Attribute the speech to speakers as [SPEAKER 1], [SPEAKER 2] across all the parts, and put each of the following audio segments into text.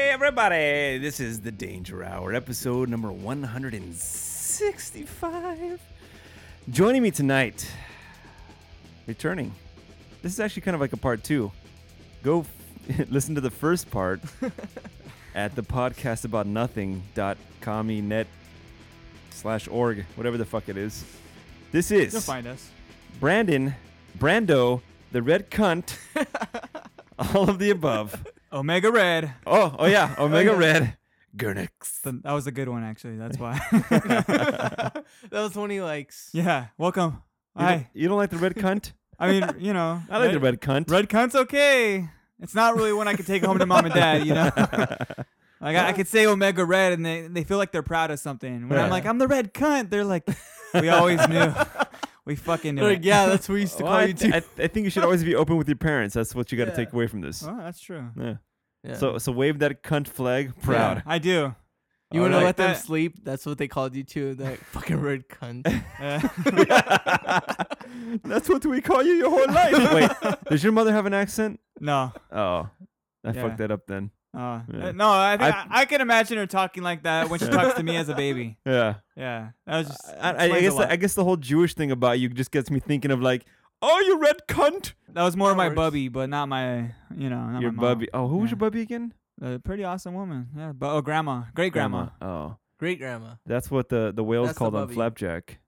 [SPEAKER 1] everybody? This is the Danger Hour, episode number 165. Joining me tonight, returning. This is actually kind of like a part two. Go f- listen to the first part at the podcast about nothing.cominet e slash org, whatever the fuck it is. This is
[SPEAKER 2] You'll find us.
[SPEAKER 1] Brandon, Brando, the red cunt, all of the above.
[SPEAKER 2] Omega Red.
[SPEAKER 1] Oh, oh yeah, Omega
[SPEAKER 2] yeah.
[SPEAKER 1] Red. Gernix.
[SPEAKER 2] Th- That was a good one, actually. That's why.
[SPEAKER 3] that was one he likes.
[SPEAKER 2] yeah. Welcome.
[SPEAKER 1] You don't,
[SPEAKER 2] Hi.
[SPEAKER 1] you don't like the red cunt?
[SPEAKER 2] I mean, you know,
[SPEAKER 1] I like the red cunt.
[SPEAKER 2] Red cunt's okay. It's not really one I could take home to mom and dad. You know, like I, I could say Omega Red, and they they feel like they're proud of something. When
[SPEAKER 1] Yeah.
[SPEAKER 2] I'm like, I'm the red cunt, they're like, we always knew. We fucking knew.
[SPEAKER 3] They're
[SPEAKER 2] it.
[SPEAKER 3] like, yeah, that's what we used to
[SPEAKER 1] Well,
[SPEAKER 3] call
[SPEAKER 1] Oh, I,
[SPEAKER 3] you too.
[SPEAKER 1] I, I think you should always be open with your parents. That's what you got to
[SPEAKER 3] Yeah.
[SPEAKER 1] take away from this.
[SPEAKER 2] Oh, that's true.
[SPEAKER 1] Yeah.
[SPEAKER 3] Yeah.
[SPEAKER 1] So so wave that cunt flag proud.
[SPEAKER 2] Yeah, I do.
[SPEAKER 3] you
[SPEAKER 1] All
[SPEAKER 3] want to
[SPEAKER 1] right.
[SPEAKER 3] let them
[SPEAKER 2] that-
[SPEAKER 3] sleep? That's what they called you too. That fucking red cunt.
[SPEAKER 2] Uh,
[SPEAKER 1] That's what we call you your whole life. Wait, does your mother have an accent?
[SPEAKER 2] no.
[SPEAKER 1] Oh, I
[SPEAKER 2] Yeah.
[SPEAKER 1] fucked that up then.
[SPEAKER 2] Uh,
[SPEAKER 1] Yeah.
[SPEAKER 2] No, I, think
[SPEAKER 1] I-
[SPEAKER 2] I I can imagine her talking like that when she talks to me as a baby.
[SPEAKER 1] Yeah.
[SPEAKER 2] Yeah, that was just.
[SPEAKER 1] I, I- I
[SPEAKER 2] explains a
[SPEAKER 1] guess
[SPEAKER 2] lot.
[SPEAKER 1] the, I guess the whole Jewish thing about you just gets me thinking of like, oh, you red cunt.
[SPEAKER 2] that was more
[SPEAKER 3] That
[SPEAKER 2] my
[SPEAKER 3] works.
[SPEAKER 2] bubby, but not my, you know, not
[SPEAKER 1] your
[SPEAKER 2] my mom.
[SPEAKER 1] bubby. Oh, who was
[SPEAKER 2] Yeah.
[SPEAKER 1] your bubby again?
[SPEAKER 2] A pretty awesome woman. Yeah, but oh, grandma, great grandma.
[SPEAKER 1] Oh,
[SPEAKER 3] Great grandma.
[SPEAKER 1] that's what the the whales
[SPEAKER 3] That's the
[SPEAKER 1] called on
[SPEAKER 3] bubby.
[SPEAKER 1] flapjack.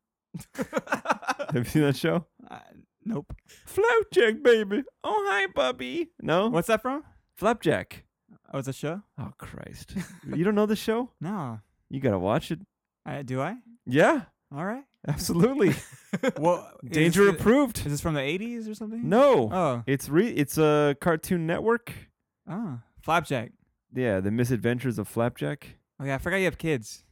[SPEAKER 1] Have you seen that show?
[SPEAKER 2] Uh, nope.
[SPEAKER 1] Flapjack, baby. Oh, hi, bubby. No?
[SPEAKER 2] What's that from?
[SPEAKER 1] Flapjack.
[SPEAKER 2] Oh, it's a show.
[SPEAKER 1] Oh, Christ. you don't know the show?
[SPEAKER 2] No,
[SPEAKER 1] You got to watch it.
[SPEAKER 2] I, do I?
[SPEAKER 1] Yeah,
[SPEAKER 2] All right.
[SPEAKER 1] absolutely.
[SPEAKER 2] Well, is
[SPEAKER 1] Danger
[SPEAKER 2] This,
[SPEAKER 1] approved.
[SPEAKER 2] is this from the '80s or something?
[SPEAKER 1] No.
[SPEAKER 2] Oh,
[SPEAKER 1] It's re- it's a Cartoon Network.
[SPEAKER 2] oh, flapjack.
[SPEAKER 1] Yeah, The Misadventures of Flapjack.
[SPEAKER 2] Oh yeah, I forgot you have kids.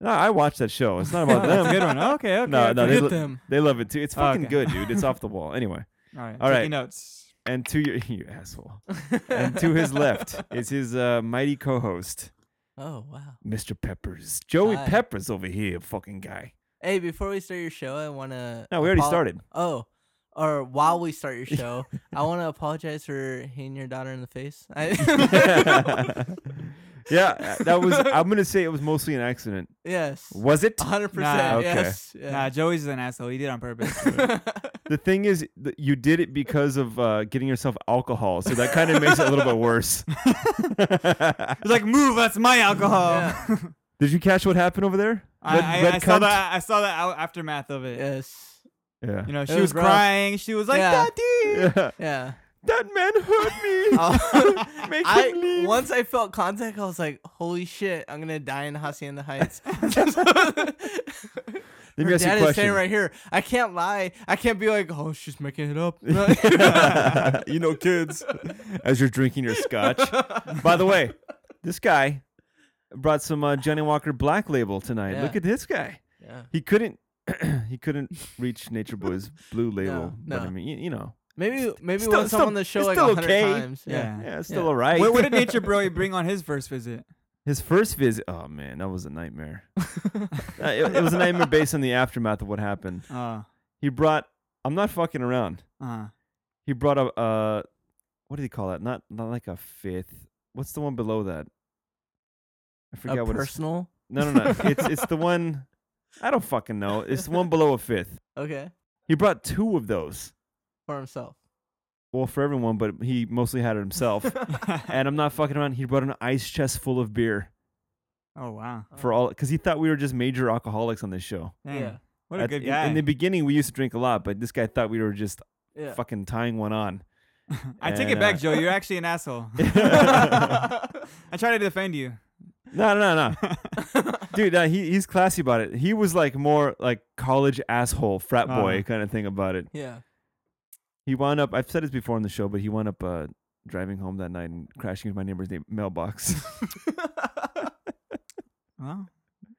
[SPEAKER 1] No, I watched that show. It's not
[SPEAKER 2] Oh,
[SPEAKER 1] about
[SPEAKER 2] that's a
[SPEAKER 1] them.
[SPEAKER 2] good one. Okay, okay.
[SPEAKER 1] No,
[SPEAKER 2] okay.
[SPEAKER 1] no,
[SPEAKER 3] Forget
[SPEAKER 1] they, lo-
[SPEAKER 3] them.
[SPEAKER 1] they love it too. It's
[SPEAKER 2] Oh,
[SPEAKER 1] fucking
[SPEAKER 2] okay.
[SPEAKER 1] good, dude. It's off the wall. Anyway,
[SPEAKER 2] all right.
[SPEAKER 1] all
[SPEAKER 2] taking
[SPEAKER 1] right.
[SPEAKER 2] notes.
[SPEAKER 1] and to your you asshole, and to his left is his uh, mighty co-host,
[SPEAKER 3] Oh wow.
[SPEAKER 1] Mr. Peppers, Joey
[SPEAKER 3] Hi.
[SPEAKER 1] Peppers over here, fucking guy.
[SPEAKER 3] Hey, before we start your show, I want to.
[SPEAKER 1] No, we already started.
[SPEAKER 3] Oh, or while we start your show, I want to apologize for hitting your daughter in the face. I
[SPEAKER 1] yeah, uh, that was. I'm gonna say it was mostly an accident.
[SPEAKER 3] yes,
[SPEAKER 1] Was it?
[SPEAKER 3] A hundred
[SPEAKER 2] Nah,
[SPEAKER 3] percent.
[SPEAKER 1] okay.
[SPEAKER 3] Yes. Yeah.
[SPEAKER 2] Nah, Joey's an asshole. He did it on purpose.
[SPEAKER 1] The thing is, th- you did it because of uh, getting yourself alcohol, so that kind of makes it a little bit worse.
[SPEAKER 2] He's like, move. That's my alcohol.
[SPEAKER 3] Yeah.
[SPEAKER 1] did you catch what happened over there?
[SPEAKER 2] I, I, I saw that. I saw that out aftermath of it.
[SPEAKER 3] yes.
[SPEAKER 1] Yeah.
[SPEAKER 2] You know, she
[SPEAKER 3] was
[SPEAKER 2] was,
[SPEAKER 3] rough.
[SPEAKER 2] crying. She was like,
[SPEAKER 3] Yeah.
[SPEAKER 2] "Daddy."
[SPEAKER 1] yeah.
[SPEAKER 3] Yeah.
[SPEAKER 1] That man hurt
[SPEAKER 3] Oh,
[SPEAKER 1] me. Make
[SPEAKER 3] I
[SPEAKER 1] him leave.
[SPEAKER 3] once I felt contact, I was like, "Holy shit, I'm gonna die in Hacienda Heights."
[SPEAKER 1] Let
[SPEAKER 3] Her
[SPEAKER 1] me ask you
[SPEAKER 3] dad
[SPEAKER 1] a
[SPEAKER 3] is
[SPEAKER 1] question.
[SPEAKER 3] standing right here. I can't lie. I can't be like, "Oh, she's making it up."
[SPEAKER 1] you know, kids, as you're drinking your scotch. By the way, this guy brought some uh, Johnny Walker Black Label tonight.
[SPEAKER 3] Yeah.
[SPEAKER 1] Look at this guy.
[SPEAKER 3] yeah.
[SPEAKER 1] He couldn't. he couldn't reach Nature Boy's Blue Label. But I
[SPEAKER 3] no.
[SPEAKER 1] mean, you, you know,
[SPEAKER 3] Maybe maybe
[SPEAKER 1] still-
[SPEAKER 3] once
[SPEAKER 1] still-
[SPEAKER 3] I'm on the show
[SPEAKER 1] it's
[SPEAKER 3] like a
[SPEAKER 1] still
[SPEAKER 3] hundred
[SPEAKER 1] okay.
[SPEAKER 3] times. Yeah.
[SPEAKER 2] Yeah.
[SPEAKER 1] yeah, it's still
[SPEAKER 3] Yeah.
[SPEAKER 1] alright.
[SPEAKER 2] What, what did Nature Bro bring on his first visit?
[SPEAKER 1] His first visit. Oh man, that was a nightmare. Uh, it, it was a nightmare based on the aftermath of what happened.
[SPEAKER 2] Uh,
[SPEAKER 1] He brought. I'm not fucking around.
[SPEAKER 2] uh,
[SPEAKER 1] He brought a uh, what do you call that? Not not like a fifth. What's the one below that? I forget
[SPEAKER 3] A
[SPEAKER 1] what. it's-
[SPEAKER 3] personal.
[SPEAKER 1] no, no, no. it's it's the one. I don't fucking know. It's the one below a fifth.
[SPEAKER 3] Okay.
[SPEAKER 1] He brought two of those.
[SPEAKER 3] For himself.
[SPEAKER 1] Well, for everyone, but he mostly had it himself. and I'm not fucking around. He brought an ice chest full of beer
[SPEAKER 2] oh wow,
[SPEAKER 1] for
[SPEAKER 3] Oh.
[SPEAKER 1] all because he thought we were just major alcoholics on this show.
[SPEAKER 2] Dang.
[SPEAKER 3] Yeah.
[SPEAKER 2] what a
[SPEAKER 1] At-
[SPEAKER 2] good
[SPEAKER 1] in-
[SPEAKER 2] guy.
[SPEAKER 1] In the beginning, we used to drink a lot, but this guy thought we were just
[SPEAKER 3] Yeah.
[SPEAKER 1] fucking tying one on.
[SPEAKER 2] I
[SPEAKER 1] and,
[SPEAKER 2] take it back,
[SPEAKER 1] uh,
[SPEAKER 2] Joe. You're actually an asshole. I try to defend you.
[SPEAKER 1] No, no, no, no. Dude, uh, he, he's classy about it. He was like more like college asshole, frat boy
[SPEAKER 2] Uh-huh.
[SPEAKER 1] kind of thing about it.
[SPEAKER 3] Yeah.
[SPEAKER 1] He wound up, I've said this before on the show, but he wound up uh, driving home that night and crashing into my neighbor's na- mailbox.
[SPEAKER 2] Well,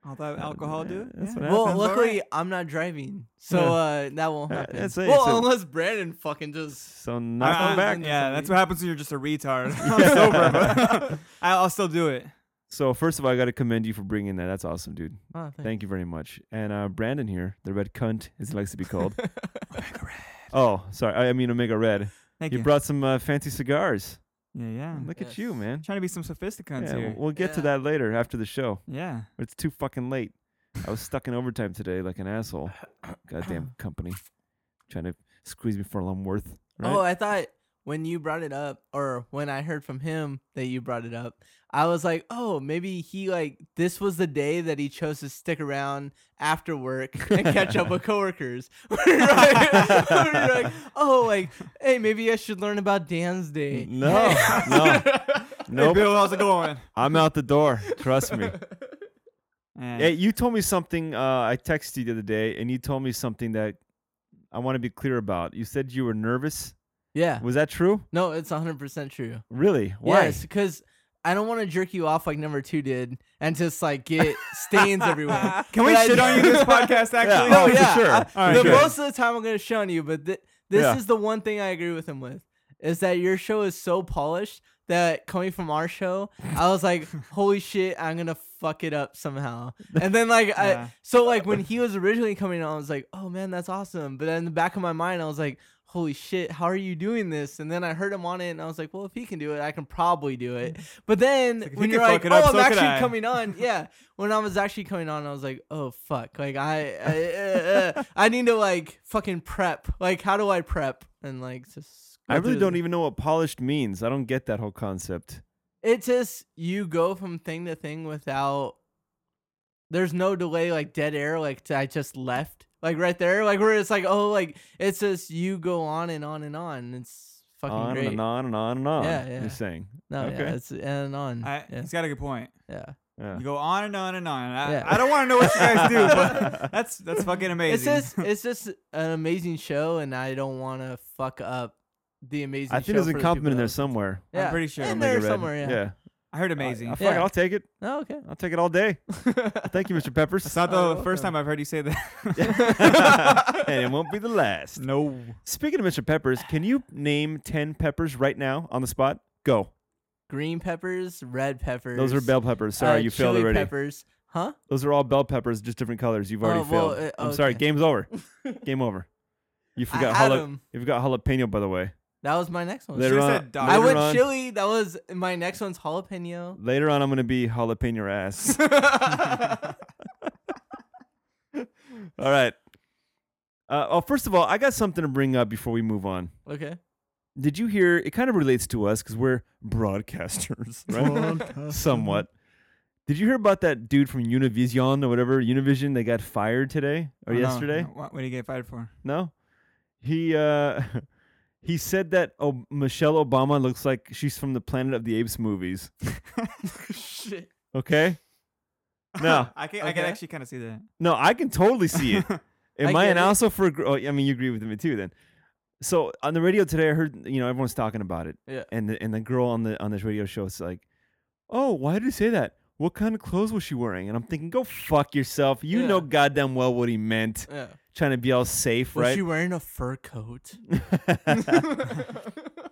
[SPEAKER 2] all that alcohol do it.
[SPEAKER 1] Uh, That's
[SPEAKER 2] yeah.
[SPEAKER 1] what
[SPEAKER 3] Well,
[SPEAKER 1] happens.
[SPEAKER 3] luckily I'm not driving, so
[SPEAKER 1] Yeah.
[SPEAKER 3] uh, that won't
[SPEAKER 1] Yeah,
[SPEAKER 3] happen.
[SPEAKER 1] that's it,
[SPEAKER 3] well,
[SPEAKER 1] so-
[SPEAKER 3] unless Brandon fucking just
[SPEAKER 1] so knock him
[SPEAKER 2] I- I-
[SPEAKER 1] back.
[SPEAKER 2] Uh, Yeah, that's what happens when you're just a retard. I'm sober, but I- I'll still do it.
[SPEAKER 1] So, first of all, I got to commend you for bringing that. That's awesome, dude.
[SPEAKER 3] Oh, thank-
[SPEAKER 1] Ah, Thank you very much. And uh, Brandon here, the red cunt, as he likes to be called. Omega Red. Oh, sorry. I I mean Omega Red.
[SPEAKER 2] Thank
[SPEAKER 1] You
[SPEAKER 2] you.
[SPEAKER 1] brought some uh, fancy cigars.
[SPEAKER 2] Yeah, yeah.
[SPEAKER 1] Look at
[SPEAKER 3] Yes.
[SPEAKER 1] you, man.
[SPEAKER 2] trying to be some sophisticates
[SPEAKER 1] Yeah,
[SPEAKER 2] here.
[SPEAKER 1] we'll get to
[SPEAKER 3] Yeah.
[SPEAKER 1] that later after the show.
[SPEAKER 2] yeah.
[SPEAKER 1] It's too fucking late. I was stuck in overtime today like an asshole. Goddamn company. Trying to squeeze me for a long worth. Right?
[SPEAKER 3] Oh, I thought when you brought it up, or when I heard from him that you brought it up, I was like, oh, maybe he like this was the day that he chose to stick around after work and catch up with coworkers. right? We're like, oh, like hey, maybe I should learn about Dan's day.
[SPEAKER 1] No, no,
[SPEAKER 2] Hey,
[SPEAKER 1] Oh. nope.
[SPEAKER 2] Bill, how's it going?
[SPEAKER 1] I'm out the door. Trust me.
[SPEAKER 2] Yeah.
[SPEAKER 1] Hey, you told me something. Uh, I texted you the other day, and you told me something that I want to be clear about. You said you were nervous.
[SPEAKER 3] Yeah.
[SPEAKER 1] Was that true?
[SPEAKER 3] No, it's 100% true.
[SPEAKER 1] Really? Why?
[SPEAKER 3] Yes, because I don't want to jerk you off like number two did and just like get stains everywhere.
[SPEAKER 2] Can we
[SPEAKER 3] But I-
[SPEAKER 2] shit on you this podcast? Actually,
[SPEAKER 1] Oh,
[SPEAKER 3] Oh
[SPEAKER 1] for
[SPEAKER 3] yeah,
[SPEAKER 1] sure.
[SPEAKER 3] I-
[SPEAKER 1] All right,
[SPEAKER 3] the
[SPEAKER 1] sure.
[SPEAKER 3] most of the time I'm gonna shit on you, but th- this
[SPEAKER 1] Yeah.
[SPEAKER 3] is the one thing I agree with him with is that your show is so polished that coming from our show, I was like, holy shit, I'm gonna fuck it up somehow. And then like,
[SPEAKER 2] Yeah.
[SPEAKER 3] I, so like when he was originally coming on, I was like, oh man, that's awesome. But in the back of my mind, I was like. Holy shit, how are you doing this? And then I heard him on it and I was like, well, if he can do it, I can probably do it. But then
[SPEAKER 2] like, if
[SPEAKER 3] when
[SPEAKER 2] he
[SPEAKER 3] you're
[SPEAKER 2] can fuck
[SPEAKER 3] like,
[SPEAKER 2] it up,
[SPEAKER 3] oh,
[SPEAKER 2] so
[SPEAKER 3] I'm
[SPEAKER 2] can
[SPEAKER 3] actually
[SPEAKER 2] I."
[SPEAKER 3] coming coming on. Yeah, when I was actually coming on, I was like, oh fuck, like I, I, uh, uh, I need to like fucking prep. Like, how do I prep? And like just.
[SPEAKER 1] I
[SPEAKER 3] go
[SPEAKER 1] really
[SPEAKER 3] through
[SPEAKER 1] don't
[SPEAKER 3] the-
[SPEAKER 1] even know what polished means. I don't get that whole concept.
[SPEAKER 3] It's just you go from thing to thing without. There's no delay, like dead air. Like t- I just left, like right there, like where it's like, oh, like it's just you go on and on and on. It's fucking
[SPEAKER 1] on
[SPEAKER 3] great.
[SPEAKER 1] and on and on and on.
[SPEAKER 3] Yeah, yeah.
[SPEAKER 1] You're saying.
[SPEAKER 3] No,
[SPEAKER 1] Okay.
[SPEAKER 3] yeah, it's and on.
[SPEAKER 2] I,
[SPEAKER 3] Mm, yeah,
[SPEAKER 2] He's got a good point.
[SPEAKER 3] yeah.
[SPEAKER 1] Yeah.
[SPEAKER 2] You go on and on and on. I,
[SPEAKER 3] Yeah.
[SPEAKER 2] I don't want to know what you guys do, but that's that's fucking amazing.
[SPEAKER 3] It's just it's just an amazing show, and I don't want to fuck up the amazing.
[SPEAKER 1] I think
[SPEAKER 3] show
[SPEAKER 1] there's a
[SPEAKER 3] for the
[SPEAKER 1] compliment in
[SPEAKER 3] people
[SPEAKER 1] there
[SPEAKER 3] out
[SPEAKER 1] somewhere.
[SPEAKER 3] there. Yeah.
[SPEAKER 2] I'm pretty sure.
[SPEAKER 1] Mega
[SPEAKER 3] in there
[SPEAKER 1] Red.
[SPEAKER 3] somewhere. Yeah.
[SPEAKER 2] I heard
[SPEAKER 1] Amazing.
[SPEAKER 2] amazing.
[SPEAKER 1] fuck it,
[SPEAKER 3] Yeah.
[SPEAKER 1] I'll take it.
[SPEAKER 3] Oh, okay.
[SPEAKER 1] I'll take it all day. Thank you, Mr. Peppers.
[SPEAKER 2] It's not the
[SPEAKER 3] Oh, you're
[SPEAKER 2] first time
[SPEAKER 3] welcome.
[SPEAKER 2] I've heard you say that.
[SPEAKER 1] and it won't be the last.
[SPEAKER 2] no.
[SPEAKER 1] Speaking of Mr. Peppers, can you name 10 peppers right now on the spot? Go.
[SPEAKER 3] Green peppers, red peppers.
[SPEAKER 1] Those are bell peppers. Sorry,
[SPEAKER 3] uh,
[SPEAKER 1] you failed
[SPEAKER 3] chili
[SPEAKER 1] already.
[SPEAKER 3] Peppers, huh?
[SPEAKER 1] Those are all bell peppers, just different colors. You've already
[SPEAKER 3] Oh, well,
[SPEAKER 1] failed.
[SPEAKER 3] uh,
[SPEAKER 1] I'm sorry.
[SPEAKER 3] okay.
[SPEAKER 1] Game's over. Game over. You
[SPEAKER 3] I
[SPEAKER 1] forgot
[SPEAKER 3] had Oh,
[SPEAKER 1] jala-
[SPEAKER 3] 'em.
[SPEAKER 1] you forgot jalapeno, by the way.
[SPEAKER 3] That was my next one.
[SPEAKER 1] Later
[SPEAKER 2] should've
[SPEAKER 1] on,
[SPEAKER 2] said dog.
[SPEAKER 3] I
[SPEAKER 1] later
[SPEAKER 3] went
[SPEAKER 1] on-
[SPEAKER 3] chili. That was my next one's jalapeno.
[SPEAKER 1] Later on, I'm gonna be jalapeno ass. all right. Uh, oh, first of all, I got something to bring up before we move on.
[SPEAKER 3] Okay.
[SPEAKER 1] Did you hear? It kind of relates to us because we're broadcasters, right? Somewhat. Did you hear about that dude from Univision or whatever Univision? They got fired today or
[SPEAKER 2] No,
[SPEAKER 1] yesterday?
[SPEAKER 2] Uh-huh. no. What, what did he get fired for?
[SPEAKER 1] No, he uh, he said that oh, Michelle Obama looks like she's from the Planet of the Apes movies.
[SPEAKER 3] Shit.
[SPEAKER 1] Okay. No,
[SPEAKER 2] I can I can
[SPEAKER 3] Okay.
[SPEAKER 2] actually kind of see that.
[SPEAKER 1] no, I can totally see it. Am
[SPEAKER 3] I
[SPEAKER 1] I,
[SPEAKER 3] get
[SPEAKER 1] an
[SPEAKER 3] it.
[SPEAKER 1] also for? gr- Oh, I mean, you agree with me too, then. So on the radio today, I heard you know everyone's talking about it,
[SPEAKER 3] Yeah.
[SPEAKER 1] and the, and the girl on the on this radio show is like, "Oh, why did he say that? What kind of clothes was she wearing?" And I'm thinking, "Go fuck yourself. You
[SPEAKER 3] Yeah.
[SPEAKER 1] know goddamn well what he meant,
[SPEAKER 3] Yeah.
[SPEAKER 1] trying to be all safe,
[SPEAKER 3] Was
[SPEAKER 1] right?"
[SPEAKER 3] she wearing a fur coat?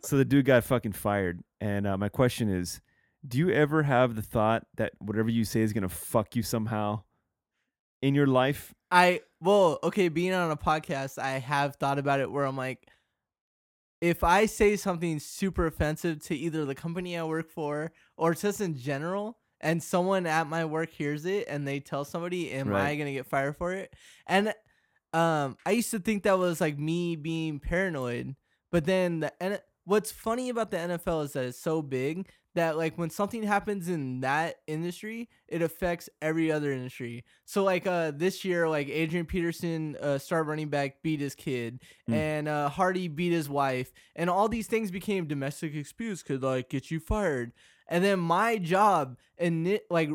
[SPEAKER 1] so the dude got fucking fired. And uh, my question is, do you ever have the thought that whatever you say is gonna fuck you somehow in your life?
[SPEAKER 3] I well, okay, being on a podcast, I have thought about it where I'm like if I say something super offensive to either the company I work for or just in general and someone at my work hears it and they tell somebody, am I
[SPEAKER 1] Right.
[SPEAKER 3] going to get fired for it? And um I used to think that was like me being paranoid, but then the N- what's funny about the NFL is that it's so big that like when something happens in that industry, it affects every other industry. So like uh this year, like Adrian Peterson, uh, star running back, beat his kid,
[SPEAKER 1] Mm.
[SPEAKER 3] and uh, Hardy beat his wife, and all these things became domestic disputes could like get you fired. And then my job, and it, like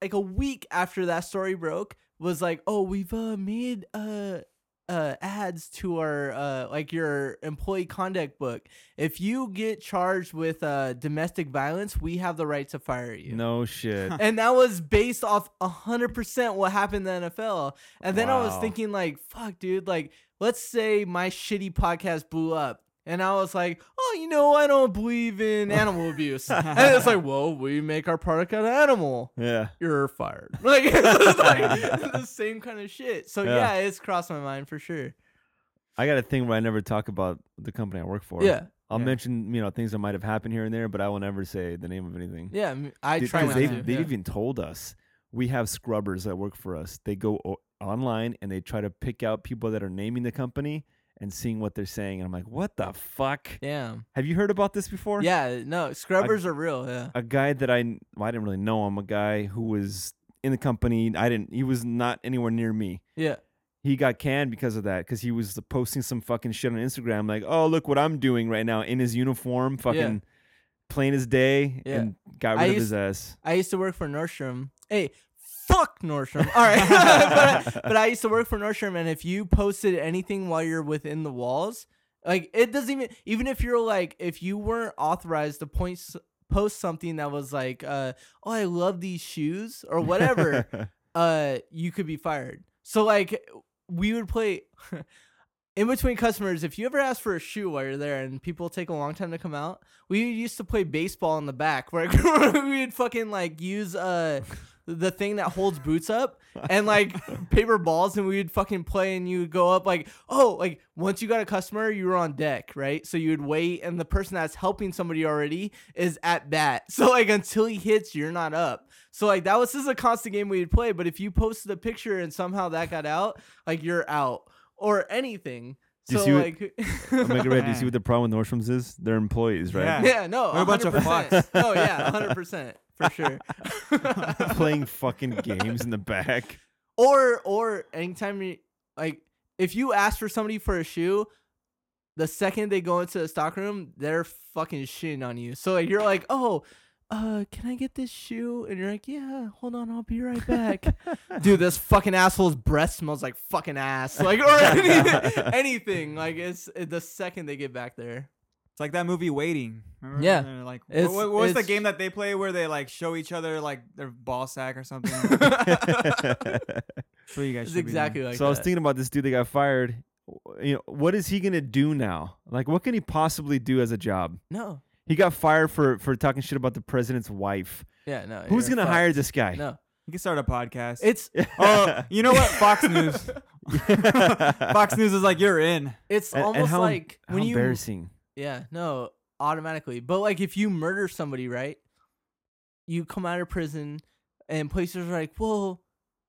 [SPEAKER 3] like a week after that story broke, was like, oh, we've uh, made uh uh ads to our uh like your employee conduct book if you get charged with uh domestic violence we have the right to fire you
[SPEAKER 1] No shit.
[SPEAKER 3] and that was based off 100% what happened in the NFL. And then I was
[SPEAKER 1] Wow.
[SPEAKER 3] thinking, like, fuck, dude, like, let's say my shitty podcast blew up. And I was like, oh, you know, I don't believe in animal abuse. and it's like, well, we make our product out of animal.
[SPEAKER 1] yeah.
[SPEAKER 3] You're fired. Like, it was like the same kind of shit. So,
[SPEAKER 1] Yeah.
[SPEAKER 3] yeah, it's crossed my mind for sure.
[SPEAKER 1] I got a thing where I never talk about the company I work for.
[SPEAKER 3] Yeah.
[SPEAKER 1] I'll
[SPEAKER 2] Yeah.
[SPEAKER 1] mention you know things that might have happened here and there, but I will never say the name of anything.
[SPEAKER 3] Yeah, I mean, I
[SPEAKER 1] Dude,
[SPEAKER 3] try
[SPEAKER 1] 'cause
[SPEAKER 3] not
[SPEAKER 1] they've,
[SPEAKER 3] to.
[SPEAKER 1] they've
[SPEAKER 3] yeah.
[SPEAKER 1] even told us we have scrubbers that work for us. They go o- online and they try to pick out people that are naming the company and seeing what they're saying. And I'm like, what the fuck?
[SPEAKER 3] Damn.
[SPEAKER 1] Have you heard about this before?
[SPEAKER 3] Yeah, no, scrubbers are real. Yeah.
[SPEAKER 1] a guy that I kn- well, I didn't really know him. A guy who was in the company. I didn't. He was not anywhere near me.
[SPEAKER 3] Yeah.
[SPEAKER 1] He got canned because of that because he was posting some fucking shit on Instagram like, oh look what I'm doing right now in his uniform, fucking plain as day,
[SPEAKER 3] Yeah.
[SPEAKER 1] and got
[SPEAKER 3] I
[SPEAKER 1] rid of his ass.
[SPEAKER 3] I used to work for Nordstrom. Hey, fuck Nordstrom. All right. but, but I used to work for Nordstrom, and if you posted anything while you're within the walls, like it doesn't even, even if you're like, if you weren't authorized to point, s- post something that was like, uh, oh, I love these shoes or whatever, uh, you could be fired. So, like, we would play. In between customers, if you ever ask for a shoe while you're there and people take a long time to come out, we used to play baseball in the back where we would fucking like use uh the thing that holds boots up and like paper balls and we would fucking play and you would go up like oh like once you got a customer you were on deck right so you would wait and the person that's helping somebody already is at bat so like until he hits you're not up so like that was this is a constant game we would play but if you posted a picture and somehow that got out like you're out or anything
[SPEAKER 1] Do you
[SPEAKER 3] so
[SPEAKER 1] see what-
[SPEAKER 3] like
[SPEAKER 1] Omega Red, do you see what the problem with Nordstrom's is? They're employees, right?
[SPEAKER 3] yeah, no,
[SPEAKER 2] We're a bunch of
[SPEAKER 3] 100%. Oh yeah, hundred percent for sure.
[SPEAKER 1] Playing fucking games in the back.
[SPEAKER 3] or or anytime you like, if you ask for somebody for a shoe, the second they go into the stockroom, they're fucking shitting on you. So like, you're like, oh. Uh, can I get this shoe? And you're like, yeah. Hold on, I'll be right back, dude. This fucking asshole's breath smells like fucking ass, like or anything. anything. Like it's the second they get back there.
[SPEAKER 2] It's like that movie Waiting. Remember?
[SPEAKER 3] Yeah.
[SPEAKER 2] They're Like
[SPEAKER 3] It's-
[SPEAKER 2] what, what was the
[SPEAKER 3] it's-
[SPEAKER 2] game that they play where they like show each other like their ball sack or something? That's what you guys
[SPEAKER 3] It's
[SPEAKER 2] should be doing.
[SPEAKER 3] exactly like.
[SPEAKER 1] so I was
[SPEAKER 3] that.
[SPEAKER 1] thinking about this dude that got fired. W- You know, what is he gonna do now? Like, what can he possibly do as a job?
[SPEAKER 3] no.
[SPEAKER 1] He got fired for for talking shit about the president's wife.
[SPEAKER 3] Yeah, no.
[SPEAKER 1] Who's
[SPEAKER 3] Uh, you're
[SPEAKER 1] gonna
[SPEAKER 3] fucked.
[SPEAKER 1] hire this guy?
[SPEAKER 3] No,
[SPEAKER 2] You can start a podcast.
[SPEAKER 3] it's
[SPEAKER 2] oh, you know what? Fox News. Fox News is like you're in.
[SPEAKER 3] It's
[SPEAKER 1] And- and
[SPEAKER 3] almost
[SPEAKER 1] how em-
[SPEAKER 3] like
[SPEAKER 1] How
[SPEAKER 3] when you
[SPEAKER 1] embarrassing.
[SPEAKER 3] yeah no automatically, but like if you murder somebody, right? You come out of prison, and places are like, "Well,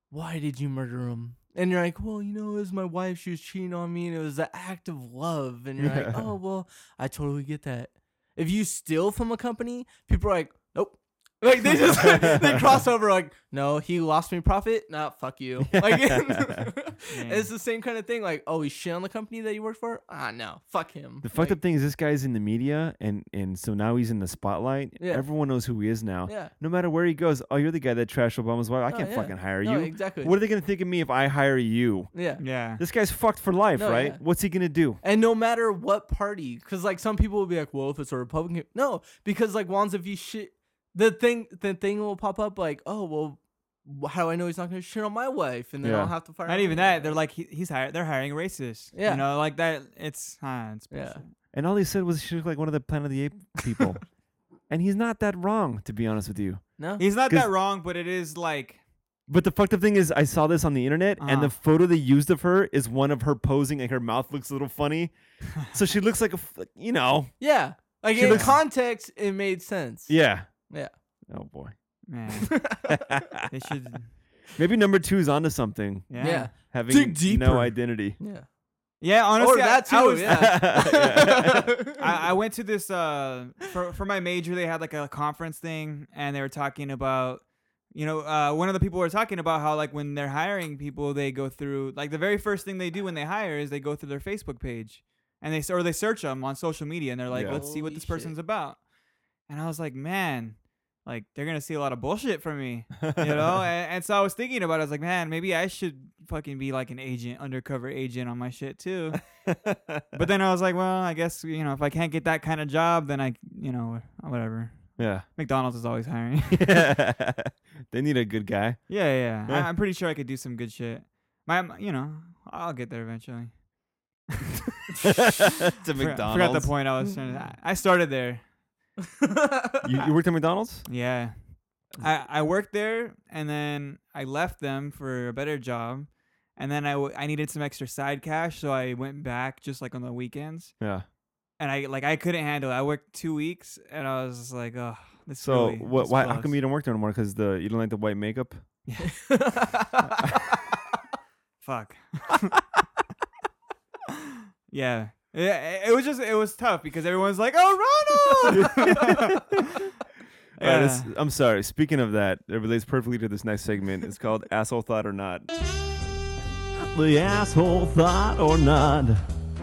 [SPEAKER 3] why did you murder him?" And you're like, "Well, you know, it was my wife. She was cheating on me, and it was an act of love." And you're like,
[SPEAKER 1] Yeah.
[SPEAKER 3] "Oh, well, I totally get that." If you steal from a company, people are like, "Nope." Like they just they cross over like no he lost me profit nah fuck you like
[SPEAKER 1] Mm.
[SPEAKER 3] it's the same kind of thing like oh he shit on the company that you work for ah no fuck him
[SPEAKER 1] The fucked
[SPEAKER 3] Like,
[SPEAKER 1] up thing is this guy's in the media, and and so now he's in the spotlight.
[SPEAKER 3] Yeah.
[SPEAKER 1] Everyone knows who he is now.
[SPEAKER 3] yeah
[SPEAKER 1] No matter where he goes, oh, you're the guy that trashed Obama's wife. I
[SPEAKER 3] No,
[SPEAKER 1] can't
[SPEAKER 3] yeah.
[SPEAKER 1] fucking hire
[SPEAKER 3] no,
[SPEAKER 1] you.
[SPEAKER 3] exactly
[SPEAKER 1] What are they gonna think of me if I hire you?
[SPEAKER 3] yeah
[SPEAKER 2] Yeah.
[SPEAKER 1] This guy's fucked for life,
[SPEAKER 3] No,
[SPEAKER 1] right?
[SPEAKER 3] yeah.
[SPEAKER 1] What's he gonna do?
[SPEAKER 3] and no matter what party because like some people will be like well if it's a Republican no because like Wands if you shit the thing the thing will pop up like oh well wh- how do I know he's not gonna shit on my wife and then
[SPEAKER 1] Yeah.
[SPEAKER 3] I'll have to fire
[SPEAKER 2] Not
[SPEAKER 3] him
[SPEAKER 2] even
[SPEAKER 3] anyway.
[SPEAKER 2] that. They're like he, he's hired. They're hiring racists.
[SPEAKER 3] Yeah.
[SPEAKER 2] You know, like that. It's huh, it's
[SPEAKER 3] Yeah.
[SPEAKER 2] bullshit.
[SPEAKER 1] And all he said was she looked like one of the Planet of the Ape people. and he's not that wrong, to be honest with you.
[SPEAKER 3] no
[SPEAKER 2] He's not
[SPEAKER 1] 'Cause-
[SPEAKER 2] that wrong, but it is like
[SPEAKER 1] But the fucked up thing is, I saw this on the internet, and
[SPEAKER 2] Uh-huh.
[SPEAKER 1] the photo they used of her is one of her posing, and her mouth looks a little funny. so she looks like a, f- you know,
[SPEAKER 3] yeah like
[SPEAKER 1] She
[SPEAKER 3] in
[SPEAKER 1] looks-
[SPEAKER 3] context it made sense
[SPEAKER 1] yeah,
[SPEAKER 3] Yeah.
[SPEAKER 1] Oh boy,
[SPEAKER 2] man. they should.
[SPEAKER 1] maybe number two is onto something,
[SPEAKER 2] Yeah.
[SPEAKER 3] Yeah.
[SPEAKER 2] Yeah.
[SPEAKER 1] having
[SPEAKER 3] Dig
[SPEAKER 1] no
[SPEAKER 3] deeper.
[SPEAKER 1] identity.
[SPEAKER 3] yeah
[SPEAKER 2] honestly,
[SPEAKER 3] or
[SPEAKER 2] I-
[SPEAKER 3] that too
[SPEAKER 2] I was-
[SPEAKER 3] yeah.
[SPEAKER 2] I, I went to this uh for for my major they had like a conference thing and they were talking about you know uh one of the people were talking about how like when they're hiring people they go through like the very first thing they do when they hire is they go through their Facebook page and they s- or they search them on social media and they're like
[SPEAKER 1] Yeah.
[SPEAKER 2] let's see what
[SPEAKER 3] Holy
[SPEAKER 2] this
[SPEAKER 3] shit.
[SPEAKER 2] person's about and I was like man like they're gonna see a lot of bullshit from me you know and, and so I was thinking about it I was like man maybe I should fucking be like an agent undercover agent on my shit too but then I was like, well, I guess you know, if I can't get that kind of job, then I, you know, whatever.
[SPEAKER 1] yeah,
[SPEAKER 2] McDonald's is always hiring.
[SPEAKER 1] they need a good guy.
[SPEAKER 2] yeah, yeah.
[SPEAKER 1] Yeah.
[SPEAKER 2] I, I'm pretty sure I could do some good shit. My, my- you know, I'll get there eventually.
[SPEAKER 1] to
[SPEAKER 2] Forgot- Forgot the point I was trying to. I- I started there.
[SPEAKER 1] You, you worked at McDonald's?
[SPEAKER 2] Yeah.
[SPEAKER 1] Um,
[SPEAKER 2] I, I worked there and then I left them for a better job. And then I, w- I needed some extra side cash. So I went back just like on the weekends.
[SPEAKER 1] Yeah.
[SPEAKER 2] and I like I couldn't handle it. I worked two weeks, and I was just like, oh, this.
[SPEAKER 1] So
[SPEAKER 2] really,
[SPEAKER 1] what?
[SPEAKER 2] this
[SPEAKER 1] Why? How
[SPEAKER 2] blows."
[SPEAKER 1] come you don't work there anymore? Because the you don't like the white makeup.
[SPEAKER 2] Fuck. yeah. Yeah, it- it was just it was tough because everyone's like, "Oh, Ronald!"
[SPEAKER 1] All right,
[SPEAKER 2] Yeah.
[SPEAKER 1] this- I'm sorry. Speaking of that, it relates perfectly to this next segment. It's called Asshole Thought or Not.
[SPEAKER 4] The asshole thought or not.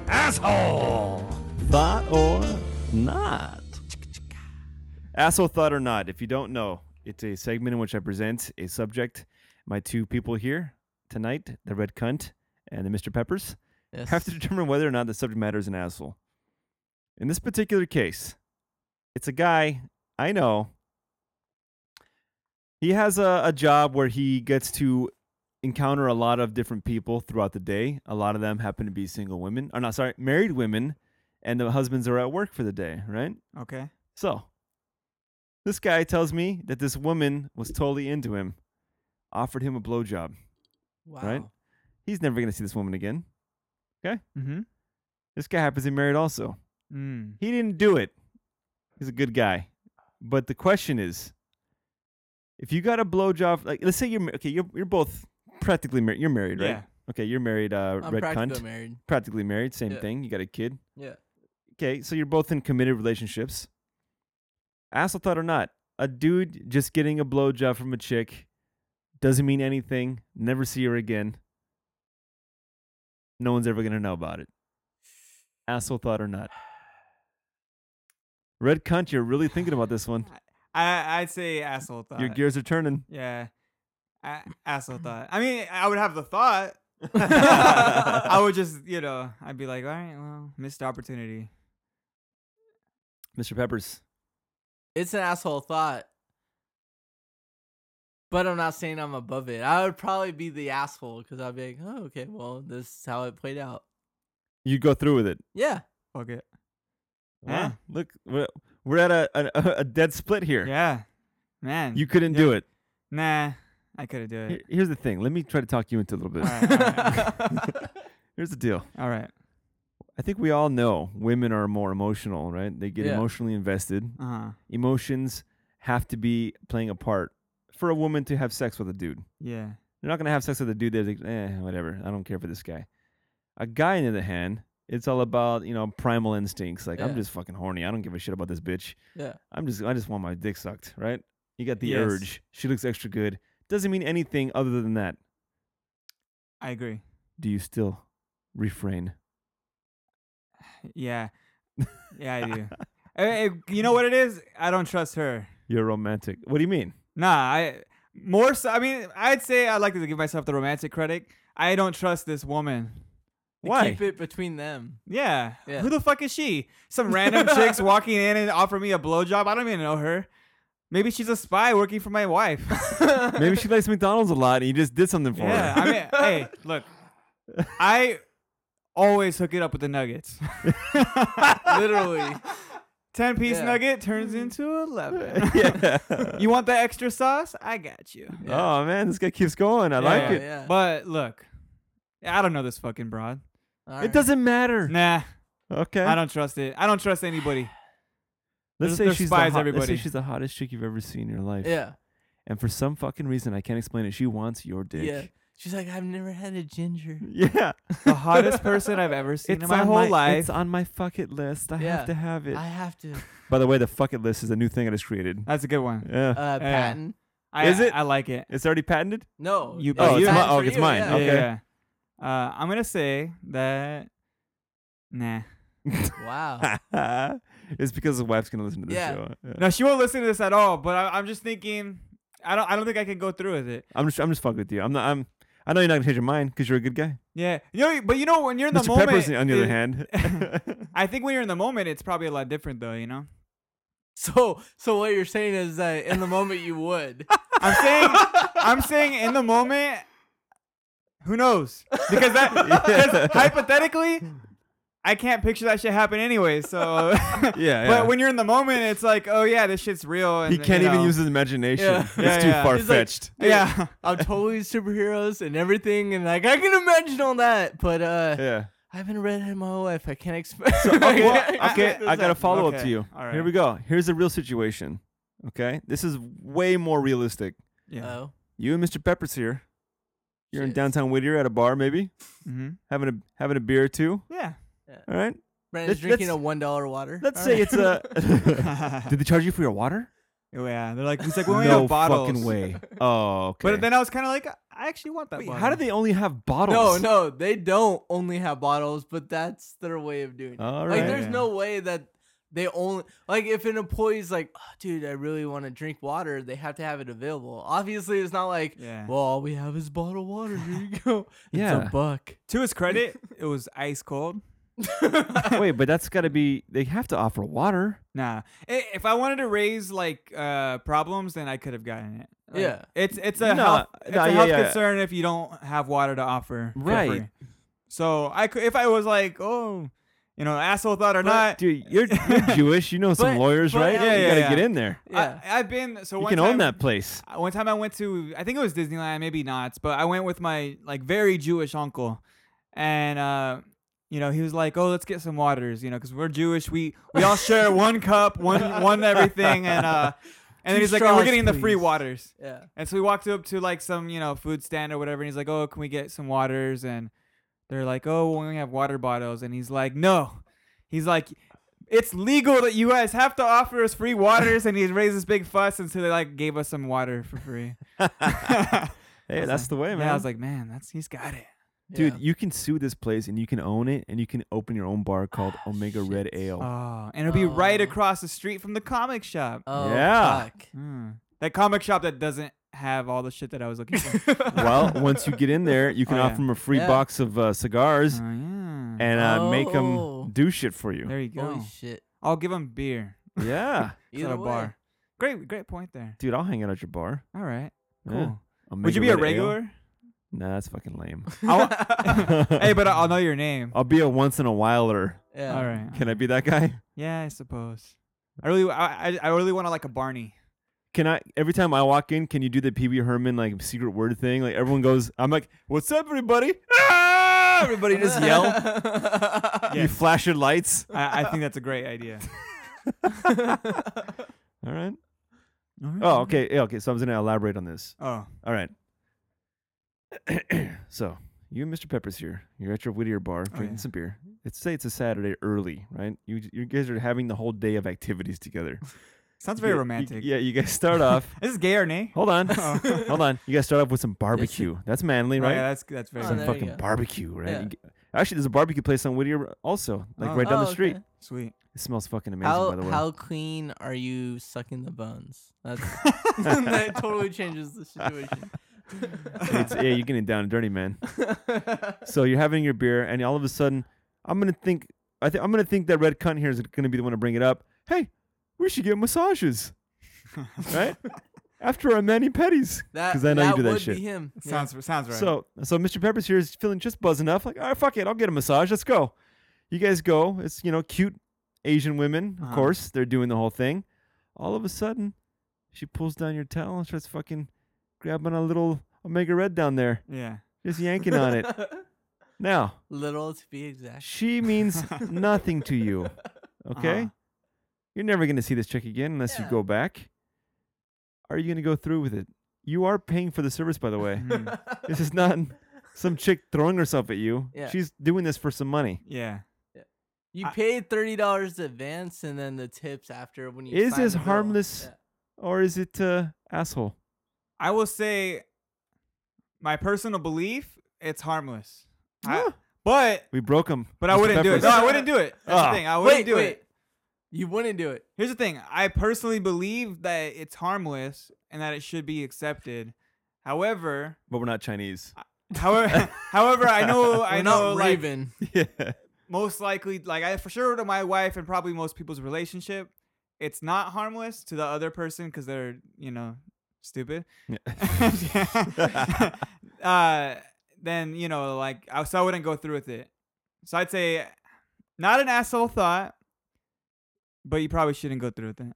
[SPEAKER 4] Asshole! Thought or not.
[SPEAKER 1] Asshole Thought or Not. If you don't know, it's a segment in which I present a subject. My two people here tonight, the Red Cunt and the Mr. Peppers,
[SPEAKER 3] Yes.
[SPEAKER 1] have to determine whether or not the subject matter is an asshole. In this particular case, it's a guy I know. He has a, a job where he gets to encounter a lot of different people throughout the day. A lot of them happen to be single women, or not, sorry, married women, and the husbands are at work for the day, right?
[SPEAKER 2] okay.
[SPEAKER 1] So, this guy tells me that this woman was totally into him, offered him a blowjob.
[SPEAKER 3] wow.
[SPEAKER 1] right? He's never going to see this woman again.
[SPEAKER 2] Mm-hmm.
[SPEAKER 1] This guy happens to be married also.
[SPEAKER 2] Mm.
[SPEAKER 1] He didn't do it. He's a good guy. But the question is if you got a blowjob, like let's say you're ma- okay, you're, you're both practically married. You're married, right?
[SPEAKER 2] Yeah.
[SPEAKER 1] Okay, you're married, uh,
[SPEAKER 3] I'm
[SPEAKER 1] red
[SPEAKER 3] practically
[SPEAKER 1] cunt.
[SPEAKER 3] married.
[SPEAKER 1] Practically married, same
[SPEAKER 3] Yeah.
[SPEAKER 1] thing. You got a kid.
[SPEAKER 3] Yeah.
[SPEAKER 1] Okay, so you're both in committed relationships. Asshole thought or not, a dude just getting a blowjob from a chick doesn't mean anything. Never see her again. No one's ever gonna know about it. Asshole thought or not. Red cunt, you're really thinking about this one.
[SPEAKER 2] I I'd say asshole thought.
[SPEAKER 1] Your gears are turning.
[SPEAKER 2] yeah, I, asshole thought. I mean, I would have the thought. I would just, you know, I'd be like, all right, well, missed opportunity.
[SPEAKER 1] Mr. Peppers.
[SPEAKER 3] It's an asshole thought. But I'm not saying I'm above it. I would probably be the asshole because I'd be like, oh, okay, well, this is how it played out.
[SPEAKER 1] You go through with it.
[SPEAKER 3] Yeah.
[SPEAKER 2] Fuck it.
[SPEAKER 1] Wow.
[SPEAKER 2] Yeah.
[SPEAKER 1] Look, we're, we're at a, a a dead split here.
[SPEAKER 2] Yeah, man.
[SPEAKER 1] You couldn't do it.
[SPEAKER 2] nah, I could have do
[SPEAKER 1] Here-
[SPEAKER 2] it.
[SPEAKER 1] Here's the thing. Let me try to talk you into a little bit.
[SPEAKER 2] All right, all right,
[SPEAKER 1] Here's the deal.
[SPEAKER 2] all right.
[SPEAKER 1] I think we all know women are more emotional, right? They get
[SPEAKER 3] Yeah.
[SPEAKER 1] emotionally invested.
[SPEAKER 2] Uh huh.
[SPEAKER 1] Emotions have to be playing a part for a woman to have sex with a dude.
[SPEAKER 2] Yeah.
[SPEAKER 1] They're not going to have sex with a dude that's like, eh, whatever. I don't care for this guy. A guy, on the other hand, it's all about, you know, primal instincts. Like, I'm
[SPEAKER 3] Yeah.
[SPEAKER 1] just fucking horny. I don't give a shit about this bitch.
[SPEAKER 3] yeah.
[SPEAKER 1] I'm just, I just want my dick sucked, right? You got the
[SPEAKER 2] Yes.
[SPEAKER 1] urge. She looks extra good. Doesn't mean anything other than that.
[SPEAKER 2] I agree.
[SPEAKER 1] Do you still refrain?
[SPEAKER 2] Yeah. Yeah, I do. Eh, eh, you know what it is? I don't trust her.
[SPEAKER 1] You're romantic. What do you mean?
[SPEAKER 2] Nah, I more so. I mean, I'd say I like to give myself the romantic credit. I don't trust this woman.
[SPEAKER 3] They
[SPEAKER 1] Why?
[SPEAKER 3] Keep it between them.
[SPEAKER 2] Yeah.
[SPEAKER 3] Yeah.
[SPEAKER 2] Who the fuck is she? Some random chicks walking in and offer me a blowjob. I don't even know her. Maybe she's a spy working for my wife.
[SPEAKER 1] Maybe she likes McDonald's a lot and you just did something for
[SPEAKER 2] yeah.
[SPEAKER 1] her.
[SPEAKER 2] I mean, hey, look, I always hook it up with the nuggets.
[SPEAKER 3] Literally.
[SPEAKER 2] 10 piece
[SPEAKER 3] Yeah.
[SPEAKER 2] nugget turns into 11.
[SPEAKER 1] yeah.
[SPEAKER 2] You want the extra sauce? I got you.
[SPEAKER 1] Oh man, this guy keeps going. I like
[SPEAKER 3] Yeah,
[SPEAKER 1] it.
[SPEAKER 3] yeah.
[SPEAKER 2] But look, I don't know this fucking broad.
[SPEAKER 3] All
[SPEAKER 1] It
[SPEAKER 3] right.
[SPEAKER 1] doesn't matter.
[SPEAKER 2] Nah,
[SPEAKER 1] Okay.
[SPEAKER 2] I don't trust it. I don't trust anybody.
[SPEAKER 1] let's
[SPEAKER 2] there's-
[SPEAKER 1] say
[SPEAKER 2] there's
[SPEAKER 1] she's
[SPEAKER 2] spies,
[SPEAKER 1] the hot, Let's say
[SPEAKER 2] everybody.
[SPEAKER 1] she's the hottest chick you've ever seen in your life.
[SPEAKER 3] Yeah.
[SPEAKER 1] And for some fucking reason I can't explain it, she wants your
[SPEAKER 3] Yeah.
[SPEAKER 1] dick.
[SPEAKER 3] She's like, I've never had a ginger.
[SPEAKER 1] Yeah.
[SPEAKER 2] The hottest person I've ever seen
[SPEAKER 1] It's
[SPEAKER 2] in my
[SPEAKER 1] on
[SPEAKER 2] whole life.
[SPEAKER 1] It's on my fuck it list. I
[SPEAKER 3] Yeah.
[SPEAKER 1] have to have it.
[SPEAKER 3] I have to. uh,
[SPEAKER 1] By the way, the fuck it list is a new thing I just created.
[SPEAKER 2] That's a good one.
[SPEAKER 1] Yeah.
[SPEAKER 3] Uh, patent.
[SPEAKER 2] I,
[SPEAKER 1] Is it?
[SPEAKER 2] I like it.
[SPEAKER 1] it's already patented?
[SPEAKER 3] No.
[SPEAKER 2] You-
[SPEAKER 3] it's
[SPEAKER 2] Oh, it's
[SPEAKER 3] patent
[SPEAKER 1] my- oh,
[SPEAKER 3] for
[SPEAKER 1] it's
[SPEAKER 3] you,
[SPEAKER 1] mine.
[SPEAKER 3] yeah.
[SPEAKER 2] Yeah,
[SPEAKER 1] Okay.
[SPEAKER 2] yeah, yeah. Uh, I'm gonna say that. Nah.
[SPEAKER 3] Wow.
[SPEAKER 1] it's because the wife's gonna listen to this
[SPEAKER 3] Yeah.
[SPEAKER 1] show. Yeah.
[SPEAKER 2] No, she won't listen to this at all. But I, I'm just thinking. I don't. I don't think I can go through with it.
[SPEAKER 1] I'm just I'm just fucking with you. I'm not I'm I know you're not gonna change your mind because you're a good guy.
[SPEAKER 2] Yeah. You know. But you know when you're in the
[SPEAKER 1] Mr.
[SPEAKER 2] moment.
[SPEAKER 1] Peppers, on the other
[SPEAKER 2] it-
[SPEAKER 1] hand,
[SPEAKER 2] I think when you're in the moment, it's probably a lot different, though. You know.
[SPEAKER 3] So, so what you're saying is that in the moment you would.
[SPEAKER 2] I'm saying. I'm saying in the moment. Who knows? Because that. Because hypothetically, I can't picture that shit happen anyway. So.
[SPEAKER 1] yeah, yeah.
[SPEAKER 2] But when you're in the moment, it's like, oh yeah, this shit's real. And,
[SPEAKER 1] he can't
[SPEAKER 2] you
[SPEAKER 1] even
[SPEAKER 2] know.
[SPEAKER 1] use his imagination,
[SPEAKER 3] Yeah.
[SPEAKER 1] it's
[SPEAKER 2] Yeah,
[SPEAKER 1] too
[SPEAKER 2] yeah.
[SPEAKER 1] far
[SPEAKER 3] He's like-
[SPEAKER 1] fetched.
[SPEAKER 2] Yeah.
[SPEAKER 3] I'm totally superheroes and everything, and like I can imagine all that, but uh,
[SPEAKER 1] yeah,
[SPEAKER 3] I haven't read it in my whole life. I can't explain.
[SPEAKER 1] okay,
[SPEAKER 2] I-
[SPEAKER 1] okay,
[SPEAKER 2] I-
[SPEAKER 1] I got a follow up
[SPEAKER 2] okay,
[SPEAKER 1] to you.
[SPEAKER 2] all right.
[SPEAKER 1] Here we go. Here's a real situation. Okay, this is way more realistic.
[SPEAKER 2] Yeah.
[SPEAKER 3] Oh.
[SPEAKER 1] You and Mr. Peppers here. You're in
[SPEAKER 3] Shit.
[SPEAKER 1] downtown Whittier at a bar, maybe
[SPEAKER 2] mm-hmm.
[SPEAKER 1] having a having a beer or two.
[SPEAKER 2] Yeah.
[SPEAKER 1] All right.
[SPEAKER 3] Brandon's
[SPEAKER 1] Let's-
[SPEAKER 3] drinking
[SPEAKER 1] let's-
[SPEAKER 3] a one dollar water.
[SPEAKER 1] Let's say it's a. Did they charge you for your water?
[SPEAKER 2] yeah. They're like, he's like, we only
[SPEAKER 1] no
[SPEAKER 2] have bottles.
[SPEAKER 1] fucking way. Oh, okay.
[SPEAKER 2] But then I was kind of like, I actually want that.
[SPEAKER 1] Wait,
[SPEAKER 2] bottle.
[SPEAKER 1] how do they only have bottles?
[SPEAKER 3] no, no, they don't only have bottles, but that's their way of doing it.
[SPEAKER 1] All
[SPEAKER 3] like,
[SPEAKER 1] right.
[SPEAKER 3] there's
[SPEAKER 2] Yeah.
[SPEAKER 3] no way that they only like if an employee's like, oh, dude, I really want to drink water, they have to have it available. Obviously, it's not like,
[SPEAKER 2] Yeah.
[SPEAKER 3] well, all we have is bottled water. Here you go. It's
[SPEAKER 1] Yeah.
[SPEAKER 3] a buck.
[SPEAKER 2] To his credit, it was ice cold.
[SPEAKER 1] Wait, but that's got to be. They have to offer water.
[SPEAKER 2] Nah. I- If I wanted to raise like uh problems, then I could have gotten it. Like,
[SPEAKER 3] Yeah.
[SPEAKER 2] It's it's a
[SPEAKER 1] Nah,
[SPEAKER 2] health, it's
[SPEAKER 1] nah,
[SPEAKER 2] a
[SPEAKER 1] yeah,
[SPEAKER 2] health
[SPEAKER 1] yeah.
[SPEAKER 2] concern if you don't have water to offer. for
[SPEAKER 1] Right.
[SPEAKER 2] free. So I could if I was like, oh, you know, asshole thought or not.
[SPEAKER 1] Dude, you're, you're Jewish. You know some
[SPEAKER 3] But-
[SPEAKER 1] lawyers,
[SPEAKER 3] but
[SPEAKER 1] right?
[SPEAKER 3] yeah,
[SPEAKER 1] you
[SPEAKER 2] yeah,
[SPEAKER 1] gotta
[SPEAKER 2] yeah.
[SPEAKER 1] get in there.
[SPEAKER 3] Yeah.
[SPEAKER 2] I, I've been so
[SPEAKER 1] You
[SPEAKER 2] one
[SPEAKER 1] can
[SPEAKER 2] time,
[SPEAKER 1] own that place.
[SPEAKER 2] Uh, One time I went to I think it was Disneyland, maybe not, but I went with my like very Jewish uncle, and uh, you know he was like, "Oh, let's get some waters," you know, because we're Jewish, we we all share one cup, one one everything, and uh, and then
[SPEAKER 3] Two
[SPEAKER 2] he's like, "Oh, "We're
[SPEAKER 3] straws,
[SPEAKER 2] getting the free
[SPEAKER 3] please."
[SPEAKER 2] waters,"
[SPEAKER 3] yeah.
[SPEAKER 2] and so we walked up to like some you know food stand or whatever, and he's like, "Oh, can we get some waters?" and they're like, "Oh, we only have water bottles," and he's like, "No," he's like. It's legal that you guys have to offer us free waters, and he raised this big fuss, and so they like gave us some water for free.
[SPEAKER 1] Hey, that's the way, man.
[SPEAKER 2] Yeah, I was like, man, that's he's got it.
[SPEAKER 1] Dude,
[SPEAKER 3] yeah.
[SPEAKER 1] you can sue this place and you can own it and you can open your own bar called Omega Red Ale.
[SPEAKER 2] Oh, and it'll be right
[SPEAKER 3] Oh.
[SPEAKER 2] across the street from the comic shop.
[SPEAKER 3] Oh,
[SPEAKER 1] Yeah.
[SPEAKER 3] fuck.
[SPEAKER 2] Hmm. That comic shop that doesn't have all the shit that I was looking for. oh,
[SPEAKER 1] well, once you get in there, you can
[SPEAKER 2] Oh, yeah. Mm.
[SPEAKER 1] offer them a free
[SPEAKER 3] Yeah.
[SPEAKER 1] box of uh, cigars
[SPEAKER 2] Oh, yeah.
[SPEAKER 1] and uh, make
[SPEAKER 3] Oh.
[SPEAKER 1] them do shit for you.
[SPEAKER 2] there you go.
[SPEAKER 3] Holy shit.
[SPEAKER 2] I'll give him beer.
[SPEAKER 1] Yeah.
[SPEAKER 2] It's not
[SPEAKER 3] Either
[SPEAKER 2] a
[SPEAKER 3] way.
[SPEAKER 2] bar. Great, great point there.
[SPEAKER 1] Dude, I'll hang out at your bar.
[SPEAKER 2] All right,
[SPEAKER 1] Yeah.
[SPEAKER 2] cool.
[SPEAKER 1] Omega
[SPEAKER 2] Would you be a
[SPEAKER 1] Red Ale?
[SPEAKER 2] regular?
[SPEAKER 1] Nah, that's fucking lame.
[SPEAKER 2] I wa- Oh, hey, but I- I'll know your name.
[SPEAKER 1] I'll be a once in a whiler.
[SPEAKER 3] Yeah.
[SPEAKER 2] All right.
[SPEAKER 1] Can I be that guy?
[SPEAKER 2] Yeah, I suppose. I really, I, I- I really want to like a Barney.
[SPEAKER 1] Can I? Every time I walk in, can you do the Pee Wee Herman like secret word thing? Like everyone goes, I'm like, "What's up, everybody?" Ah! Everybody just yell. You
[SPEAKER 2] Yes.
[SPEAKER 1] flash your lights.
[SPEAKER 2] I, I think that's a great idea.
[SPEAKER 1] All right.
[SPEAKER 2] All right.
[SPEAKER 1] Oh, okay. Yeah, okay. So I'm gonna elaborate on this.
[SPEAKER 2] Oh,
[SPEAKER 1] All right. so you and Mr. Pepper's here. You're at your Whittier bar drinking
[SPEAKER 2] Oh, yeah.
[SPEAKER 1] some beer. Let's say it's a Saturday early, right? You you guys are having the whole day of activities together.
[SPEAKER 2] sounds
[SPEAKER 1] You-
[SPEAKER 2] very
[SPEAKER 1] you-
[SPEAKER 2] romantic.
[SPEAKER 1] yeah, you guys start off.
[SPEAKER 2] Is this gay or nay?
[SPEAKER 1] Hold on. Hold on. You guys start off with some barbecue. That's manly,
[SPEAKER 2] Oh,
[SPEAKER 1] right?
[SPEAKER 2] yeah, that's that's very.
[SPEAKER 3] Oh,
[SPEAKER 1] some
[SPEAKER 3] there you
[SPEAKER 1] fucking
[SPEAKER 3] go.
[SPEAKER 1] barbecue, right?
[SPEAKER 3] Yeah.
[SPEAKER 1] You g- Actually, there's a barbecue place on Whittier also, like
[SPEAKER 2] Oh.
[SPEAKER 1] right down
[SPEAKER 3] Oh,
[SPEAKER 1] the street.
[SPEAKER 3] okay.
[SPEAKER 2] Sweet.
[SPEAKER 1] It smells fucking amazing, by
[SPEAKER 3] How
[SPEAKER 1] the way.
[SPEAKER 3] how clean are you sucking the bones? That's that totally changes the situation.
[SPEAKER 1] it's, yeah, you're getting down and dirty, man. so you're having your beer, and all of a sudden, I'm gonna think, I th- I'm gonna think that red cunt here is gonna be the one to bring it up. Hey, we should get massages, right? After our mani pedis,
[SPEAKER 3] That
[SPEAKER 1] because I know you do that
[SPEAKER 3] would
[SPEAKER 1] shit.
[SPEAKER 3] be him. Yeah.
[SPEAKER 2] Sounds sounds right.
[SPEAKER 1] So, so Mr. Pepper's here is feeling just buzz enough. Like, all right, fuck it, I'll get a massage. Let's go. You guys go. It's you know cute Asian women, of
[SPEAKER 2] Uh-huh.
[SPEAKER 1] course. They're doing the whole thing. All of a sudden, she pulls down your towel and starts fucking grabbing a little Omega Red down there,
[SPEAKER 2] yeah.
[SPEAKER 1] just yanking on it. Now
[SPEAKER 3] Little to be exact.
[SPEAKER 1] she means nothing to you. Okay,
[SPEAKER 2] Uh-huh.
[SPEAKER 1] you're never gonna see this chick again unless you
[SPEAKER 3] Yeah.
[SPEAKER 1] go back. Are you gonna go through with it? You are paying for the service, by the way.
[SPEAKER 2] Mhm.
[SPEAKER 1] this is not some chick throwing herself at you.
[SPEAKER 3] Yeah.
[SPEAKER 1] She's doing this for some money.
[SPEAKER 2] Yeah.
[SPEAKER 3] You
[SPEAKER 2] I-
[SPEAKER 3] paid thirty dollars advance and then the tips after when you
[SPEAKER 1] Is
[SPEAKER 3] sign
[SPEAKER 1] this
[SPEAKER 3] the bill.
[SPEAKER 1] harmless?
[SPEAKER 3] Yeah.
[SPEAKER 1] Or is it uh, asshole?
[SPEAKER 2] I will say, my personal belief, it's harmless. I-
[SPEAKER 1] Yeah.
[SPEAKER 2] but
[SPEAKER 1] We broke him.
[SPEAKER 2] but I wouldn't do it. No, I wouldn't do it. That's
[SPEAKER 1] Ah.
[SPEAKER 2] the thing. I wouldn't
[SPEAKER 3] wait,
[SPEAKER 2] do
[SPEAKER 3] wait.
[SPEAKER 2] it.
[SPEAKER 3] You wouldn't do it.
[SPEAKER 2] Here's the thing. I personally believe that it's harmless and that it should be accepted. However,
[SPEAKER 1] But we're not Chinese.
[SPEAKER 2] however, however, I know, I
[SPEAKER 3] We're
[SPEAKER 2] know,
[SPEAKER 3] not
[SPEAKER 2] like,
[SPEAKER 3] Raven.
[SPEAKER 1] yeah.
[SPEAKER 2] most likely like I for sure to my wife and probably most people's relationship, it's not harmless to the other person because they're you know stupid. uh, then you know like I, so I wouldn't go through with it. So I'd say not an asshole thought, but you probably shouldn't go through with it.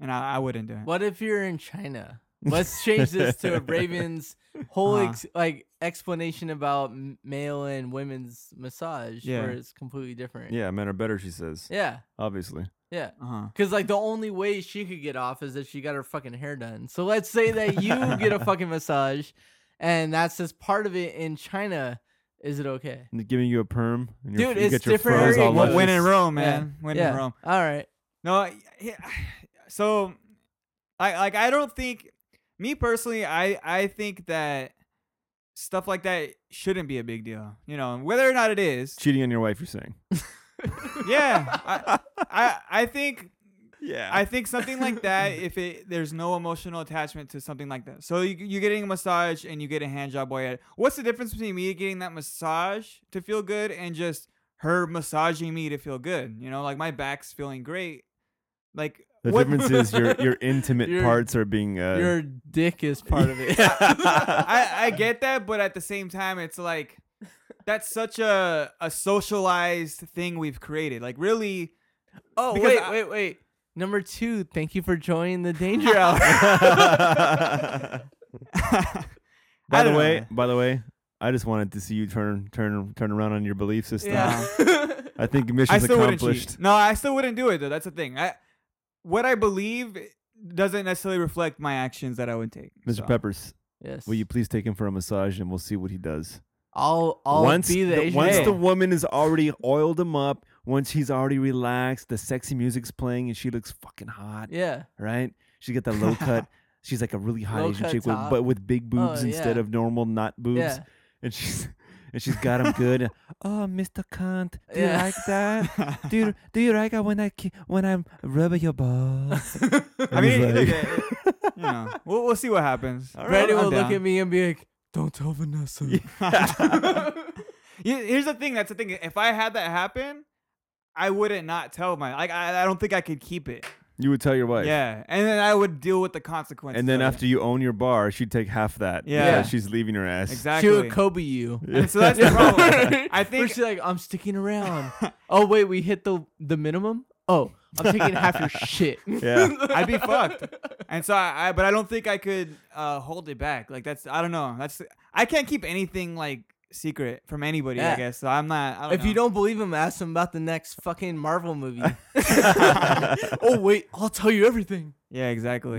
[SPEAKER 2] And I, I wouldn't do it.
[SPEAKER 3] What if you're in China? Let's change this to a Raven's whole
[SPEAKER 2] Uh-huh.
[SPEAKER 3] ex- like explanation about m- male and women's massage,
[SPEAKER 2] Yeah.
[SPEAKER 3] where it's completely different.
[SPEAKER 1] Yeah, men are better, she says.
[SPEAKER 3] yeah,
[SPEAKER 1] Obviously.
[SPEAKER 3] yeah.
[SPEAKER 2] Uh-huh.
[SPEAKER 3] Because like the only way she could get off is if she got her fucking hair done. So let's say that you get a fucking massage, and that's just part of it in China. Is it okay?
[SPEAKER 1] And they're giving you a perm. And your- you
[SPEAKER 3] Dude, it's
[SPEAKER 1] get your
[SPEAKER 3] different
[SPEAKER 1] froze
[SPEAKER 3] area
[SPEAKER 1] all
[SPEAKER 3] codes.
[SPEAKER 1] up.
[SPEAKER 2] When in
[SPEAKER 3] Just-
[SPEAKER 2] Rome,
[SPEAKER 3] yeah.
[SPEAKER 2] man. When in Rome.
[SPEAKER 3] All right.
[SPEAKER 2] No, I- yeah, so I like I don't think me personally I I think that stuff like that shouldn't be a big deal. You know, and whether or not it is.
[SPEAKER 1] Cheating on your wife, you're saying.
[SPEAKER 2] Yeah. I I, I think
[SPEAKER 1] Yeah.
[SPEAKER 2] I think something like that if it there's no emotional attachment to something like that. So you you're getting a massage and you get a hand job while you're at it. What's the difference between me getting that massage to feel good and just her massaging me to feel good? You know, like my back's feeling great. Like
[SPEAKER 1] the
[SPEAKER 2] what-
[SPEAKER 1] difference is your your intimate
[SPEAKER 3] Your-
[SPEAKER 1] parts are being uh,
[SPEAKER 3] Your dick is part of it.
[SPEAKER 2] I, I get that, but at the same time, it's like that's such a a socialized thing we've created. Like really,
[SPEAKER 3] oh
[SPEAKER 2] Because
[SPEAKER 3] wait,
[SPEAKER 2] I-
[SPEAKER 3] wait, wait. Number two, thank you for joining the danger hour.
[SPEAKER 1] By the
[SPEAKER 2] don't
[SPEAKER 1] way,
[SPEAKER 2] know.
[SPEAKER 1] by the way, I just wanted to see you turn turn turn around on your belief system.
[SPEAKER 3] yeah.
[SPEAKER 1] I think
[SPEAKER 2] I
[SPEAKER 1] mission's
[SPEAKER 2] still wouldn't
[SPEAKER 1] accomplished.
[SPEAKER 2] cheat. No, I still wouldn't do it though. That's the thing. I what I believe doesn't necessarily reflect my actions that I would take.
[SPEAKER 1] Mr.
[SPEAKER 2] so.
[SPEAKER 1] Peppers,
[SPEAKER 3] yes.
[SPEAKER 1] will you please take him for a massage and we'll see what he does.
[SPEAKER 3] I'll I'll
[SPEAKER 1] once
[SPEAKER 3] be the,
[SPEAKER 1] the,
[SPEAKER 3] Asian
[SPEAKER 1] once
[SPEAKER 3] man.
[SPEAKER 1] the woman has already oiled him up, once he's already relaxed, the sexy music's playing and she looks fucking hot,
[SPEAKER 3] yeah.
[SPEAKER 1] right? She got the low cut. She's like a really hot Asian
[SPEAKER 3] Low-cut
[SPEAKER 1] chick, with,
[SPEAKER 3] top.
[SPEAKER 1] but with big boobs
[SPEAKER 3] Oh,
[SPEAKER 1] instead
[SPEAKER 3] yeah.
[SPEAKER 1] of normal not boobs.
[SPEAKER 3] Yeah.
[SPEAKER 1] and she's and she's got him good. oh, Mr. Kant, do you
[SPEAKER 3] Yeah.
[SPEAKER 1] like that? do you do you like it when I ki- when I'm rubbing your balls?
[SPEAKER 2] I mean, look, it- it- you know, we'll, we'll see what happens.
[SPEAKER 3] Brandon
[SPEAKER 2] I'm
[SPEAKER 3] will look
[SPEAKER 2] down.
[SPEAKER 3] at me and be like, "Don't tell Vanessa."
[SPEAKER 2] Yeah, Here's the thing. That's the thing. If I had that happen, I wouldn't not tell my. Like I, I don't think I could keep it.
[SPEAKER 1] you would tell your wife.
[SPEAKER 2] Yeah, and then I would deal with the consequences.
[SPEAKER 1] And then
[SPEAKER 2] of it.
[SPEAKER 1] after you own your bar, she'd take half that.
[SPEAKER 2] Yeah.
[SPEAKER 1] because she's leaving her ass.
[SPEAKER 2] exactly.
[SPEAKER 3] She would Kobe you.
[SPEAKER 2] And so that's the problem. I
[SPEAKER 3] Where
[SPEAKER 2] think um,
[SPEAKER 3] she's like, "I'm sticking around." oh wait, we hit the the minimum. Oh, I'm taking half your shit.
[SPEAKER 1] Yeah.
[SPEAKER 2] I'd be fucked. And so I, I but I don't think I could uh, hold it back. Like that's I don't know. That's I can't keep anything like secret from anybody. I
[SPEAKER 3] Yeah.
[SPEAKER 2] guess so. I'm not. I don't
[SPEAKER 3] If you
[SPEAKER 2] know.
[SPEAKER 3] don't believe him, ask him about the next fucking Marvel movie. oh wait, I'll tell you everything.
[SPEAKER 2] yeah, exactly.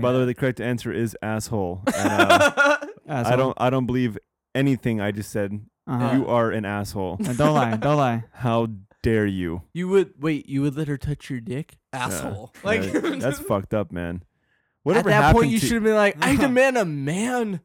[SPEAKER 1] By the way, the correct answer is asshole. And, uh, I don't I don't believe anything I just said.
[SPEAKER 2] uh
[SPEAKER 1] You are an asshole.
[SPEAKER 2] don't lie. Don't lie.
[SPEAKER 1] How dare you?
[SPEAKER 3] You would wait. You would let her touch your dick, asshole.
[SPEAKER 1] Yeah,
[SPEAKER 3] like
[SPEAKER 1] that's fucked up, man.
[SPEAKER 3] at
[SPEAKER 1] Whatever
[SPEAKER 3] that
[SPEAKER 1] happened
[SPEAKER 3] point, you
[SPEAKER 1] to-
[SPEAKER 3] should have been like, "I demand a man."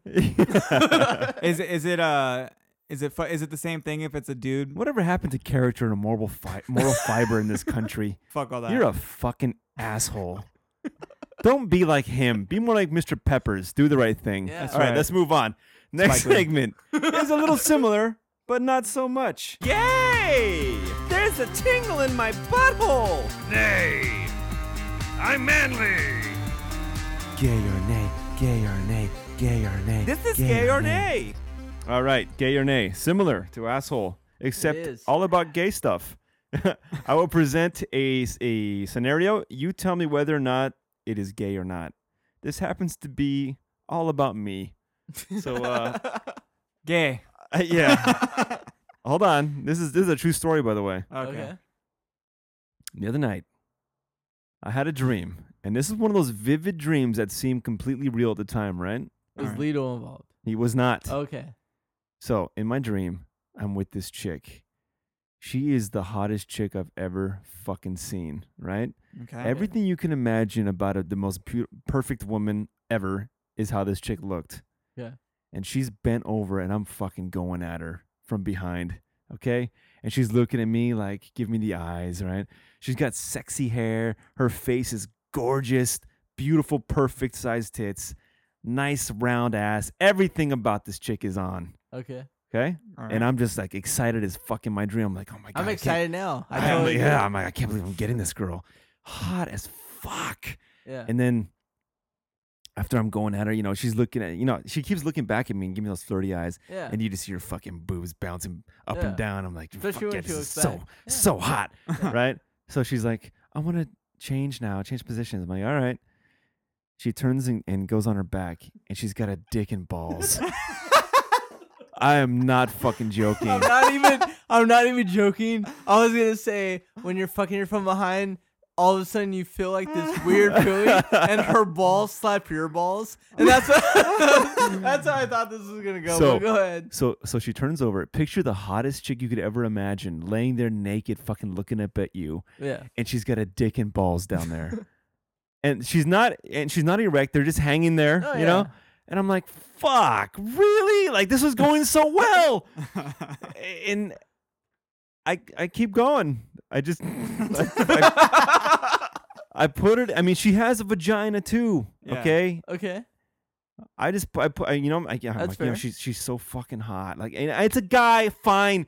[SPEAKER 2] Is it? Is it? Uh, is it? Fu- is it the same thing? If it's a dude,
[SPEAKER 1] Whatever happened to character and moral fi- moral fiber in this country?
[SPEAKER 2] fuck all that.
[SPEAKER 1] You're a fucking asshole. Don't be like him. Be more like Mr. Peppers. Do the right thing.
[SPEAKER 3] Yeah. That's
[SPEAKER 1] All right,
[SPEAKER 2] right.
[SPEAKER 1] let's move on. Next
[SPEAKER 2] Spike Lee.
[SPEAKER 1] segment is a little similar, but not so much.
[SPEAKER 4] Yay! There's a tingle in my butthole!
[SPEAKER 5] Nay, I'm manly.
[SPEAKER 1] Gay or nay, gay or nay, gay or nay.
[SPEAKER 4] This is gay or nay!
[SPEAKER 1] All right, gay or nay. Similar to asshole, except
[SPEAKER 3] is.
[SPEAKER 1] all about gay stuff. I will present a, s- a scenario. You tell me whether or not it is gay or not. This happens to be all about me. So, uh,
[SPEAKER 2] gay.
[SPEAKER 1] Uh, yeah. Hold on. This is this is a true story, by the way.
[SPEAKER 2] Okay.
[SPEAKER 1] The other night, I had a dream, and this is one of those vivid dreams that seemed completely real at the time, right?
[SPEAKER 3] Was
[SPEAKER 2] Alright.
[SPEAKER 3] Lido involved?
[SPEAKER 1] He was not.
[SPEAKER 3] Okay.
[SPEAKER 1] So in my dream, I'm with this chick. She is the hottest chick I've ever fucking seen, right?
[SPEAKER 2] Okay.
[SPEAKER 1] Everything you can imagine about a, the most pu- perfect woman ever is how this chick looked.
[SPEAKER 3] Yeah.
[SPEAKER 1] And she's bent over and I'm fucking going at her from behind. Okay. And she's looking at me like, give me the eyes, right? She's got sexy hair. Her face is gorgeous, beautiful, perfect sized tits, nice round ass. Everything about this chick is on.
[SPEAKER 3] Okay.
[SPEAKER 1] Okay.
[SPEAKER 2] All right.
[SPEAKER 1] And I'm just like excited as fucking my dream. I'm like, oh my God. I
[SPEAKER 3] I'm
[SPEAKER 1] can't-
[SPEAKER 3] excited now. I
[SPEAKER 1] I am,
[SPEAKER 3] totally
[SPEAKER 1] yeah. I'm like, I can't believe I'm getting this girl. Hot as fuck.
[SPEAKER 3] do. Yeah.
[SPEAKER 1] And then after I'm going at her, you know, she's looking at, you know, she keeps looking back at me and giving me those flirty eyes.
[SPEAKER 3] Yeah.
[SPEAKER 1] And you just see her fucking boobs bouncing up
[SPEAKER 3] Yeah.
[SPEAKER 1] and down. I'm like,
[SPEAKER 3] Especially
[SPEAKER 1] fuck
[SPEAKER 3] when
[SPEAKER 1] yeah,
[SPEAKER 3] she
[SPEAKER 1] this is
[SPEAKER 3] looks
[SPEAKER 1] so,
[SPEAKER 3] back. Yeah.
[SPEAKER 1] so hot. Right. So she's like, I want to change now, change positions. I'm like, all right. She turns and, and goes on her back, and she's got a dick and balls. I am not fucking joking.
[SPEAKER 3] not even I'm not even joking. I was gonna say when you're fucking her from behind, all of a sudden you feel like this weird feeling, and her balls slap your balls, and that's that's how I thought this was gonna go.
[SPEAKER 1] So-
[SPEAKER 3] but go ahead.
[SPEAKER 1] So so she turns over. Picture the hottest chick you could ever imagine, laying there naked, fucking looking up at you,
[SPEAKER 3] Yeah.
[SPEAKER 1] and she's got a dick and balls down there. and she's not and she's not erect, they're just hanging there,
[SPEAKER 3] Oh,
[SPEAKER 1] you
[SPEAKER 3] yeah.
[SPEAKER 1] know? And I'm like, fuck, really? Like this was going so well. and I I keep going. I just I, I put it I mean she has a vagina too.
[SPEAKER 2] Yeah.
[SPEAKER 1] Okay.
[SPEAKER 3] Okay.
[SPEAKER 1] I just pu- I put I- you know I, am
[SPEAKER 3] That's
[SPEAKER 1] like, you know,
[SPEAKER 3] fair.
[SPEAKER 1] she's she's so fucking hot like and it's a guy fine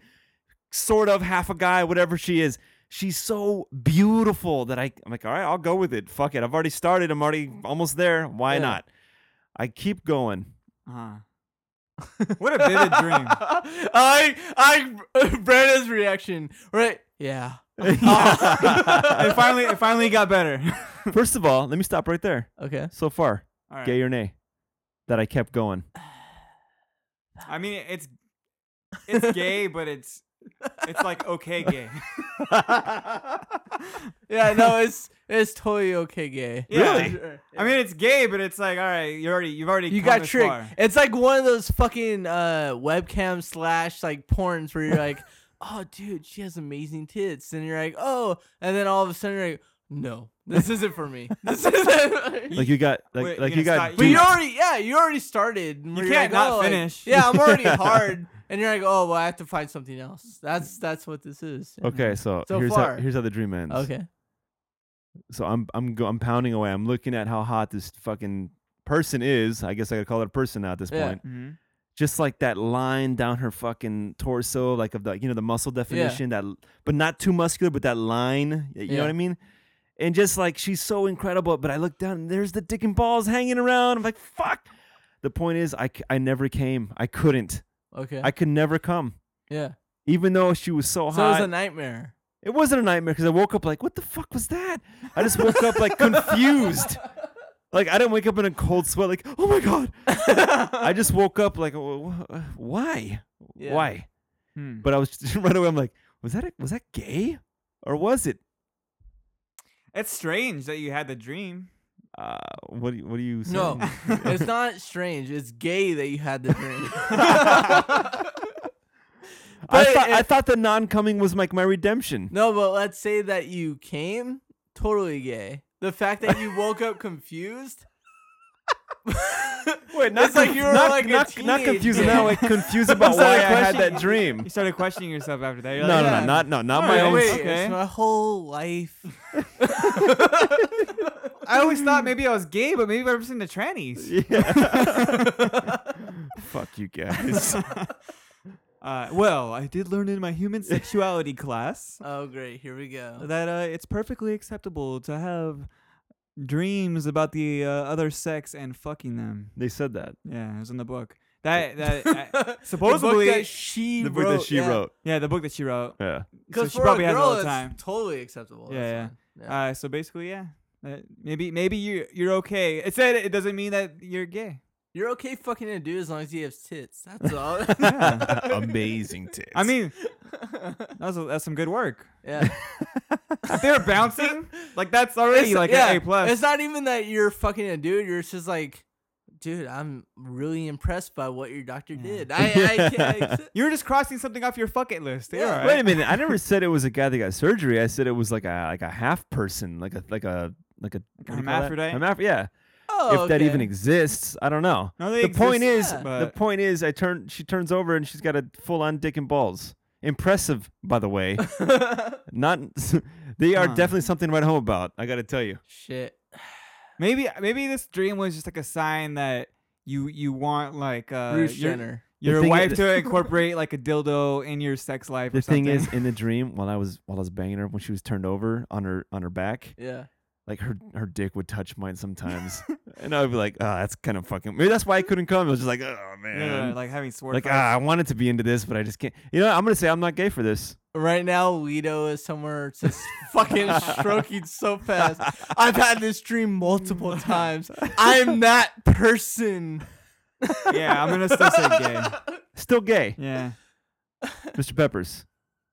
[SPEAKER 1] sort of half a guy whatever she is she's so beautiful that I I'm like all right I'll go with it fuck it I've already started I'm already almost there why
[SPEAKER 3] Yeah.
[SPEAKER 1] not I keep going
[SPEAKER 2] Uh-huh. What a vivid dream.
[SPEAKER 3] I I Brandon's reaction. Right. Yeah.
[SPEAKER 2] It finally, it finally got better.
[SPEAKER 1] first of all let me stop right there
[SPEAKER 3] Okay.
[SPEAKER 1] so far
[SPEAKER 2] All right.
[SPEAKER 1] gay or nay that I kept going
[SPEAKER 2] I mean, it's it's gay, but it's it's like okay gay.
[SPEAKER 3] Yeah. No. It's it's totally okay, gay.
[SPEAKER 2] Yeah.
[SPEAKER 1] Really?
[SPEAKER 3] Sure.
[SPEAKER 2] I mean, it's gay, but it's like all right, you already you've already
[SPEAKER 3] You
[SPEAKER 2] come
[SPEAKER 3] got
[SPEAKER 2] this
[SPEAKER 3] tricked.
[SPEAKER 2] far.
[SPEAKER 3] It's like one of those fucking uh, webcam slash like porns where you're like, oh, dude, she has amazing tits, and you're like, oh, and then all of a sudden you're like, no, this isn't for me. This isn't.
[SPEAKER 1] like you got like
[SPEAKER 2] Wait,
[SPEAKER 1] like
[SPEAKER 2] you
[SPEAKER 1] you
[SPEAKER 2] gonna
[SPEAKER 1] got
[SPEAKER 2] stop-
[SPEAKER 3] but
[SPEAKER 1] dude,
[SPEAKER 3] you already, yeah, you already started. and
[SPEAKER 2] You
[SPEAKER 3] you're
[SPEAKER 2] can't
[SPEAKER 3] like,
[SPEAKER 2] not
[SPEAKER 3] oh, like,
[SPEAKER 2] finish.
[SPEAKER 3] yeah, I'm already hard, and you're like, oh, well, I have to find something else. That's that's what this is.
[SPEAKER 1] okay so,
[SPEAKER 3] So
[SPEAKER 1] here's
[SPEAKER 3] far.
[SPEAKER 1] how here's how the dream ends
[SPEAKER 3] Okay.
[SPEAKER 1] so I'm I'm go, I'm pounding away. I'm looking at how hot this fucking person is. I guess I could call it a person now at this
[SPEAKER 3] Yeah.
[SPEAKER 1] point.
[SPEAKER 2] Mhm.
[SPEAKER 1] Just like that line down her fucking torso, like of the you know the muscle definition that, but not too muscular, but that line. You know
[SPEAKER 3] Yeah.
[SPEAKER 1] what I mean? And just like she's so incredible, but I look down and there's the dick and balls hanging around. I'm like, fuck. The point is, I, c- I never came. I couldn't.
[SPEAKER 3] Okay.
[SPEAKER 1] I could never come,
[SPEAKER 3] yeah.
[SPEAKER 1] even though she was so
[SPEAKER 3] So it
[SPEAKER 1] hot.
[SPEAKER 3] was a nightmare.
[SPEAKER 1] It wasn't a nightmare because I woke up like, what the fuck was that? I just woke up like confused. Like I didn't wake up in a cold sweat. Like, oh my god. I just woke up like, "Wh- wh- why,
[SPEAKER 3] Yeah.
[SPEAKER 1] why?
[SPEAKER 2] Hmm.
[SPEAKER 1] But I was just, right away. I'm like, was that a, was that gay, or was it?
[SPEAKER 2] It's strange that you had the dream.
[SPEAKER 1] Uh, what do you, what do you?
[SPEAKER 3] No,
[SPEAKER 1] saying?
[SPEAKER 3] it's not strange. It's gay that you had the dream.
[SPEAKER 1] I
[SPEAKER 3] but
[SPEAKER 1] thought I
[SPEAKER 3] it-
[SPEAKER 1] thought the non coming was like my redemption.
[SPEAKER 3] no, but let's say that you came totally gay. The fact that you woke up confused.
[SPEAKER 1] Wait,
[SPEAKER 3] not It's like conf- you were
[SPEAKER 1] not,
[SPEAKER 3] not- like a
[SPEAKER 1] not,
[SPEAKER 3] not- not
[SPEAKER 1] confused
[SPEAKER 3] confused teenage
[SPEAKER 1] now.
[SPEAKER 3] now,
[SPEAKER 1] Like
[SPEAKER 3] like
[SPEAKER 1] confused about why I
[SPEAKER 2] sorry,
[SPEAKER 1] had
[SPEAKER 2] question-
[SPEAKER 1] that dream.
[SPEAKER 2] You started questioning yourself after that. You're
[SPEAKER 1] No,
[SPEAKER 2] like,
[SPEAKER 1] no,
[SPEAKER 2] yeah.
[SPEAKER 1] no, not no, not my
[SPEAKER 2] Alright,
[SPEAKER 1] own.
[SPEAKER 2] wait.
[SPEAKER 3] Wait,
[SPEAKER 2] okay.
[SPEAKER 3] it's my whole life.
[SPEAKER 2] I always thought maybe I was gay, but maybe I'm just into trannies.
[SPEAKER 1] Fuck you guys.
[SPEAKER 2] Uh, well, I did learn in my human sexuality class
[SPEAKER 3] oh great, here we go.
[SPEAKER 2] that uh, it's perfectly acceptable to have dreams about the uh, other sex and fucking them.
[SPEAKER 1] they said that.
[SPEAKER 2] Yeah, it was in the book. That that
[SPEAKER 3] The
[SPEAKER 2] I,
[SPEAKER 3] book
[SPEAKER 2] supposedly
[SPEAKER 3] that she
[SPEAKER 1] The book
[SPEAKER 3] wrote,
[SPEAKER 1] that she
[SPEAKER 3] yeah.
[SPEAKER 1] wrote.
[SPEAKER 2] yeah, the book that she wrote.
[SPEAKER 1] Yeah.
[SPEAKER 2] So
[SPEAKER 3] Because
[SPEAKER 2] she probably
[SPEAKER 3] a
[SPEAKER 2] has it
[SPEAKER 3] girl,
[SPEAKER 2] all the
[SPEAKER 3] it's
[SPEAKER 2] time.
[SPEAKER 3] totally acceptable.
[SPEAKER 2] Yeah,
[SPEAKER 3] that's fine. yeah.
[SPEAKER 2] Uh, so basically, yeah. Uh, maybe maybe you you're okay. It said it doesn't mean that you're gay.
[SPEAKER 3] You're okay fucking a dude as long as you have tits. That's all.
[SPEAKER 1] Amazing tits.
[SPEAKER 2] I mean, that was that's some good work.
[SPEAKER 3] yeah.
[SPEAKER 2] If they're bouncing, like that's already
[SPEAKER 3] It's-
[SPEAKER 2] like
[SPEAKER 3] yeah,
[SPEAKER 2] an A plus.
[SPEAKER 3] It's not even that you're fucking a dude. You're just like, dude, I'm really impressed by what your doctor did. I, I can't.
[SPEAKER 2] you were just crossing something off your bucket list. You're
[SPEAKER 3] Yeah.
[SPEAKER 2] all
[SPEAKER 1] wait
[SPEAKER 2] right.
[SPEAKER 1] a minute. I never said it was a guy that got surgery. I said it was like a like a half person, like a like a like a what do you call that?
[SPEAKER 2] hermaphrodite?
[SPEAKER 1] Hermaph- yeah.
[SPEAKER 3] Oh,
[SPEAKER 1] if that
[SPEAKER 3] okay.
[SPEAKER 1] even exists, I don't know.
[SPEAKER 2] No,
[SPEAKER 1] the
[SPEAKER 2] they
[SPEAKER 1] point is,
[SPEAKER 2] exist,
[SPEAKER 3] Yeah.
[SPEAKER 1] the
[SPEAKER 2] but-
[SPEAKER 1] point is, I turn. She turns over and she's got a full on dick and balls. Impressive, by the way. Not. They are
[SPEAKER 2] Huh.
[SPEAKER 1] definitely something to write home about. I got to tell you.
[SPEAKER 3] Shit.
[SPEAKER 2] Maybe maybe this dream was just like a sign that you you want like uh
[SPEAKER 3] Bruce
[SPEAKER 2] your,
[SPEAKER 3] Jenner.
[SPEAKER 1] The
[SPEAKER 2] your
[SPEAKER 1] thing
[SPEAKER 2] wife
[SPEAKER 1] is-
[SPEAKER 2] to incorporate like a dildo in your sex life.
[SPEAKER 1] The
[SPEAKER 2] or
[SPEAKER 1] thing
[SPEAKER 2] something.
[SPEAKER 1] is, in the dream, while I was while I was banging her, when she was turned over on her on her back,
[SPEAKER 3] Yeah.
[SPEAKER 1] like her her dick would touch mine sometimes. And I'd be like, oh, that's kind of fucking. Maybe that's why I couldn't come. It was just like, oh man,
[SPEAKER 2] Yeah,
[SPEAKER 1] like,
[SPEAKER 2] like having sword
[SPEAKER 1] like ah,
[SPEAKER 2] fights.
[SPEAKER 1] I wanted to be into this, but I just can't. You know, what? I'm gonna say I'm not gay for this.
[SPEAKER 3] Right now, Lido is somewhere just fucking stroking so fast. I've had this dream multiple times. I'm that person.
[SPEAKER 2] yeah, I'm gonna still say gay.
[SPEAKER 1] Still gay,
[SPEAKER 2] Yeah,
[SPEAKER 1] Mr. Peppers.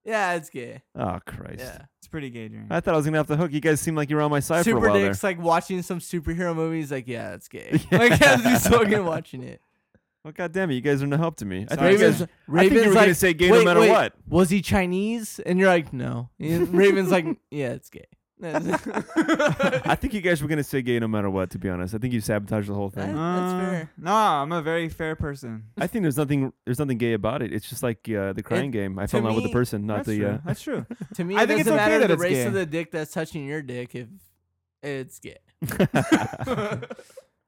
[SPEAKER 3] Yeah, it's gay.
[SPEAKER 1] Oh Christ.
[SPEAKER 3] Yeah.
[SPEAKER 2] it's pretty gay dream.
[SPEAKER 1] I thought I was gonna have to hook. You guys seemed like you were on my side for
[SPEAKER 3] Super
[SPEAKER 1] a while
[SPEAKER 3] Dick's like watching some superhero movies, like, yeah, it's gay.
[SPEAKER 1] Yeah.
[SPEAKER 3] Like, as he's fucking watching it.
[SPEAKER 1] there. Well, goddamn it, you guys are no help to me. I
[SPEAKER 2] Sorry,
[SPEAKER 1] think you guys,
[SPEAKER 3] Raven's,
[SPEAKER 2] guys-
[SPEAKER 1] I think you
[SPEAKER 3] Raven's
[SPEAKER 1] were
[SPEAKER 3] like,
[SPEAKER 1] gonna say gay no
[SPEAKER 3] wait,
[SPEAKER 1] matter
[SPEAKER 3] wait,
[SPEAKER 1] what.
[SPEAKER 3] Was he Chinese? And you're like, no. And Raven's like, yeah, it's gay. That's,
[SPEAKER 1] I think you guys were gonna say gay no matter what. To be honest, I think you sabotaged the whole thing.
[SPEAKER 3] I- that's fair.
[SPEAKER 2] No, I'm a very fair person.
[SPEAKER 1] I think there's nothing there's noththing gay about it. It's just like uh, the crying game. I fell in love with the
[SPEAKER 3] me,
[SPEAKER 1] person, not
[SPEAKER 2] That's
[SPEAKER 1] the.
[SPEAKER 2] true.
[SPEAKER 1] Uh,
[SPEAKER 2] That's true.
[SPEAKER 3] to me,
[SPEAKER 2] I
[SPEAKER 3] it
[SPEAKER 2] think it's
[SPEAKER 3] doesn't
[SPEAKER 2] okay
[SPEAKER 3] matter
[SPEAKER 2] that
[SPEAKER 3] the
[SPEAKER 2] it's
[SPEAKER 3] race
[SPEAKER 2] gay.
[SPEAKER 3] of the dick that's touching your dick if it's gay.
[SPEAKER 1] all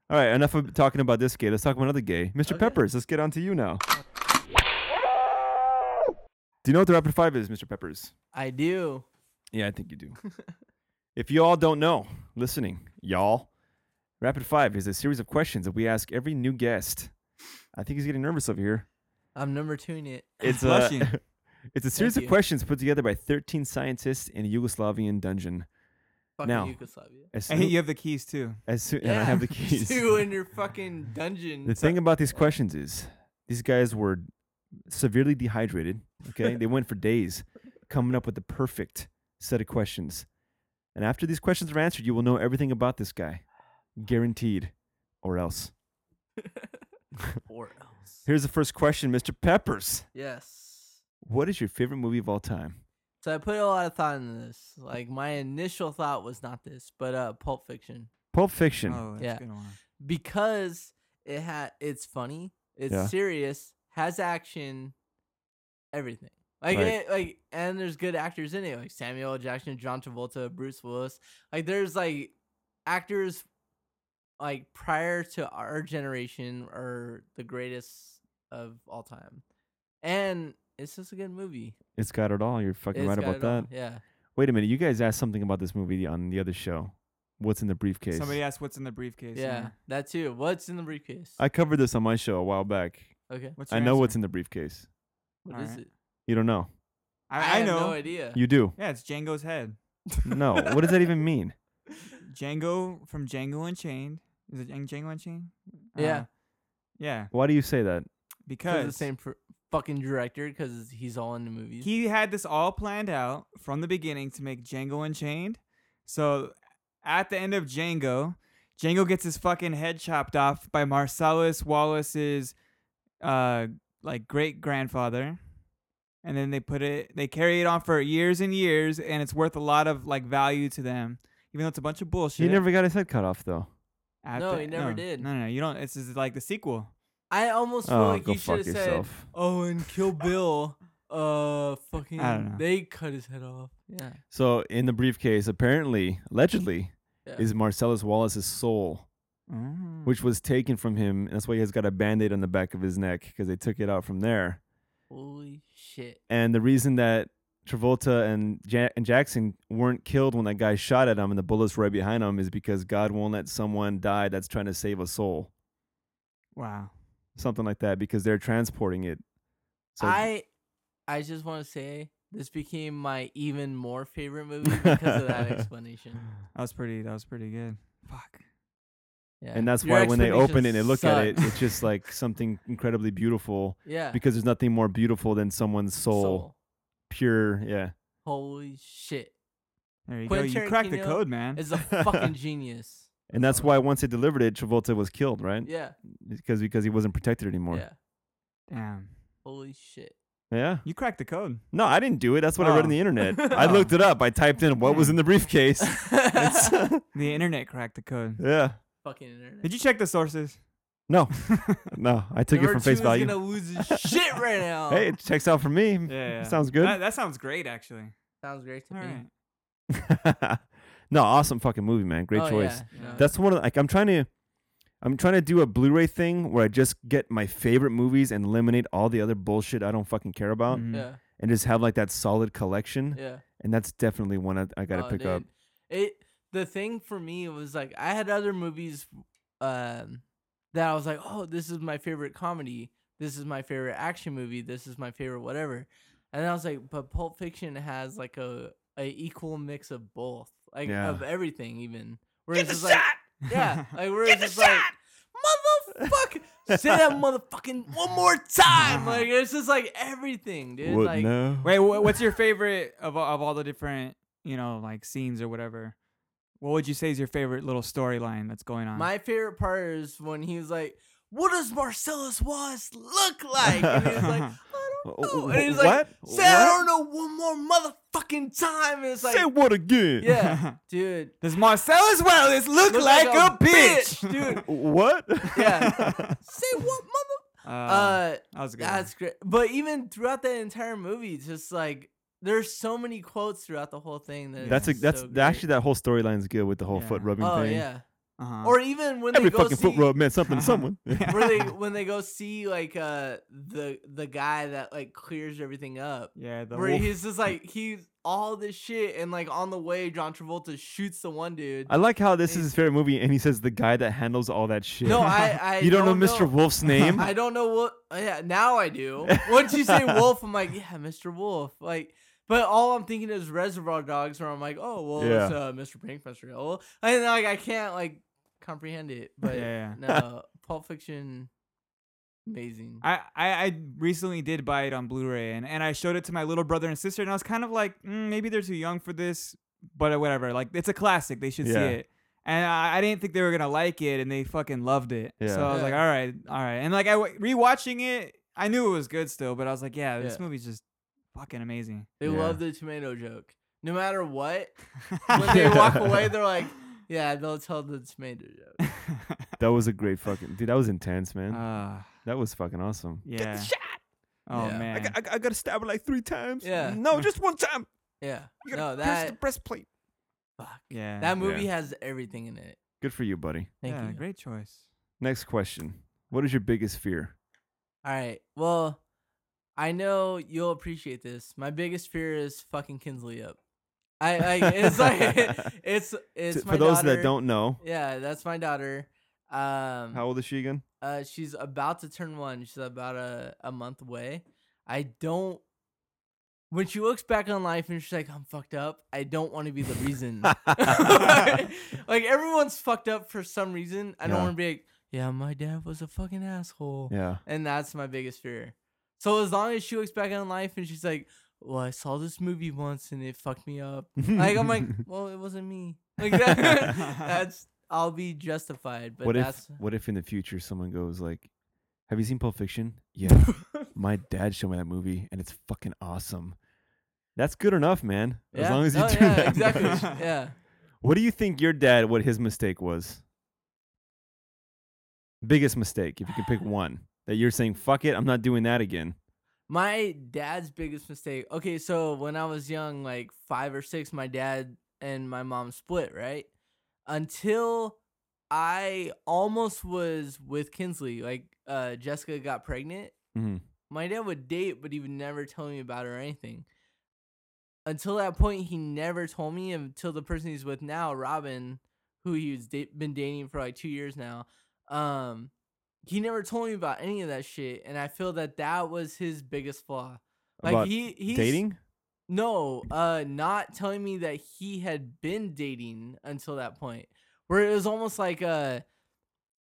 [SPEAKER 1] right, enough of talking about this gay. Let's talk about another gay, Mr. Peppers. Let's get on to you now. Do you know what the rapid five is, Mr. Peppers?
[SPEAKER 3] I do.
[SPEAKER 1] Yeah, I think you do. if you all don't know, listening, y'all, rapid five is a series of questions that we ask every new guest. I think he's getting nervous over here.
[SPEAKER 3] I'm number two in it.
[SPEAKER 1] It's
[SPEAKER 2] Blushing.
[SPEAKER 1] a it's a series
[SPEAKER 3] Thank
[SPEAKER 1] of
[SPEAKER 3] you.
[SPEAKER 1] questions put together by 13 scientists in a Yugoslavian dungeon.
[SPEAKER 3] Fucking
[SPEAKER 1] Now.
[SPEAKER 3] Yugoslavia.
[SPEAKER 1] As soon,
[SPEAKER 2] And you have the keys too.
[SPEAKER 1] as soon and I have the keys.
[SPEAKER 3] Two in your fucking dungeon.
[SPEAKER 1] The thing about these questions is these guys were severely dehydrated. Okay. they went for days coming up with the perfect set of questions. And after these questions are answered, you will know everything about this guy. Guaranteed. Or else.
[SPEAKER 3] or else.
[SPEAKER 1] Here's the first question, Mr. Peppers.
[SPEAKER 3] Yes.
[SPEAKER 1] What is your favorite movie of all time?
[SPEAKER 3] So I put a lot of thought into this. Like my initial thought was not this, but uh Pulp Fiction.
[SPEAKER 1] Pulp Fiction.
[SPEAKER 2] Oh, that's
[SPEAKER 3] Yeah.
[SPEAKER 2] a good one.
[SPEAKER 3] Because it had it's funny, it's
[SPEAKER 1] Yeah.
[SPEAKER 3] serious, has action, everything. Like
[SPEAKER 1] Right.
[SPEAKER 3] it, like and there's good actors in it, like Samuel L. Jackson, John Travolta, Bruce Willis. Like there's like actors like prior to our generation are the greatest of all time. And it's just a good movie.
[SPEAKER 1] It's got it all. You're fucking
[SPEAKER 3] It's
[SPEAKER 1] right
[SPEAKER 3] got
[SPEAKER 1] about
[SPEAKER 3] it all.
[SPEAKER 1] that.
[SPEAKER 3] Yeah.
[SPEAKER 1] Wait a minute. You guys asked something about this movie on the other show. What's in the briefcase?
[SPEAKER 2] Somebody asked what's in the briefcase.
[SPEAKER 3] Yeah. That too. What's in the briefcase?
[SPEAKER 1] I covered this on my show a while back.
[SPEAKER 3] okay.
[SPEAKER 2] What's
[SPEAKER 1] I
[SPEAKER 2] your
[SPEAKER 1] know
[SPEAKER 2] answer?
[SPEAKER 1] what's in the briefcase.
[SPEAKER 3] What
[SPEAKER 2] All
[SPEAKER 3] is
[SPEAKER 2] right.
[SPEAKER 3] it?
[SPEAKER 1] You don't know.
[SPEAKER 2] I, I
[SPEAKER 3] have
[SPEAKER 2] know.
[SPEAKER 3] no idea.
[SPEAKER 1] You do.
[SPEAKER 2] yeah, it's Django's head.
[SPEAKER 1] No. what does that even mean?
[SPEAKER 2] Django from Django Unchained. Is it Djan- Django Unchained? Uh,
[SPEAKER 3] Yeah.
[SPEAKER 2] yeah,
[SPEAKER 1] Why do you say that?
[SPEAKER 3] Because
[SPEAKER 2] because
[SPEAKER 3] the same pr- fucking director because he's all in the movies.
[SPEAKER 2] he had this all planned out from the beginning to make Django Unchained. So at the end of Django, Django gets his fucking head chopped off by Marcellus Wallace's uh like great grandfather. And then they put it they carry it on for years and years and it's worth a lot of like value to them. Even though it's a bunch of bullshit.
[SPEAKER 1] He never got his head cut off though.
[SPEAKER 2] At
[SPEAKER 3] No,
[SPEAKER 2] the-
[SPEAKER 3] he never
[SPEAKER 2] no,
[SPEAKER 3] did.
[SPEAKER 2] No, no, no. You don't this is like the sequel.
[SPEAKER 3] I almost feel
[SPEAKER 1] oh,
[SPEAKER 3] like
[SPEAKER 1] go
[SPEAKER 3] you should
[SPEAKER 1] fuck
[SPEAKER 3] have said,
[SPEAKER 1] yourself.
[SPEAKER 3] "Oh, and Kill Bill, uh, fucking,
[SPEAKER 2] know.
[SPEAKER 3] they cut his head off." Yeah,
[SPEAKER 1] So in the briefcase, apparently, allegedly,
[SPEAKER 3] Yeah. Hmm.
[SPEAKER 1] is Marcellus Wallace's soul,
[SPEAKER 2] Mm.
[SPEAKER 1] which was taken from him. And that's why he has got a band-aid on the back of his neck because they took it out from there.
[SPEAKER 3] holy shit.
[SPEAKER 1] And the reason that Travolta and ja- and Jackson weren't killed when that guy shot at him and the bullets right behind him is because God won't let someone die that's trying to save a soul,
[SPEAKER 2] Wow.
[SPEAKER 1] something like that, because they're transporting it. So
[SPEAKER 3] I, I just want to say this became my even more favorite movie because of that explanation.
[SPEAKER 2] That was pretty that was pretty good. Fuck.
[SPEAKER 3] Yeah,
[SPEAKER 1] and that's
[SPEAKER 3] Your
[SPEAKER 1] why when they open it
[SPEAKER 3] explanation
[SPEAKER 1] and look at it,
[SPEAKER 3] sucked.
[SPEAKER 1] it's just like something incredibly beautiful
[SPEAKER 3] yeah,
[SPEAKER 1] because there's nothing more beautiful than someone's soul, pure. Yeah,
[SPEAKER 3] Holy shit,
[SPEAKER 2] There you
[SPEAKER 3] Quentin
[SPEAKER 2] go. You cracked the
[SPEAKER 3] Tarantino
[SPEAKER 2] code, man.
[SPEAKER 3] is a fucking genius.
[SPEAKER 1] and that's why once they delivered it, Travolta was killed, right?
[SPEAKER 3] Yeah,
[SPEAKER 1] Because because he wasn't protected anymore.
[SPEAKER 3] yeah.
[SPEAKER 2] Damn.
[SPEAKER 3] Holy shit.
[SPEAKER 1] Yeah?
[SPEAKER 2] You cracked the code.
[SPEAKER 1] No, I didn't do it. That's what I read on
[SPEAKER 2] Oh.
[SPEAKER 1] the internet. I
[SPEAKER 2] Oh.
[SPEAKER 1] looked it up. I typed in what was in the briefcase. It's-
[SPEAKER 2] The internet cracked the code.
[SPEAKER 1] yeah.
[SPEAKER 3] fucking internet.
[SPEAKER 2] Did you check the sources?
[SPEAKER 1] No, no, I took it
[SPEAKER 3] Number
[SPEAKER 1] from
[SPEAKER 3] two
[SPEAKER 1] face
[SPEAKER 3] is
[SPEAKER 1] value.
[SPEAKER 3] gonna lose his shit right now.
[SPEAKER 1] Hey, it checks out for me. Sounds good.
[SPEAKER 2] That, that sounds great, actually.
[SPEAKER 3] sounds great to
[SPEAKER 2] All
[SPEAKER 3] me.
[SPEAKER 2] right.
[SPEAKER 1] no, awesome fucking movie, man. Great
[SPEAKER 3] Oh,
[SPEAKER 1] choice.
[SPEAKER 3] yeah, no.
[SPEAKER 1] That's one of the, like I'm trying to I'm trying to do a Blu-ray thing where I just get my favorite movies and eliminate all the other bullshit I don't fucking care about
[SPEAKER 2] Mhm.
[SPEAKER 3] yeah,
[SPEAKER 1] and just have like that solid collection.
[SPEAKER 3] Mm. yeah.
[SPEAKER 1] And that's definitely one I, I got to
[SPEAKER 3] Oh,
[SPEAKER 1] pick up.
[SPEAKER 3] dude. It the thing for me was like I had other movies um, that I was like, oh, this is my favorite comedy. This is my favorite action movie. This is my favorite whatever. And I was like, but Pulp Fiction has like a, a equal mix of both, like
[SPEAKER 1] Yeah.
[SPEAKER 3] of everything, even. Whereas it's like, yeah, like whereas it's like, motherfucker, say that motherfucking one more time. Like it's just like everything, dude.
[SPEAKER 1] What
[SPEAKER 3] like
[SPEAKER 1] now?
[SPEAKER 2] Wait, wha- what's your favorite of all- of all the different you know like scenes or whatever? What would you say is your favorite little storyline that's going on?
[SPEAKER 3] My favorite part is when he was like, "What does Marcellus Wallace look like?" And he's like, "I don't
[SPEAKER 1] Wh-
[SPEAKER 3] know."
[SPEAKER 1] wh-
[SPEAKER 3] And he's like,
[SPEAKER 1] what?
[SPEAKER 3] "Say I
[SPEAKER 1] What?
[SPEAKER 3] don't know one more motherfucking time." And it's like,
[SPEAKER 1] Say what again?
[SPEAKER 3] yeah, dude,
[SPEAKER 2] Does Marcellus Wallace look, like, a bitch?
[SPEAKER 3] dude.
[SPEAKER 1] What?
[SPEAKER 3] Yeah. Say what mother?
[SPEAKER 2] Uh,
[SPEAKER 3] Uh,
[SPEAKER 2] that was a good. one.
[SPEAKER 3] that's great. But even throughout that entire movie, it's just like there's so many quotes throughout the whole thing. That
[SPEAKER 1] that's a,
[SPEAKER 3] it's
[SPEAKER 1] that's
[SPEAKER 3] so great.
[SPEAKER 1] actually that whole storyline's good with the whole foot
[SPEAKER 2] Yeah.
[SPEAKER 1] rubbing
[SPEAKER 3] Oh
[SPEAKER 1] thing. Uh,
[SPEAKER 3] yeah.
[SPEAKER 2] Uh-huh.
[SPEAKER 3] Or even when
[SPEAKER 1] Every
[SPEAKER 3] they go
[SPEAKER 1] fucking
[SPEAKER 3] see,
[SPEAKER 1] foot rub meant something to someone.
[SPEAKER 3] where they when they go see like uh the the guy that like clears everything up
[SPEAKER 2] yeah, the
[SPEAKER 3] where
[SPEAKER 2] wolf.
[SPEAKER 3] he's just like he's all this shit and like on the way john travolta shoots the one dude
[SPEAKER 1] I like how this is his favorite movie, and he says the guy that handles all that shit.
[SPEAKER 3] no i i
[SPEAKER 1] you don't, know Mr. Wolf's name.
[SPEAKER 3] i don't know what uh, yeah now i do once you say wolf i'm like yeah mr wolf like but all I'm thinking is Reservoir Dogs, where I'm like, oh well, it's
[SPEAKER 1] Yeah.
[SPEAKER 3] uh, Mr. Pink, Mr. Yellow, and like I can't like comprehend it. But
[SPEAKER 2] Yeah, yeah.
[SPEAKER 3] no, Pulp Fiction, amazing.
[SPEAKER 2] I, I I recently did buy it on Blu-ray and, and I showed it to my little brother and sister and I was kind of like mm, maybe they're too young for this but uh, whatever like it's a classic they should see
[SPEAKER 1] Yeah.
[SPEAKER 2] it and I, I didn't think they were gonna like it and they fucking loved it
[SPEAKER 1] Yeah.
[SPEAKER 2] so I was
[SPEAKER 3] Yeah.
[SPEAKER 2] like all right all right and like I w- rewatching it I knew it was good still but I was like yeah this
[SPEAKER 3] Yeah.
[SPEAKER 2] movie's just fucking amazing
[SPEAKER 3] They
[SPEAKER 1] Yeah.
[SPEAKER 3] love the tomato joke. No matter what, when they walk away, they're like, "Yeah, they'll tell the tomato joke."
[SPEAKER 1] that was a great fucking dude. That was intense, man.
[SPEAKER 3] Uh,
[SPEAKER 2] Ah,
[SPEAKER 1] that was fucking awesome.
[SPEAKER 2] yeah oh
[SPEAKER 3] Yeah. I
[SPEAKER 2] man
[SPEAKER 5] I, I got stabbed like three times.
[SPEAKER 3] Yeah.
[SPEAKER 5] No, just one time.
[SPEAKER 3] Yeah,
[SPEAKER 5] You gotta
[SPEAKER 3] no,
[SPEAKER 5] pierce the
[SPEAKER 3] that
[SPEAKER 5] breastplate.
[SPEAKER 3] fuck.
[SPEAKER 2] yeah
[SPEAKER 3] that movie has everything in it.
[SPEAKER 1] Good for you, buddy.
[SPEAKER 3] Thank
[SPEAKER 2] yeah
[SPEAKER 3] you.
[SPEAKER 2] great choice
[SPEAKER 1] Next question. What is your biggest fear?
[SPEAKER 3] All right, well, I know you'll appreciate this. My biggest fear is fucking Kinsley up. I, I it's like it's it's
[SPEAKER 1] T-
[SPEAKER 3] my
[SPEAKER 1] for those
[SPEAKER 3] daughter.
[SPEAKER 1] that don't know,
[SPEAKER 3] Yeah, that's my daughter. Um,
[SPEAKER 1] how old is she again?
[SPEAKER 3] Uh, she's about to turn one. She's about a, a month away. I don't. When she looks back on life and she's like, "I'm fucked up," I don't want to be the reason. like everyone's fucked up for some reason. I don't
[SPEAKER 1] Yeah.
[SPEAKER 3] want to be like, "Yeah, my dad was a fucking asshole,"
[SPEAKER 1] Yeah.
[SPEAKER 3] and that's my biggest fear. So as long as she looks back on life and she's like, "Well, I saw this movie once and it fucked me up," like I'm like, "Well, it wasn't me." Like that, that's I'll be justified. But
[SPEAKER 1] what if
[SPEAKER 3] that's
[SPEAKER 1] what if in the future someone goes like, "Have you seen Pulp Fiction?" Yeah. my dad showed me that movie, and it's fucking awesome. That's good enough, man. As
[SPEAKER 3] Yeah.
[SPEAKER 1] long as you
[SPEAKER 3] No,
[SPEAKER 1] do
[SPEAKER 3] yeah,
[SPEAKER 1] that.
[SPEAKER 3] Exactly.
[SPEAKER 1] much.
[SPEAKER 3] yeah.
[SPEAKER 1] What do you think your dad? What his mistake was? Biggest mistake, if you could pick one that you're saying, "Fuck it, I'm not doing that again."
[SPEAKER 3] My dad's biggest mistake. Okay, so when I was young, like five or six, my dad and my mom split, right? Until I almost was with Kinsley. Like uh Jessica got pregnant.
[SPEAKER 1] hmm
[SPEAKER 3] My dad would date, but he would never tell me about it or anything. Until that point, he never told me until the person he's with now, Robin, who he's da- been dating for like two years now. Um, he never told me about any of that shit, and I feel that that was his biggest flaw. Like
[SPEAKER 1] About
[SPEAKER 3] he he's,
[SPEAKER 1] Dating?
[SPEAKER 3] No, uh, not telling me that he had been dating until that point, where it was almost like uh,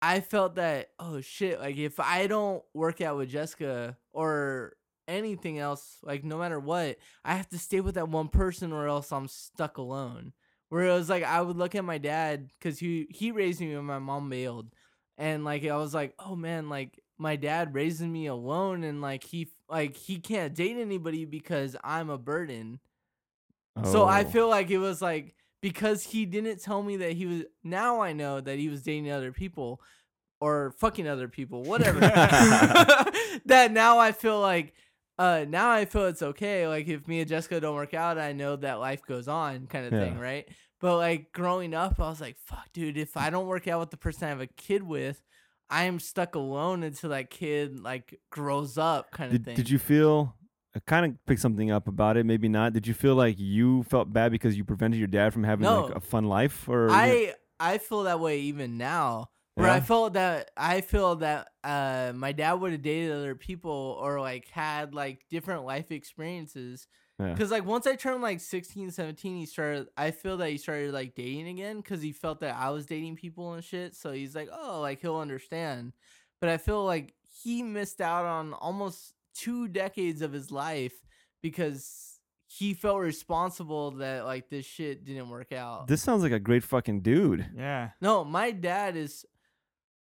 [SPEAKER 3] I felt that oh shit, like if I don't work out with Jessica or anything else, like no matter what, I have to stay with that one person or else I'm stuck alone. Where it was like I would look at my dad because he he raised me when my mom bailed, and like I was like, oh man, like my dad raising me alone, and like he like he can't date anybody because I'm a burden. So I
[SPEAKER 1] Oh.
[SPEAKER 3] feel like it was like because he didn't tell me that he was. Now I know that he was dating other people or fucking other people, whatever. that now I feel like. Uh, now I feel it's okay. Like if me and Jessica don't work out, I know that life goes on, kind of thing,
[SPEAKER 1] Yeah.
[SPEAKER 3] right? But like growing up, I was like, "Fuck, dude! If I don't work out with the person I have a kid with, I am stuck alone until that kid like grows up, kind of
[SPEAKER 1] Did,
[SPEAKER 3] thing."
[SPEAKER 1] did you feel? I kind of picked something up about it. Maybe not. Did you feel like you felt bad because you prevented your dad from having
[SPEAKER 3] No.
[SPEAKER 1] like a fun life? Or
[SPEAKER 3] I I feel that way even now Where I
[SPEAKER 1] Yeah?
[SPEAKER 3] felt that I feel that uh, my dad would have dated other people or like had like different life experiences.
[SPEAKER 1] Yeah.
[SPEAKER 3] Because like once I turned like 16, 17, he started. I feel that he started like dating again because he felt that I was dating people and shit. So he's like, oh, like he'll understand. But I feel like he missed out on almost two decades of his life because he felt responsible that like this shit didn't work out.
[SPEAKER 1] This sounds like a great fucking dude.
[SPEAKER 2] Yeah.
[SPEAKER 3] No, my dad is.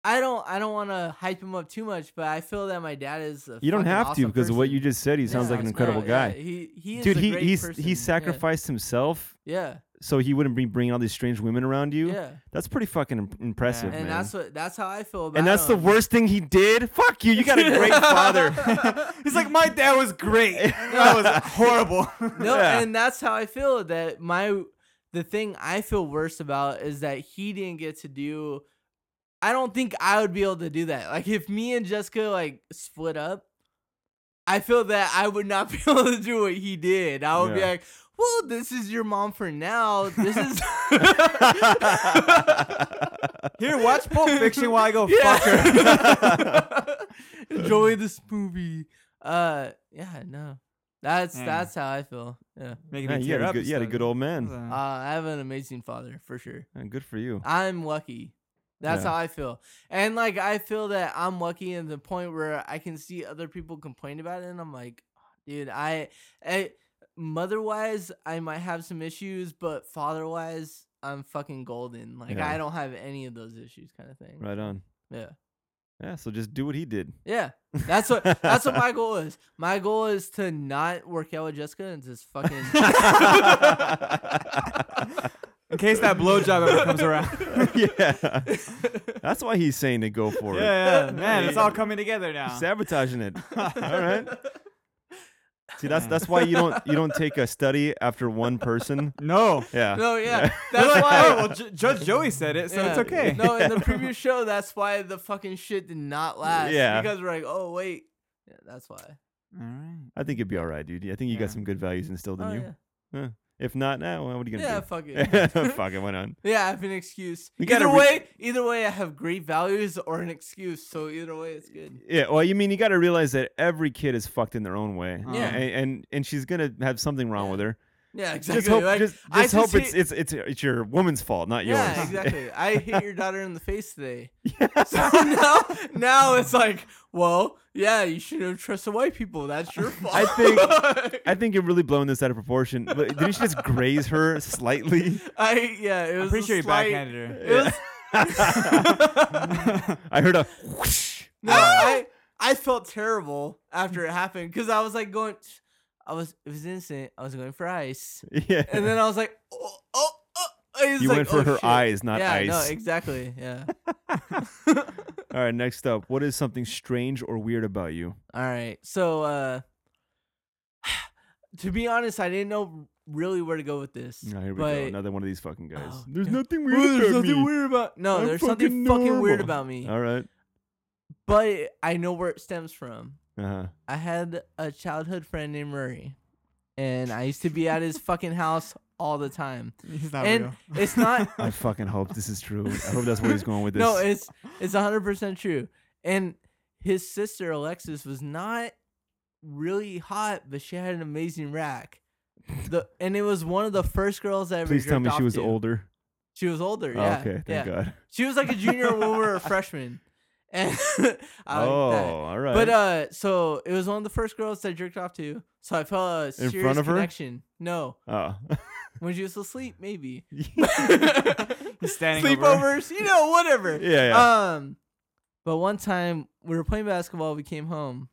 [SPEAKER 3] I don't. I don't want to hype him up too much, but I feel that my dad is. A
[SPEAKER 1] You don't
[SPEAKER 3] fucking
[SPEAKER 1] have
[SPEAKER 3] awesome
[SPEAKER 1] to because of what
[SPEAKER 3] person.
[SPEAKER 1] you just said. He sounds
[SPEAKER 3] Yeah,
[SPEAKER 1] like an
[SPEAKER 3] no,
[SPEAKER 1] incredible
[SPEAKER 3] yeah,
[SPEAKER 1] guy.
[SPEAKER 3] he he is
[SPEAKER 1] Dude,
[SPEAKER 3] a
[SPEAKER 1] he
[SPEAKER 3] great
[SPEAKER 1] he's,
[SPEAKER 3] person.
[SPEAKER 1] he sacrificed himself
[SPEAKER 3] Yeah,
[SPEAKER 1] so he wouldn't be bringing all these strange women around
[SPEAKER 3] yeah,
[SPEAKER 1] you.
[SPEAKER 3] yeah.
[SPEAKER 1] That's pretty fucking im- impressive,
[SPEAKER 3] and
[SPEAKER 1] man.
[SPEAKER 3] that's what that's how I feel about.
[SPEAKER 1] and that's the
[SPEAKER 3] him.
[SPEAKER 1] worst thing he did. Fuck you. You got a great father.
[SPEAKER 2] He's like, my dad was great. That was horrible.
[SPEAKER 3] No,
[SPEAKER 1] Yeah.
[SPEAKER 3] and that's how I feel that my the thing I feel worse about is that he didn't get to do I don't think I would be able to do that. Like if me and Jessica like split up, I feel that I would not be able to do what he did. I would be
[SPEAKER 1] Yeah.
[SPEAKER 3] like, "Well, this is your mom for now. This is
[SPEAKER 2] Here, watch Pulp Fiction while I go fuck her.
[SPEAKER 3] yeah. Enjoy this movie." Uh, yeah, no. That's
[SPEAKER 1] Mm.
[SPEAKER 2] Yeah.
[SPEAKER 3] that's how I feel. Yeah.
[SPEAKER 2] Making
[SPEAKER 1] Yeah,
[SPEAKER 2] me
[SPEAKER 1] you,
[SPEAKER 2] tear
[SPEAKER 1] had a
[SPEAKER 2] up.
[SPEAKER 1] good,
[SPEAKER 2] and
[SPEAKER 1] you had a
[SPEAKER 2] stuff.
[SPEAKER 1] good old man.
[SPEAKER 3] Uh,
[SPEAKER 2] Uh,
[SPEAKER 3] I have an amazing father for sure.
[SPEAKER 1] Yeah, Good for you.
[SPEAKER 3] I'm lucky. That's
[SPEAKER 1] Yeah.
[SPEAKER 3] how I feel. And like I feel that I'm lucky in the point where I can see other people complain about it and I'm like, "Ah, dude, I, I mother wise I might have some issues, but father wise I'm fucking golden. Like
[SPEAKER 1] Yeah.
[SPEAKER 3] I don't have any of those issues kind of thing.
[SPEAKER 1] Right on.
[SPEAKER 3] Yeah.
[SPEAKER 1] Yeah, so just do what he did.
[SPEAKER 3] Yeah. That's what that's what my goal is. My goal is to not work out with Jessica and just fucking
[SPEAKER 2] in case that blowjob ever comes around.
[SPEAKER 1] yeah. That's why he's saying to go for it.
[SPEAKER 2] yeah, yeah, man, it's all coming together now.
[SPEAKER 1] Sabotaging it. All right. See, that's that's why you don't you don't take a study after one person.
[SPEAKER 2] No.
[SPEAKER 1] Yeah. oh,
[SPEAKER 3] No, yeah.
[SPEAKER 2] That's
[SPEAKER 3] That's why
[SPEAKER 2] well, Ju- Judge Joey said it, so it's
[SPEAKER 3] Yeah.
[SPEAKER 2] okay.
[SPEAKER 3] No, in the previous show, that's why the fucking shit did not last.
[SPEAKER 1] Yeah.
[SPEAKER 3] Because we're like, oh, wait. Yeah, that's why.
[SPEAKER 2] All right.
[SPEAKER 1] I think it'd be all right, dude. I think you
[SPEAKER 2] Yeah.
[SPEAKER 1] got some good values instilled in
[SPEAKER 3] Oh,
[SPEAKER 1] you.
[SPEAKER 3] yeah.
[SPEAKER 1] If not, now what are you
[SPEAKER 3] Yeah,
[SPEAKER 1] gonna
[SPEAKER 3] fuck
[SPEAKER 1] do?
[SPEAKER 3] it.
[SPEAKER 1] Fuck it, went on.
[SPEAKER 3] yeah, I have an excuse.
[SPEAKER 1] You gotta
[SPEAKER 3] either
[SPEAKER 1] re-
[SPEAKER 3] way, either way, I have great values or an excuse. So either way, it's good.
[SPEAKER 1] Yeah, well, you mean you got to realize that every kid is fucked in their own way.
[SPEAKER 2] Yeah.
[SPEAKER 1] and and, and she's gonna have something wrong with her.
[SPEAKER 3] Yeah, exactly.
[SPEAKER 1] Just hope,
[SPEAKER 3] Like,
[SPEAKER 1] just,
[SPEAKER 3] I
[SPEAKER 1] just hope
[SPEAKER 3] hate-
[SPEAKER 1] it's it's it's it's your woman's fault, not
[SPEAKER 3] yeah,
[SPEAKER 1] yours.
[SPEAKER 3] exactly. I hit your daughter in the face today. So now, now it's like, well, yeah, you should have trusted white people. That's your fault.
[SPEAKER 1] I think- I think you're really blowing this out of proportion. But didn't she just graze her slightly?
[SPEAKER 3] I yeah, it was.
[SPEAKER 2] I'm
[SPEAKER 3] a
[SPEAKER 2] pretty sure you
[SPEAKER 3] slight-
[SPEAKER 2] backhanded her.
[SPEAKER 3] It was
[SPEAKER 1] I heard a whoosh.
[SPEAKER 3] No,
[SPEAKER 1] Ah!
[SPEAKER 3] I I felt terrible after it happened because I was like going, I was it was innocent. I was going for ice,
[SPEAKER 1] Yeah.
[SPEAKER 3] and then I was like, oh, oh, oh. I was
[SPEAKER 1] you
[SPEAKER 3] like,
[SPEAKER 1] went for
[SPEAKER 3] "Oh,
[SPEAKER 1] her
[SPEAKER 3] shit."
[SPEAKER 1] eyes, not
[SPEAKER 3] yeah,
[SPEAKER 1] ice.
[SPEAKER 3] no, exactly. Yeah.
[SPEAKER 1] All right, next up, what is something strange or weird about you?
[SPEAKER 3] All right. So, uh to be honest, I didn't know really where to go with this.
[SPEAKER 1] Oh, here we
[SPEAKER 3] but,
[SPEAKER 1] go. Another one of these fucking guys.
[SPEAKER 3] Oh,
[SPEAKER 1] there's
[SPEAKER 3] God.
[SPEAKER 1] nothing
[SPEAKER 3] Ooh,
[SPEAKER 1] weird
[SPEAKER 3] there's
[SPEAKER 1] about
[SPEAKER 3] nothing
[SPEAKER 1] me.
[SPEAKER 3] weird about. No,
[SPEAKER 1] I'm
[SPEAKER 3] there's
[SPEAKER 1] fucking
[SPEAKER 3] something fucking weird
[SPEAKER 1] normal.
[SPEAKER 3] about me.
[SPEAKER 1] All right.
[SPEAKER 3] But I know where it stems from.
[SPEAKER 1] Uh-huh.
[SPEAKER 3] I had a childhood friend named Murray, and I used to be at his fucking house all the time.
[SPEAKER 2] He's not
[SPEAKER 3] and
[SPEAKER 2] real.
[SPEAKER 3] it's not
[SPEAKER 1] I fucking hope this is true. I hope that's where he's going with this.
[SPEAKER 3] no, it's it's hundred percent true. And his sister Alexis was not really hot, but she had an amazing rack. The and it was one of the first girls I ever.
[SPEAKER 1] Please tell me
[SPEAKER 3] jerked
[SPEAKER 1] she
[SPEAKER 3] off
[SPEAKER 1] was
[SPEAKER 3] to.
[SPEAKER 1] older.
[SPEAKER 3] She was older.
[SPEAKER 1] Oh,
[SPEAKER 3] Yeah.
[SPEAKER 1] okay,
[SPEAKER 3] yeah.
[SPEAKER 1] thank God.
[SPEAKER 3] She was like a junior when we were a freshman. And I
[SPEAKER 1] oh,
[SPEAKER 3] like that.
[SPEAKER 1] all right.
[SPEAKER 3] But uh, so it was one of the first girls I jerked off to. So I felt a serious
[SPEAKER 1] front of her?
[SPEAKER 3] connection. No,
[SPEAKER 1] Oh.
[SPEAKER 3] when she was asleep, maybe
[SPEAKER 2] He's standing over.
[SPEAKER 3] sleepovers, you know, whatever.
[SPEAKER 1] Yeah, yeah.
[SPEAKER 3] Um, but one time we were playing basketball. We came home,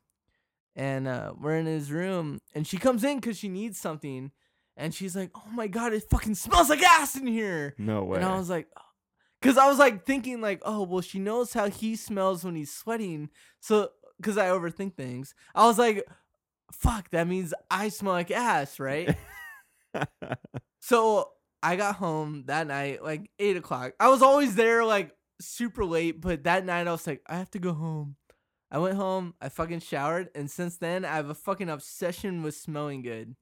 [SPEAKER 3] and uh, we're in his room, and she comes in because she needs something, and she's like, "Oh my god, it fucking smells like ass in here."
[SPEAKER 1] no way.
[SPEAKER 3] And I was like, because I was like thinking like, oh well, she knows how he smells when he's sweating. So because I overthink things, I was like, fuck, that means I smell like ass, right? so I got home that night, like eight o'clock. I was always there like super late, but that night I was like, I have to go home. I went home, I fucking showered, and since then I have a fucking obsession with smelling good.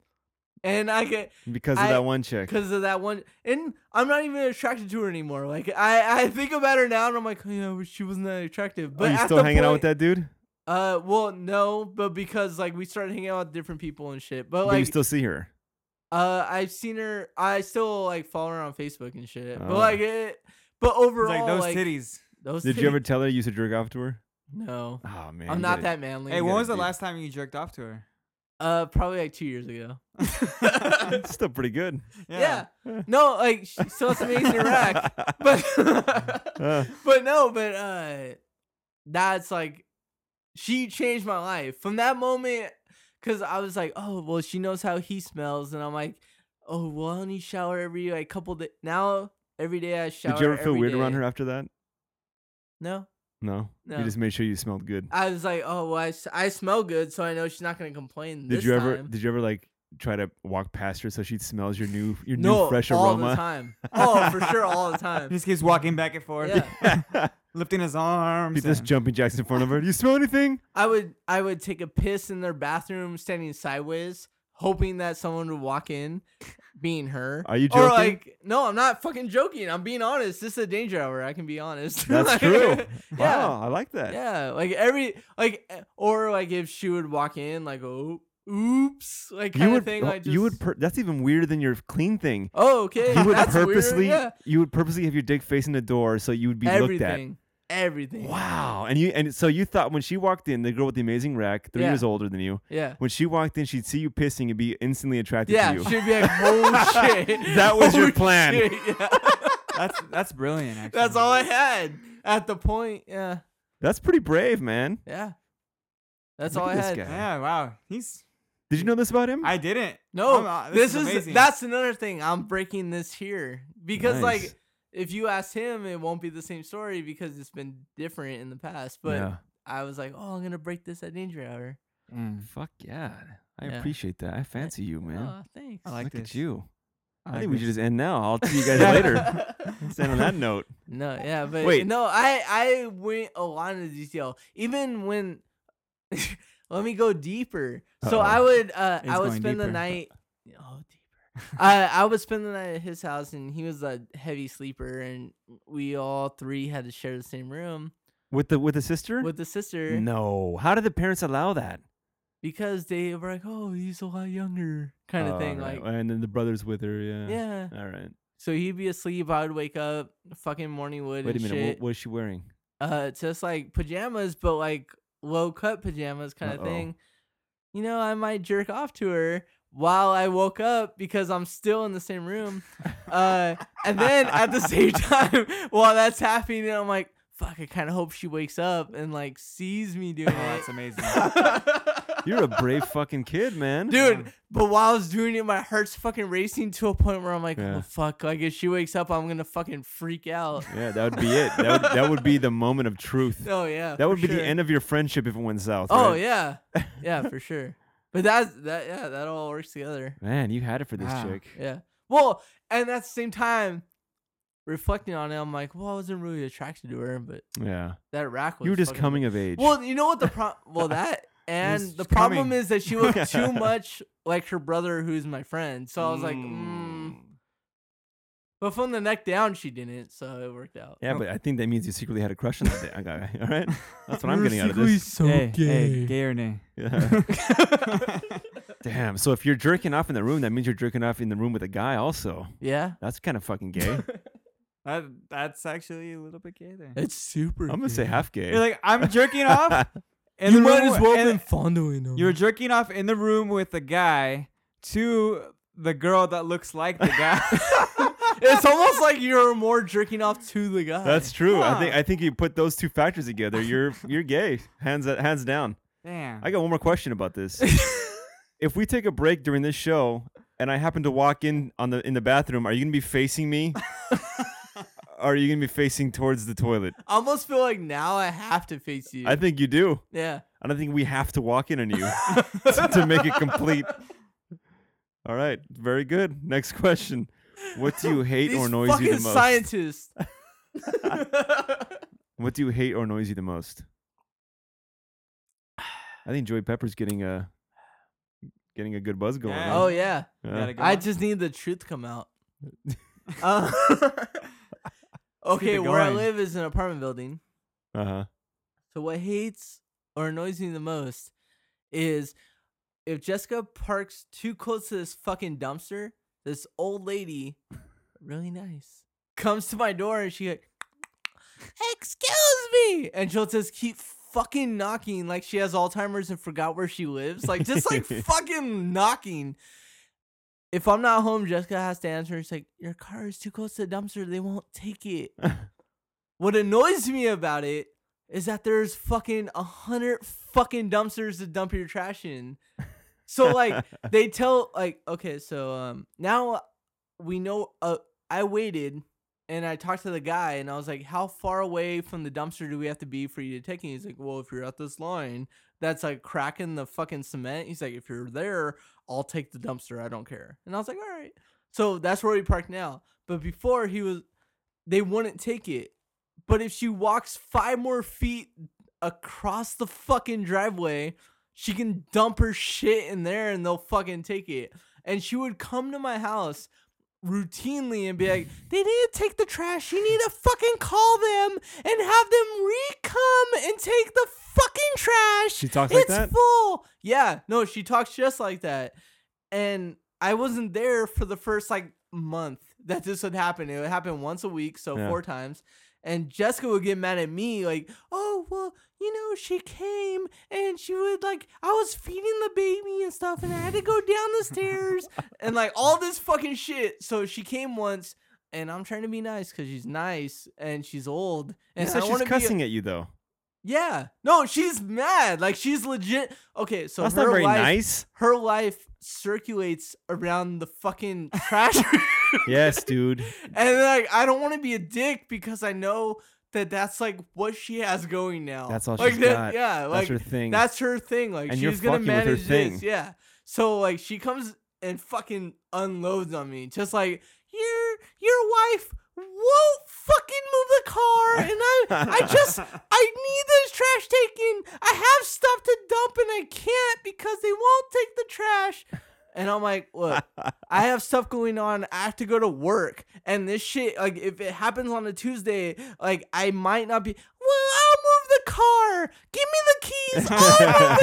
[SPEAKER 3] and I get
[SPEAKER 1] because of
[SPEAKER 3] I-
[SPEAKER 1] that one chick.
[SPEAKER 3] because of that one, and I'm not even attracted to her anymore. Like I, I think about her now, and I'm like, oh, yeah, she wasn't that attractive. But
[SPEAKER 1] Are you
[SPEAKER 3] at
[SPEAKER 1] still
[SPEAKER 3] the
[SPEAKER 1] hanging out
[SPEAKER 3] point-
[SPEAKER 1] with that dude?
[SPEAKER 3] Uh, well, no, but because like we started hanging out with different people and shit. But
[SPEAKER 1] but you
[SPEAKER 3] like,
[SPEAKER 1] still see her.
[SPEAKER 3] uh, I've seen her. I still like follow her on Facebook and shit.
[SPEAKER 1] Oh.
[SPEAKER 3] But like it. But overall,
[SPEAKER 2] like those
[SPEAKER 3] like,
[SPEAKER 2] titties.
[SPEAKER 3] those
[SPEAKER 1] Did you ever
[SPEAKER 3] titties-
[SPEAKER 1] tell her you used to jerk off to her?
[SPEAKER 3] no,
[SPEAKER 1] Oh man,
[SPEAKER 3] I'm
[SPEAKER 1] you
[SPEAKER 3] not
[SPEAKER 1] gotta-
[SPEAKER 3] that manly.
[SPEAKER 2] Hey,
[SPEAKER 1] what-
[SPEAKER 2] when
[SPEAKER 1] gotta
[SPEAKER 2] was the
[SPEAKER 1] do-
[SPEAKER 2] last time you jerked off to her?
[SPEAKER 3] Uh, probably like two years ago.
[SPEAKER 1] It's still pretty good.
[SPEAKER 3] Yeah.
[SPEAKER 1] Yeah.
[SPEAKER 3] No, like she still has amazing rack, but
[SPEAKER 1] Uh,
[SPEAKER 3] but no, but uh, that's like she changed my life from that moment because I was like, oh well, she knows how he smells, and I'm like, oh well, I only shower every like couple days now. Every day I shower.
[SPEAKER 1] did you ever feel
[SPEAKER 3] every
[SPEAKER 1] weird around
[SPEAKER 3] day.
[SPEAKER 1] her after that?
[SPEAKER 3] No,
[SPEAKER 1] No?
[SPEAKER 3] No.
[SPEAKER 1] You just made sure you smelled good.
[SPEAKER 3] I was like, oh well, I, s- I smell good, so I know she's not gonna complain.
[SPEAKER 1] Did
[SPEAKER 3] this
[SPEAKER 1] you ever?
[SPEAKER 3] time."
[SPEAKER 1] Did you ever like try to walk past her so she smells your new your
[SPEAKER 3] no,
[SPEAKER 1] new fresh
[SPEAKER 3] all
[SPEAKER 1] aroma?
[SPEAKER 3] the time. Oh, for sure, all the time.
[SPEAKER 2] He just keeps walking back and forth,
[SPEAKER 3] Yeah.
[SPEAKER 2] lifting his arms.
[SPEAKER 1] Be this
[SPEAKER 2] and-
[SPEAKER 1] jumping jacks in front of her. Do you smell anything?
[SPEAKER 3] I would I would take a piss in their bathroom standing sideways, hoping that someone would walk in, being her.
[SPEAKER 1] Are you
[SPEAKER 3] Or
[SPEAKER 1] joking?
[SPEAKER 3] like, no, I'm not fucking joking. I'm being honest. This is a danger hour. I can be honest.
[SPEAKER 1] That's
[SPEAKER 3] Like,
[SPEAKER 1] true.
[SPEAKER 3] Yeah.
[SPEAKER 1] Wow, I like that.
[SPEAKER 3] Yeah. Like every like eh, or like if she would walk in, like oh oops, like kind
[SPEAKER 1] You would,
[SPEAKER 3] of thing.
[SPEAKER 1] oh,
[SPEAKER 3] Like just,
[SPEAKER 1] you would. Per- that's even weirder than your clean thing.
[SPEAKER 3] Oh, okay.
[SPEAKER 1] You would
[SPEAKER 3] that's weird,
[SPEAKER 1] purposely,
[SPEAKER 3] yeah.
[SPEAKER 1] you would purposely have your dick facing the door so you would be looked
[SPEAKER 3] everything. Everything.
[SPEAKER 1] at. Wow, and you, and so you thought when she walked in, the girl with the amazing rack, three
[SPEAKER 3] Yeah.
[SPEAKER 1] years older than you,
[SPEAKER 3] Yeah.
[SPEAKER 1] when she walked in, she'd see you pissing and be instantly attracted
[SPEAKER 3] Yeah,
[SPEAKER 1] to you.
[SPEAKER 3] she'd be like, "Oh shit!"
[SPEAKER 1] That was your
[SPEAKER 3] Oh,
[SPEAKER 1] plan.
[SPEAKER 3] shit, yeah.
[SPEAKER 2] that's that's brilliant. Actually,
[SPEAKER 3] That's all I had at the point. Yeah,
[SPEAKER 1] That's pretty brave, man.
[SPEAKER 3] yeah. That's
[SPEAKER 1] Look
[SPEAKER 3] all
[SPEAKER 1] at
[SPEAKER 3] I
[SPEAKER 1] this
[SPEAKER 3] had.
[SPEAKER 1] guy.
[SPEAKER 2] Yeah. Wow. He's.
[SPEAKER 1] Did you know this about him?
[SPEAKER 2] I didn't.
[SPEAKER 3] No,
[SPEAKER 2] I'm, uh,
[SPEAKER 3] this, is,
[SPEAKER 2] amazing.
[SPEAKER 3] that's another thing. I'm breaking this here because
[SPEAKER 1] Nice.
[SPEAKER 3] like if you ask him, it won't be the same story because it's been different in the past. But
[SPEAKER 1] yeah.
[SPEAKER 3] I was like, oh, I'm gonna break this at Danger Hour.
[SPEAKER 2] Mm,
[SPEAKER 1] Fuck yeah. I
[SPEAKER 3] Yeah.
[SPEAKER 1] appreciate that. I fancy you, man.
[SPEAKER 3] Oh, thanks.
[SPEAKER 2] I like
[SPEAKER 1] Look
[SPEAKER 2] this.
[SPEAKER 1] at you. I,
[SPEAKER 2] like
[SPEAKER 1] think we
[SPEAKER 2] this.
[SPEAKER 1] should just end now. I'll see you guys later. Let's end on that note.
[SPEAKER 3] No, yeah, but
[SPEAKER 1] Wait.
[SPEAKER 3] no, I I went a lot into detail. Even when let me go deeper. So
[SPEAKER 1] Uh-oh.
[SPEAKER 3] I would uh
[SPEAKER 2] He's
[SPEAKER 3] I would
[SPEAKER 2] going
[SPEAKER 3] spend the
[SPEAKER 2] deeper.
[SPEAKER 3] night oh deeper. I I would spend the night at his house and he was a heavy sleeper and we all three had to share the same room
[SPEAKER 1] With the with the sister?
[SPEAKER 3] with the sister
[SPEAKER 1] no. How did the parents allow that?
[SPEAKER 3] because they were like, Oh, he's a lot younger kind of
[SPEAKER 1] Oh,
[SPEAKER 3] thing.
[SPEAKER 1] right.
[SPEAKER 3] Like
[SPEAKER 1] and then the brothers with her, yeah.
[SPEAKER 3] yeah.
[SPEAKER 1] All right.
[SPEAKER 3] So he'd be asleep, I would wake up, fucking morning wood
[SPEAKER 1] Wait a
[SPEAKER 3] and
[SPEAKER 1] minute.
[SPEAKER 3] shit.
[SPEAKER 1] What, what is she wearing?
[SPEAKER 3] uh just like pajamas but like low cut pajamas kind of
[SPEAKER 1] Uh-oh.
[SPEAKER 3] thing you know i might jerk off to her while i woke up because i'm still in the same room uh and then at the same time while that's happening i'm like fuck i kind of hope she wakes up and like sees me doing
[SPEAKER 2] Oh, that's
[SPEAKER 3] it
[SPEAKER 2] amazing.
[SPEAKER 1] You're a brave fucking kid, man.
[SPEAKER 3] Dude, but while I was doing it, my heart's fucking racing to a point where I'm like,
[SPEAKER 1] Yeah.
[SPEAKER 3] oh fuck, like if she wakes up, I'm gonna fucking freak out.
[SPEAKER 1] Yeah, that would be it. That would, that would be the moment of truth.
[SPEAKER 3] Oh yeah.
[SPEAKER 1] That would
[SPEAKER 3] for
[SPEAKER 1] be the
[SPEAKER 3] sure.
[SPEAKER 1] end of your friendship if it went south.
[SPEAKER 3] Oh
[SPEAKER 1] right?
[SPEAKER 3] yeah, yeah, for sure. But that's that. Yeah, that all works together.
[SPEAKER 1] Man, you had it for this
[SPEAKER 3] Ah.
[SPEAKER 2] Wow.
[SPEAKER 1] chick.
[SPEAKER 3] Yeah. Well, and at the same time, reflecting on it, I'm like, well, I wasn't really attracted to her, but
[SPEAKER 1] Yeah.
[SPEAKER 3] that rack was.
[SPEAKER 1] You were just
[SPEAKER 3] fucking-
[SPEAKER 1] coming of age.
[SPEAKER 3] Well, you know what the problem? Well, that and
[SPEAKER 2] was
[SPEAKER 3] the
[SPEAKER 2] just
[SPEAKER 3] problem
[SPEAKER 2] coming.
[SPEAKER 3] is that she looked too much like her brother, who's my friend. So I was like, mm. but from the neck down, she didn't. So it worked out.
[SPEAKER 1] yeah, but I think that means you secretly had a crush on that guy. All right? That's what I'm getting out of this.
[SPEAKER 3] so
[SPEAKER 2] hey, hey, gay or nay?
[SPEAKER 1] Yeah. Damn. So if you're jerking off in the room, that means you're jerking off in the room with a guy also.
[SPEAKER 3] Yeah,
[SPEAKER 1] That's kind of fucking gay.
[SPEAKER 2] That, that's actually a little bit gay there.
[SPEAKER 3] it's super.
[SPEAKER 1] I'm gonna say half gay.
[SPEAKER 2] You're like, I'm jerking off. in
[SPEAKER 3] you
[SPEAKER 2] the
[SPEAKER 3] might
[SPEAKER 2] room
[SPEAKER 3] as well
[SPEAKER 2] and-
[SPEAKER 3] been fondling him.
[SPEAKER 2] You're jerking off in the room with a guy to the girl that looks like the guy.
[SPEAKER 3] It's almost like you're more jerking off to the guy.
[SPEAKER 1] That's true. I
[SPEAKER 2] Huh.
[SPEAKER 1] think I think you put those two factors together, you're you're gay. Hands hands down.
[SPEAKER 2] Damn.
[SPEAKER 1] I got one more question about this. if we take a break during this show and I happen to walk in on the in the bathroom, are you gonna be facing me? or are you gonna be facing towards the toilet?
[SPEAKER 3] I almost feel like now I have to face you.
[SPEAKER 1] I think you do.
[SPEAKER 3] yeah.
[SPEAKER 1] I don't think we have to walk in on you to to make it complete. All right, very good. Next question: What do you hate
[SPEAKER 3] These
[SPEAKER 1] or annoys
[SPEAKER 3] fucking
[SPEAKER 1] you the most?
[SPEAKER 3] scientists.
[SPEAKER 1] What do you hate or annoys you the most? I think Joey Pepper's getting uh, getting a good buzz going.
[SPEAKER 2] Yeah.
[SPEAKER 1] on.
[SPEAKER 3] Oh yeah.
[SPEAKER 1] Yeah.
[SPEAKER 2] Gotta go.
[SPEAKER 3] I just need the truth to come out. Uh, okay,
[SPEAKER 2] it
[SPEAKER 3] where I
[SPEAKER 2] going.
[SPEAKER 3] live is an apartment building.
[SPEAKER 1] Uh-huh.
[SPEAKER 3] So what hates or annoys me the most is if Jessica parks too close to this fucking dumpster, this old lady, really nice, comes to my door and she like, excuse me, and she'll just keep fucking knocking like she has Alzheimer's and forgot where she lives, like just like fucking knocking. If I'm not home, Jessica has to answer. It's like, your car is too close to the dumpster. They won't take it. what annoys me about it is that there's fucking a hundred fucking dumpsters to dump your trash in. So like they tell like okay, so um now we know uh, I waited and I talked to the guy and I was like, how far away from the dumpster do we have to be for you to take it? He's like, well, if you're at this line that's like cracking the fucking cement. He's like, if you're there, I'll take the dumpster. I don't care. And I was like, all right. So that's where we park now. But before he was, they wouldn't take it. But if she walks five more feet across the fucking driveway, she can dump her shit in there and they'll fucking take it. And she would come to my house routinely and be like, they need to take the trash. You need to fucking call them and have them re come and take the fucking trash.
[SPEAKER 1] She talks like
[SPEAKER 3] it's
[SPEAKER 1] that?
[SPEAKER 3] full. Yeah. No, she talks just like that. And I wasn't there for the first like month that this would happen. It would happen once a week, so
[SPEAKER 1] Yeah.
[SPEAKER 3] four times. And Jessica would get mad at me, like, oh, well, you know, she came and she would, like, I was feeding the baby and stuff, and I had to go down the stairs and, like, all this fucking shit. So she came once, and I'm trying to be nice because she's nice and she's old. And
[SPEAKER 1] You
[SPEAKER 3] I
[SPEAKER 1] said she's
[SPEAKER 3] wanna be a-
[SPEAKER 1] cussing at you though.
[SPEAKER 3] yeah. No, she's mad. Like she's legit. Okay, so
[SPEAKER 1] That's
[SPEAKER 3] her
[SPEAKER 1] not very
[SPEAKER 3] life,
[SPEAKER 1] nice.
[SPEAKER 3] Her life circulates around the fucking trash.
[SPEAKER 1] yes, dude.
[SPEAKER 3] and like I don't want to be a dick because I know that that's like what she has going now.
[SPEAKER 1] That's all
[SPEAKER 3] like,
[SPEAKER 1] she's got.
[SPEAKER 3] that- Yeah, like
[SPEAKER 1] That's her thing.
[SPEAKER 3] that's her thing. Like
[SPEAKER 1] And
[SPEAKER 3] she's
[SPEAKER 1] you're
[SPEAKER 3] gonna
[SPEAKER 1] fucking with her
[SPEAKER 3] manage
[SPEAKER 1] thing.
[SPEAKER 3] this. Yeah. So like she comes and fucking unloads on me, just like your your wife won't fucking move the car, and I I just I need this trash taken. I have stuff to dump, and I can't because they won't take the trash. And I'm like, look, I have stuff going on. I have to go to work. And this shit, like, if it happens on a Tuesday, like, I might not be, well, I'll move the car. Give me the keys. I'll move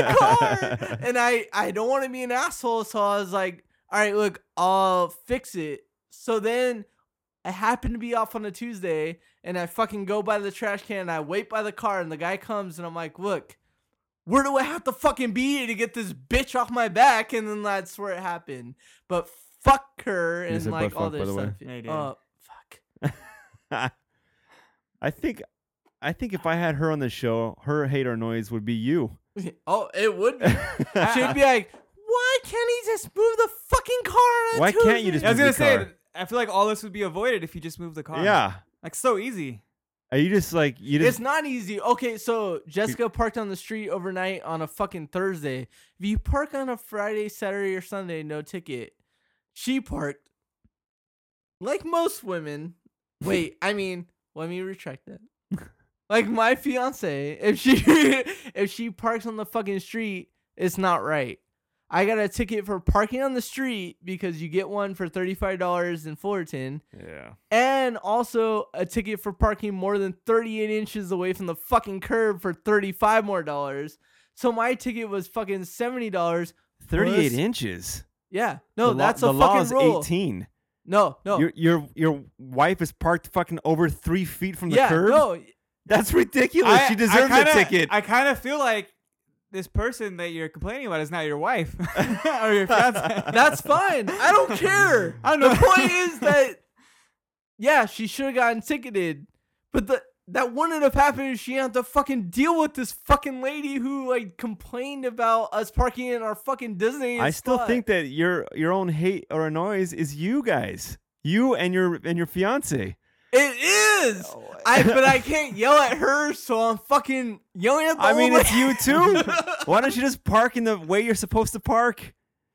[SPEAKER 3] the car. And I, I don't want to be an asshole. So I was like, all right, look, I'll fix it. So then I happen to be off on a Tuesday and I fucking go by the trash can. And I wait by the car and the guy comes and I'm like, look, where do I have to fucking be to get this bitch off my back? And then that's where it happened. But fuck her and
[SPEAKER 1] said
[SPEAKER 3] like
[SPEAKER 1] butt
[SPEAKER 3] all
[SPEAKER 1] fuck, by
[SPEAKER 3] this
[SPEAKER 1] the way.
[SPEAKER 3] stuff.
[SPEAKER 2] Yeah, you did.
[SPEAKER 3] Oh, fuck.
[SPEAKER 1] I think I think if I had her on the show, her hate or noise would be you.
[SPEAKER 3] Oh, it would be. She'd be like, why can't he just move the fucking car on a
[SPEAKER 1] Why can't you
[SPEAKER 3] Tuesday?"
[SPEAKER 1] just
[SPEAKER 2] I
[SPEAKER 1] move
[SPEAKER 2] was gonna
[SPEAKER 1] the
[SPEAKER 2] say,
[SPEAKER 1] car.
[SPEAKER 2] that I feel like all this would be avoided if you just moved the car.
[SPEAKER 1] Yeah.
[SPEAKER 2] like so easy.
[SPEAKER 1] Are you just like you
[SPEAKER 3] It's
[SPEAKER 1] just
[SPEAKER 3] not easy. Okay, so Jessica parked on the street overnight on a fucking Thursday. If you park on a Friday, Saturday, or Sunday, no ticket. She parked. Like most women. Wait, I mean, let me retract that. Like my fiance, if she if she parks on the fucking street, it's not right. I got a ticket for parking on the street because you get one for $35 in Fullerton
[SPEAKER 1] Yeah.
[SPEAKER 3] and also a ticket for parking more than 38 inches away from the fucking curb for 35 more dollars. So my ticket was fucking $70.
[SPEAKER 1] Thirty eight
[SPEAKER 3] plus-
[SPEAKER 1] inches.
[SPEAKER 3] Yeah. No,
[SPEAKER 1] the law-
[SPEAKER 3] that's
[SPEAKER 1] the
[SPEAKER 3] a
[SPEAKER 1] law
[SPEAKER 3] fucking
[SPEAKER 1] is
[SPEAKER 3] rule.
[SPEAKER 1] eighteen.
[SPEAKER 3] No, no.
[SPEAKER 1] Your your your wife is parked fucking over three feet from the
[SPEAKER 3] yeah,
[SPEAKER 1] curb.
[SPEAKER 3] no.
[SPEAKER 1] That's ridiculous. she deserves
[SPEAKER 2] kinda,
[SPEAKER 1] a ticket.
[SPEAKER 2] I kind of feel like this person that you're complaining about is not your wife or your fiance.
[SPEAKER 3] That's fine. I don't care.
[SPEAKER 2] I don't know.
[SPEAKER 3] The point is that yeah, she should have gotten ticketed, but the that wouldn't have happened if she had to fucking deal with this fucking lady who like complained about us parking in our fucking Disney.
[SPEAKER 1] I still
[SPEAKER 3] spot.
[SPEAKER 1] think that your your own hate or noise is you guys. You and your and your fiance.
[SPEAKER 3] It is. I but I can't yell at her, so I'm fucking yelling at the
[SPEAKER 1] I mean,
[SPEAKER 3] old
[SPEAKER 1] it's
[SPEAKER 3] lady.
[SPEAKER 1] you too. Why don't you just park in the way you're supposed to park?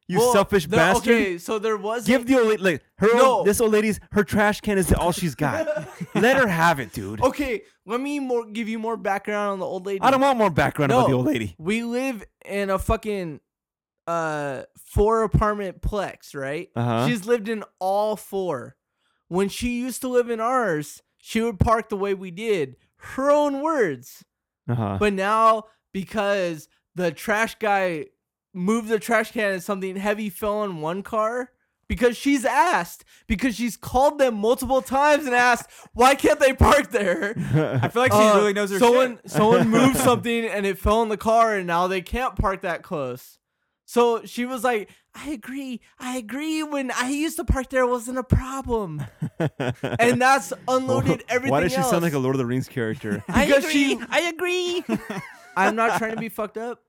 [SPEAKER 1] You
[SPEAKER 3] Well,
[SPEAKER 1] selfish
[SPEAKER 3] the-
[SPEAKER 1] bastard.
[SPEAKER 3] Okay, so there was
[SPEAKER 1] Give the old lady like, her. old-
[SPEAKER 3] No.
[SPEAKER 1] this old lady's her trash can is all she's got. Let her have it, dude.
[SPEAKER 3] Okay, let me more give you more background on the old lady.
[SPEAKER 1] I don't want more background about the
[SPEAKER 3] No.
[SPEAKER 1] old lady.
[SPEAKER 3] We live in a fucking uh four apartment plex, right?
[SPEAKER 1] Uh-huh.
[SPEAKER 3] She's lived in all four. When she used to live in ours, she would park the way we did. Her own words.
[SPEAKER 1] Uh-huh.
[SPEAKER 3] But now because the trash guy moved the trash can and something heavy fell on one car because she's asked because she's called them multiple times and asked why can't they park there
[SPEAKER 2] I feel like she
[SPEAKER 3] uh,
[SPEAKER 2] really knows her
[SPEAKER 3] someone
[SPEAKER 2] shit.
[SPEAKER 3] someone moved something and it fell in the car and now they can't park that close so she was like i agree i agree when i used to park there wasn't a problem and that's unloaded everything
[SPEAKER 1] Why does she sound
[SPEAKER 3] else.
[SPEAKER 1] like a Lord of the Rings character?
[SPEAKER 3] because she
[SPEAKER 4] I agree.
[SPEAKER 3] i'm not trying to be fucked up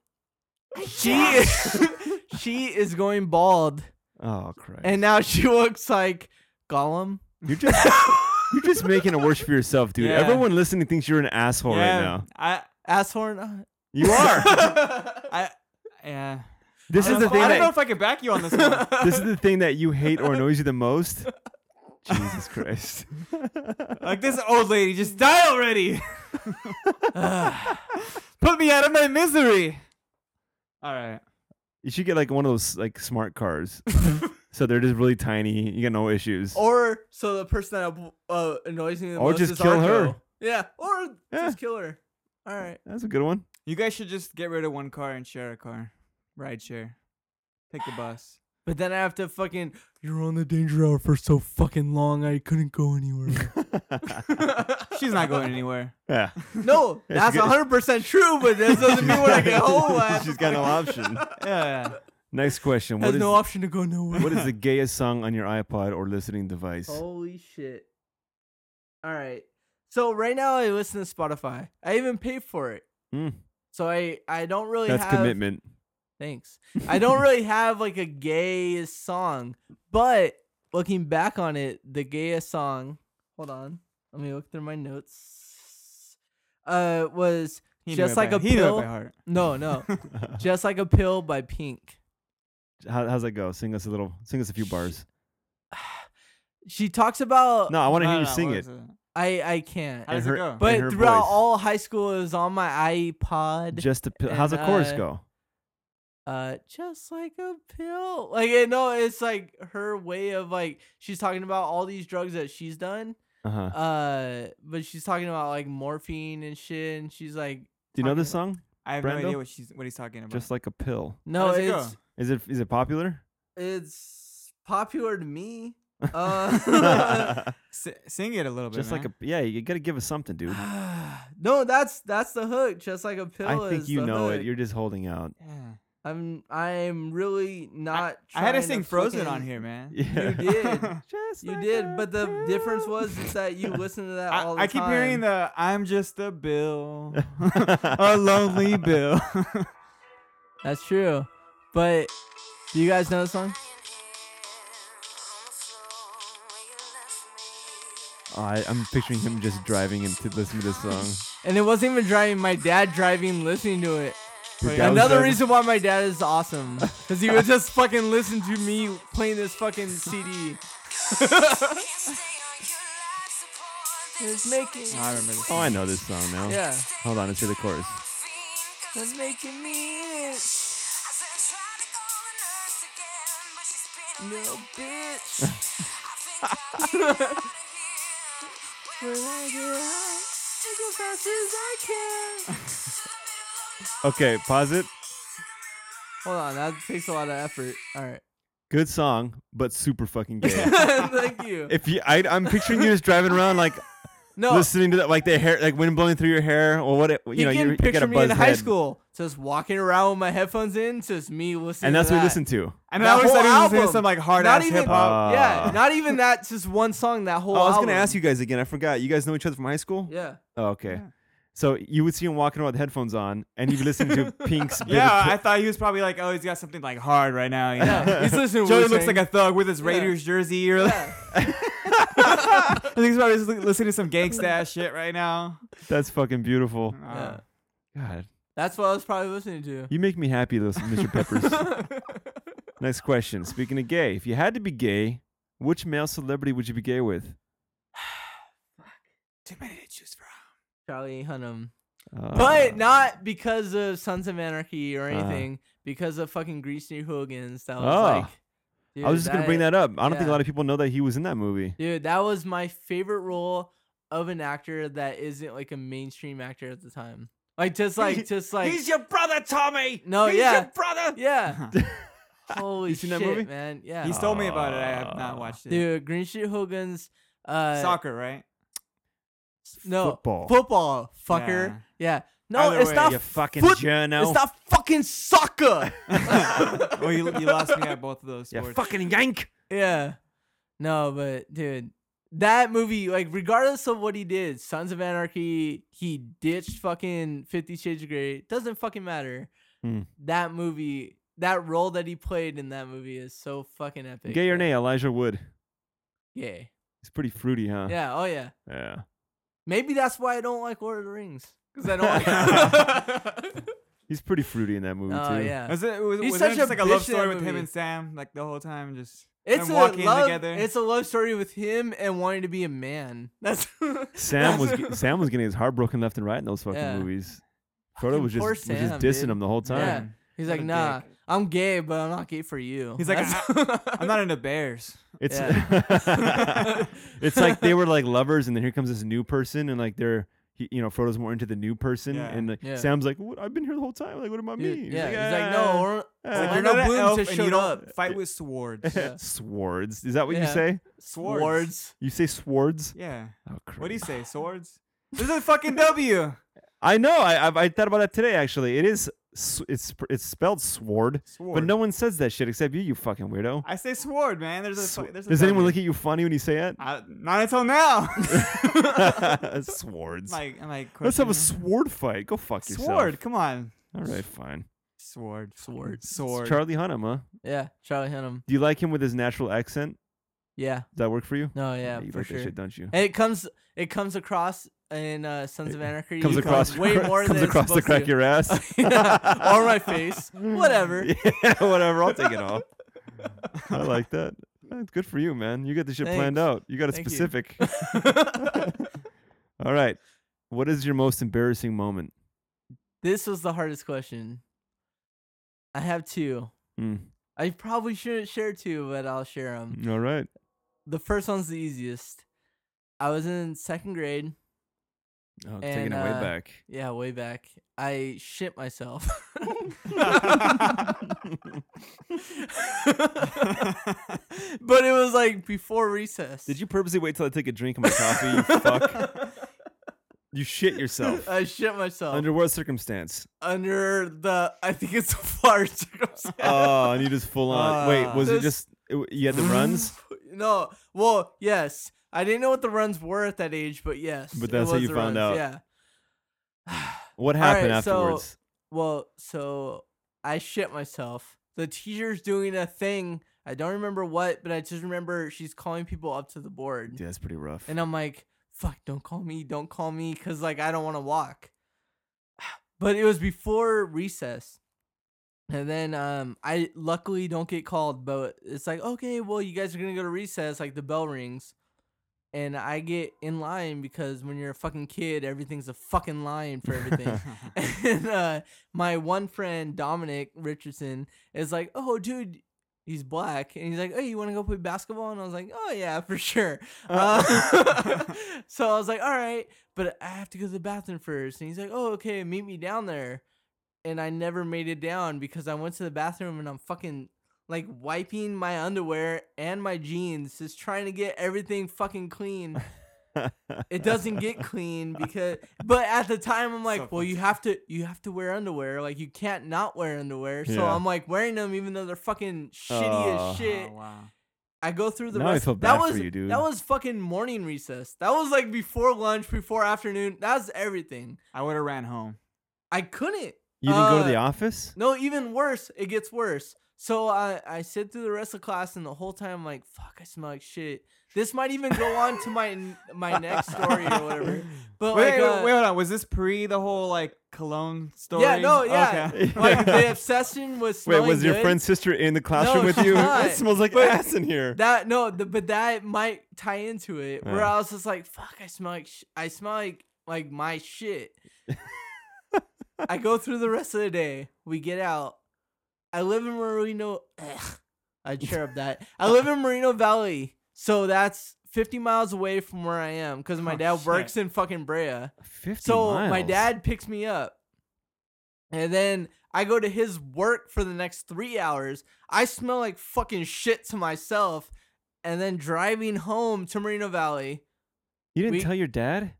[SPEAKER 3] she she is going bald
[SPEAKER 1] oh Christ!
[SPEAKER 3] and now she looks like gollum
[SPEAKER 1] you're just you're just making it worse for yourself, dude.
[SPEAKER 2] Yeah.
[SPEAKER 1] Everyone listening thinks you're an asshole right now.
[SPEAKER 2] I,
[SPEAKER 3] asshorn
[SPEAKER 1] You are.
[SPEAKER 2] I, yeah.
[SPEAKER 1] this
[SPEAKER 2] I
[SPEAKER 1] is the
[SPEAKER 2] don't know-
[SPEAKER 1] thing.
[SPEAKER 2] Oh, I don't
[SPEAKER 1] that,
[SPEAKER 2] know if I can back you on this one.
[SPEAKER 1] this is the thing that you hate or annoys you the most. Jesus Christ.
[SPEAKER 2] Like this old lady, just die already. Put me out of my misery. All right.
[SPEAKER 1] You should get like one of those like smart cars. so they're just really tiny. You got no issues.
[SPEAKER 3] Or so the person that uh, annoys me the
[SPEAKER 1] Or
[SPEAKER 3] most
[SPEAKER 1] just
[SPEAKER 3] is
[SPEAKER 1] kill
[SPEAKER 3] Arco.
[SPEAKER 1] her.
[SPEAKER 3] Yeah, or
[SPEAKER 1] Yeah.
[SPEAKER 3] just kill her. All right.
[SPEAKER 1] That's a good one.
[SPEAKER 2] You guys should just get rid of one car and share a car. Ride share. Take the bus.
[SPEAKER 3] But then I have to fucking. You're on the danger hour for so fucking long. I couldn't go anywhere.
[SPEAKER 2] She's not going anywhere.
[SPEAKER 1] Yeah.
[SPEAKER 3] no, that's
[SPEAKER 1] good.
[SPEAKER 3] 100 percent true. But that doesn't mean when I get home, I have
[SPEAKER 1] She's
[SPEAKER 3] to
[SPEAKER 1] got no
[SPEAKER 3] fucking-
[SPEAKER 1] option.
[SPEAKER 2] Yeah.
[SPEAKER 1] Next question. What
[SPEAKER 3] Has
[SPEAKER 1] is,
[SPEAKER 3] no option to go nowhere.
[SPEAKER 1] what is the gayest song on your iPod or listening device?
[SPEAKER 3] Holy shit! All right. So right now I listen to Spotify. I even pay for it.
[SPEAKER 1] Hmm.
[SPEAKER 3] So I I don't really
[SPEAKER 1] That's
[SPEAKER 3] have
[SPEAKER 1] commitment.
[SPEAKER 3] Thanks. I don't really have like a gayest song, but looking back on it, the gayest song. Hold on, let me look through my notes. Uh, was
[SPEAKER 2] He knew
[SPEAKER 3] just
[SPEAKER 2] it
[SPEAKER 3] like
[SPEAKER 2] by,
[SPEAKER 3] a
[SPEAKER 2] he knew it
[SPEAKER 3] pill.
[SPEAKER 2] by heart.
[SPEAKER 3] No, no, just like a pill by Pink.
[SPEAKER 1] How, how's that go? Sing us a little. Sing us a few bars.
[SPEAKER 3] She talks about
[SPEAKER 1] No, I want to
[SPEAKER 2] No,
[SPEAKER 1] hear
[SPEAKER 2] no,
[SPEAKER 1] you
[SPEAKER 2] no,
[SPEAKER 1] sing
[SPEAKER 2] what
[SPEAKER 1] it.
[SPEAKER 2] is
[SPEAKER 3] I I can't.
[SPEAKER 2] How does
[SPEAKER 1] her-
[SPEAKER 2] it go?
[SPEAKER 1] in her
[SPEAKER 3] But throughout
[SPEAKER 1] voice.
[SPEAKER 3] all high school, it was on my iPod.
[SPEAKER 1] Just a. Pill. How's the
[SPEAKER 3] and,
[SPEAKER 1] chorus
[SPEAKER 3] uh,
[SPEAKER 1] go?
[SPEAKER 3] uh just like a pill like you know it's like her way of like she's talking about all these drugs that she's done
[SPEAKER 1] Uh huh.
[SPEAKER 3] uh but she's talking about like morphine and shit and she's like
[SPEAKER 1] Do you know
[SPEAKER 3] talking
[SPEAKER 1] this song?
[SPEAKER 2] I have
[SPEAKER 1] Brando?
[SPEAKER 2] no idea what she's what he's talking about.
[SPEAKER 1] Just like a pill.
[SPEAKER 2] does
[SPEAKER 3] no
[SPEAKER 2] it
[SPEAKER 3] it's
[SPEAKER 1] Is it is it popular?
[SPEAKER 3] it's popular to me uh
[SPEAKER 2] S- sing it a little bit.
[SPEAKER 1] Just like a
[SPEAKER 2] man.
[SPEAKER 1] yeah. You gotta give us something, dude.
[SPEAKER 3] no that's that's the hook just like a Ah, pill
[SPEAKER 1] I think
[SPEAKER 3] is
[SPEAKER 1] you
[SPEAKER 3] the
[SPEAKER 1] know it.
[SPEAKER 3] hook.
[SPEAKER 1] You're just holding out.
[SPEAKER 2] Yeah.
[SPEAKER 3] i'm i'm really not
[SPEAKER 2] I had to
[SPEAKER 3] trying
[SPEAKER 2] sing Frozen on
[SPEAKER 3] fucking-
[SPEAKER 2] here, man.
[SPEAKER 1] Yeah.
[SPEAKER 3] you did
[SPEAKER 1] Just
[SPEAKER 3] you
[SPEAKER 1] like
[SPEAKER 3] did
[SPEAKER 1] a
[SPEAKER 3] but the
[SPEAKER 1] pill.
[SPEAKER 3] difference was is that you listened to that all the
[SPEAKER 2] I, I keep
[SPEAKER 3] time
[SPEAKER 2] hearing the I'm just a bill, a lonely bill.
[SPEAKER 3] That's true. But do you guys know the song?
[SPEAKER 1] Oh, I, I'm picturing him just driving and to listen to this song.
[SPEAKER 3] And it wasn't even driving, my dad driving, listening to it.
[SPEAKER 1] Your dad was
[SPEAKER 3] Another
[SPEAKER 1] driving-
[SPEAKER 3] reason why my dad is awesome. Because he would just fucking listen to me playing this fucking CD. It's making,
[SPEAKER 2] I remember this.
[SPEAKER 1] Oh, I know this song now.
[SPEAKER 3] yeah,
[SPEAKER 1] Hold on, let's hear the chorus.
[SPEAKER 3] it's making me itch. No bitch. when I get high, it's as fast as I can.
[SPEAKER 1] Okay, pause it.
[SPEAKER 3] Hold on, that takes a lot of effort. All right.
[SPEAKER 1] Good song, but super fucking gay.
[SPEAKER 3] Thank you.
[SPEAKER 1] if you, I, I'm picturing you just driving around like
[SPEAKER 3] No,
[SPEAKER 1] listening to that, like the hair, like wind blowing through your hair, or what? It, you
[SPEAKER 3] you,
[SPEAKER 1] know,
[SPEAKER 3] can
[SPEAKER 1] you, you
[SPEAKER 3] picture
[SPEAKER 1] got a
[SPEAKER 3] me in
[SPEAKER 1] buzz
[SPEAKER 3] high
[SPEAKER 1] head.
[SPEAKER 3] school, just walking around with my headphones in, just me listening.
[SPEAKER 1] and that's
[SPEAKER 3] to
[SPEAKER 1] what
[SPEAKER 3] that.
[SPEAKER 1] we listen to.
[SPEAKER 2] And
[SPEAKER 3] That
[SPEAKER 2] I always
[SPEAKER 3] whole
[SPEAKER 2] thought he was listening to
[SPEAKER 3] album.
[SPEAKER 2] some like hard
[SPEAKER 3] Not
[SPEAKER 2] ass
[SPEAKER 3] even-
[SPEAKER 2] hip hop.
[SPEAKER 1] Uh,
[SPEAKER 3] yeah, not even that. Just one song. That whole.
[SPEAKER 1] Oh, I was
[SPEAKER 3] album.
[SPEAKER 1] gonna ask you guys again. I forgot. You guys know each other from high school?
[SPEAKER 3] Yeah.
[SPEAKER 1] Oh, okay. So you would see him walking around with headphones on, and you'd be listening to Pink's.
[SPEAKER 3] Oh,
[SPEAKER 1] Bit of
[SPEAKER 2] Yeah,
[SPEAKER 1] Pi-
[SPEAKER 2] I thought he was probably like, oh, he's got something like hard right now. You know?
[SPEAKER 3] He's listening. to
[SPEAKER 2] Joey
[SPEAKER 3] Wu-Tang.
[SPEAKER 2] looks like a thug with his Raiders jersey, or
[SPEAKER 3] Yeah.
[SPEAKER 2] I think he's probably just li- listening to some gangsta ass shit right now.
[SPEAKER 1] that's fucking beautiful.
[SPEAKER 2] Uh,
[SPEAKER 3] Yeah.
[SPEAKER 1] God,
[SPEAKER 3] That's what I was probably listening to.
[SPEAKER 1] you make me happy, those Mr. Peppers. Next question. Speaking of gay, if you had to be gay, which male celebrity would you be gay with?
[SPEAKER 2] Too many to choose from.
[SPEAKER 3] Charlie Hunnam,
[SPEAKER 1] Uh, Uh-huh.
[SPEAKER 3] but not because of Sons of Anarchy or anything. because of fucking Grease New Hooligans. That was
[SPEAKER 1] Oh.
[SPEAKER 3] like,
[SPEAKER 1] I was just gonna bring that up. I don't think
[SPEAKER 3] yeah.
[SPEAKER 1] a lot of people know that he was in that movie.
[SPEAKER 3] Dude, that was my favorite role of an actor that isn't like a mainstream actor at the time. Like just like just like
[SPEAKER 5] He's your brother, Tommy.
[SPEAKER 3] No,
[SPEAKER 5] He's
[SPEAKER 3] yeah.
[SPEAKER 5] your brother.
[SPEAKER 3] yeah. Holy
[SPEAKER 1] You seen that
[SPEAKER 3] shit,
[SPEAKER 1] movie?
[SPEAKER 3] man! Yeah, Oh,
[SPEAKER 2] He's told me about it. I have not watched it.
[SPEAKER 3] dude, Green Street Hogan's uh,
[SPEAKER 2] Soccer, right?
[SPEAKER 3] no
[SPEAKER 1] Football.
[SPEAKER 3] football, fucker. Yeah, no,
[SPEAKER 2] Either
[SPEAKER 3] it's
[SPEAKER 2] way,
[SPEAKER 3] not
[SPEAKER 1] you fucking
[SPEAKER 3] foot-
[SPEAKER 1] journo.
[SPEAKER 3] It's not fucking soccer.
[SPEAKER 2] well, you, you lost me at both of those
[SPEAKER 1] Yeah,
[SPEAKER 2] sports.
[SPEAKER 1] fucking yank.
[SPEAKER 3] Yeah. No, but dude, that movie, like, regardless of what he did, Sons of Anarchy, he ditched fucking Fifty Shades of Grey. Doesn't fucking matter.
[SPEAKER 1] Hmm.
[SPEAKER 3] That movie, that role that he played in that movie is so fucking epic.
[SPEAKER 1] Gay or
[SPEAKER 3] man.
[SPEAKER 1] nay, Elijah Wood.
[SPEAKER 3] Gay.
[SPEAKER 1] He's pretty fruity, huh?
[SPEAKER 3] Yeah. Oh yeah.
[SPEAKER 1] Yeah.
[SPEAKER 3] Maybe that's why I don't like Lord of the Rings because I don't.
[SPEAKER 1] He's pretty fruity in that movie
[SPEAKER 3] oh
[SPEAKER 1] too.
[SPEAKER 3] yeah.
[SPEAKER 2] Was it, was,
[SPEAKER 3] He's
[SPEAKER 2] was there
[SPEAKER 3] such
[SPEAKER 2] just
[SPEAKER 3] a
[SPEAKER 2] like a love
[SPEAKER 3] bitch in that
[SPEAKER 2] story with him
[SPEAKER 3] movie.
[SPEAKER 2] and Sam, like the whole time, just
[SPEAKER 3] It's
[SPEAKER 2] them
[SPEAKER 3] a
[SPEAKER 2] walking
[SPEAKER 3] love.
[SPEAKER 2] together?
[SPEAKER 3] It's a love story with him and wanting to be a man. That's
[SPEAKER 1] Sam was
[SPEAKER 3] that's-
[SPEAKER 1] ge- Sam was getting his heart broken left and right in those fucking
[SPEAKER 3] Yeah.
[SPEAKER 1] movies.
[SPEAKER 3] Fucking
[SPEAKER 1] Frodo was just
[SPEAKER 3] poor
[SPEAKER 1] was just
[SPEAKER 3] Sam,
[SPEAKER 1] dissing
[SPEAKER 3] dude.
[SPEAKER 1] him the whole
[SPEAKER 3] Yeah.
[SPEAKER 1] time.
[SPEAKER 3] He's
[SPEAKER 2] What
[SPEAKER 3] like,
[SPEAKER 2] a
[SPEAKER 3] nah,
[SPEAKER 2] dick.
[SPEAKER 3] I'm gay, but I'm not gay for you.
[SPEAKER 2] He's like,
[SPEAKER 3] That's-
[SPEAKER 2] I'm not into bears.
[SPEAKER 1] It's
[SPEAKER 3] Yeah.
[SPEAKER 1] it's like they were like lovers, and then here comes this new person, and like they're he, you know Frodo's more into the new person,
[SPEAKER 2] Yeah.
[SPEAKER 1] and like
[SPEAKER 3] Yeah.
[SPEAKER 1] Sam's like, what, I've been here the whole time. Like, what about
[SPEAKER 3] Dude,
[SPEAKER 1] me?
[SPEAKER 3] yeah. He's like, no, or,
[SPEAKER 1] "Ah,
[SPEAKER 2] Like,
[SPEAKER 1] ah,
[SPEAKER 2] you're
[SPEAKER 3] Orlando
[SPEAKER 2] not an
[SPEAKER 3] Bloom
[SPEAKER 2] elf
[SPEAKER 3] just
[SPEAKER 2] and you
[SPEAKER 3] showed
[SPEAKER 2] don't
[SPEAKER 3] up.
[SPEAKER 2] fight with swords.
[SPEAKER 3] Yeah.
[SPEAKER 1] swords. Is that what you
[SPEAKER 3] Yeah.
[SPEAKER 1] say?
[SPEAKER 2] Swords.
[SPEAKER 3] Words.
[SPEAKER 1] You say swords?
[SPEAKER 2] Yeah.
[SPEAKER 1] Oh,
[SPEAKER 2] What do you
[SPEAKER 1] Christ.
[SPEAKER 2] say? Swords? There's a fucking W.
[SPEAKER 1] I know. I, I I thought about that today. Actually, it is. s- It's pr- it's spelled sword,
[SPEAKER 2] Sword.
[SPEAKER 1] but no one says that shit except you. You fucking weirdo.
[SPEAKER 2] I say sword, man. There's a.
[SPEAKER 1] Sw-
[SPEAKER 2] fu- there's a
[SPEAKER 1] Does anyone
[SPEAKER 2] W.
[SPEAKER 1] look at you funny when you say it?
[SPEAKER 2] I, not until now.
[SPEAKER 1] Swords.
[SPEAKER 2] like, I'm like,
[SPEAKER 1] Let's have a
[SPEAKER 2] questioning.
[SPEAKER 1] sword fight. Go fuck yourself.
[SPEAKER 2] sword. Come on,
[SPEAKER 1] All right, fine.
[SPEAKER 2] sword,
[SPEAKER 3] Sword.
[SPEAKER 2] sword.
[SPEAKER 1] Charlie Hunnam, huh?
[SPEAKER 3] Yeah. Charlie Hunnam.
[SPEAKER 1] Do you like him with his natural accent?
[SPEAKER 3] Yeah.
[SPEAKER 1] Does that work for you?
[SPEAKER 3] No, yeah,
[SPEAKER 1] you
[SPEAKER 3] for
[SPEAKER 1] like
[SPEAKER 3] sure.
[SPEAKER 1] that shit, don't you?
[SPEAKER 3] And it comes it comes across in uh, Sons of Anarchy.
[SPEAKER 1] comes
[SPEAKER 3] you
[SPEAKER 1] across
[SPEAKER 3] way more
[SPEAKER 1] comes
[SPEAKER 3] than it's
[SPEAKER 1] across the
[SPEAKER 3] supposed
[SPEAKER 1] crack
[SPEAKER 3] to.
[SPEAKER 1] your ass.
[SPEAKER 3] Yeah, or my face. Whatever.
[SPEAKER 1] yeah, whatever. I'll take it off. I like that. That's good for you, man. You got this shit planned
[SPEAKER 3] Thanks.
[SPEAKER 1] out. You got it
[SPEAKER 3] Thank you.
[SPEAKER 1] specific. All right. What is your most embarrassing moment?
[SPEAKER 3] This was the hardest question. I have two.
[SPEAKER 1] Mm.
[SPEAKER 3] I probably shouldn't share two, but I'll share them.
[SPEAKER 1] All right.
[SPEAKER 3] The first one's the easiest. I was in second grade.
[SPEAKER 1] Oh, taking
[SPEAKER 3] And,
[SPEAKER 1] it way
[SPEAKER 3] uh,
[SPEAKER 1] back.
[SPEAKER 3] Yeah, way back. I shit myself. but it was like before recess.
[SPEAKER 1] Did you purposely wait till I take a drink of my coffee? You fuck. You shit yourself.
[SPEAKER 3] I shit myself under,
[SPEAKER 1] Under what circumstance?
[SPEAKER 3] the I think it's the far circumstance.
[SPEAKER 1] Oh, and you just full on. Wait, was it
[SPEAKER 3] Uh, This-
[SPEAKER 1] just it- you had the runs?
[SPEAKER 3] no, well, yes. I didn't know what the runs were at that age, but yes.
[SPEAKER 1] But
[SPEAKER 3] it
[SPEAKER 1] that's how
[SPEAKER 3] was
[SPEAKER 1] you
[SPEAKER 3] the
[SPEAKER 1] found
[SPEAKER 3] runs,
[SPEAKER 1] out.
[SPEAKER 3] Yeah.
[SPEAKER 1] What happened
[SPEAKER 3] Alright, so-
[SPEAKER 1] afterwards?
[SPEAKER 3] Well, so I shit myself. The teacher's doing a thing. I don't remember what, but I just remember she's calling people up to the board.
[SPEAKER 1] yeah, that's pretty rough.
[SPEAKER 3] And I'm like, fuck, don't call me, don't call me, because like I don't want to walk. But it was before recess. And then um I luckily don't get called, but it's like, okay, well you guys are gonna go to recess, like the bell rings. And I get in line because when you're a fucking kid, everything's a fucking line for everything. and uh, my one friend Dominic Richardson is like, "Oh, dude, he's black," and he's like, "Hey, you want to go play basketball?" And I was like, "Oh yeah, for sure." Uh, so I was like, "All right," but I have to go to the bathroom first. And he's like, "Oh, okay, meet me down there." And I never made it down because I went to the bathroom and I'm fucking like wiping my underwear and my jeans, just trying to get everything fucking clean it doesn't get clean because but at the time i'm like
[SPEAKER 2] So
[SPEAKER 3] well you have to you have to wear underwear like you can't not wear underwear so
[SPEAKER 1] Yeah.
[SPEAKER 3] i'm like wearing them even though they're fucking shitty
[SPEAKER 1] Oh.
[SPEAKER 3] as shit
[SPEAKER 2] Oh, wow.
[SPEAKER 3] i go through the
[SPEAKER 1] Now I
[SPEAKER 3] rest
[SPEAKER 1] feel
[SPEAKER 3] that
[SPEAKER 1] bad for
[SPEAKER 3] was
[SPEAKER 1] you, dude.
[SPEAKER 3] that was fucking morning recess that was like before lunch before afternoon that was everything
[SPEAKER 2] I would have ran home.
[SPEAKER 3] i couldn't
[SPEAKER 1] you didn't go to
[SPEAKER 3] uh,
[SPEAKER 1] the office?
[SPEAKER 3] no, even worse, it gets worse. So I, I sit through the rest of class, and the whole time I'm like, fuck, I smell like shit. This might even go on to my my next story or whatever. But
[SPEAKER 2] wait,
[SPEAKER 3] like,
[SPEAKER 2] wait,
[SPEAKER 3] uh,
[SPEAKER 2] wait, hold on. Was this pre the whole like cologne story?
[SPEAKER 3] Yeah, no, yeah.
[SPEAKER 2] Okay.
[SPEAKER 3] Like the obsession was
[SPEAKER 1] Wait,
[SPEAKER 3] smelling
[SPEAKER 1] was your
[SPEAKER 3] good.
[SPEAKER 1] friend's sister in the classroom
[SPEAKER 3] No,
[SPEAKER 1] with
[SPEAKER 3] she's
[SPEAKER 1] you?
[SPEAKER 3] not.
[SPEAKER 1] It smells like
[SPEAKER 3] But-
[SPEAKER 1] ass in here.
[SPEAKER 3] that no, the, but that might tie into it. Where
[SPEAKER 1] Yeah.
[SPEAKER 3] I was just like, "Fuck, I smell like sh- I smell like like my shit." I go through the rest of the day. We get out. I live in Merino. Ugh, I cheer up that. I live in Merino Valley, so that's 50 miles away from where I am because my
[SPEAKER 2] Oh,
[SPEAKER 3] dad
[SPEAKER 2] shit.
[SPEAKER 3] works in fucking Brea.
[SPEAKER 1] 50
[SPEAKER 3] So my
[SPEAKER 1] miles.
[SPEAKER 3] dad picks me up, and then I go to his work for the next three hours. I smell like fucking shit to myself, and then driving home to Merino Valley.
[SPEAKER 1] You didn't
[SPEAKER 3] we-
[SPEAKER 1] tell your dad?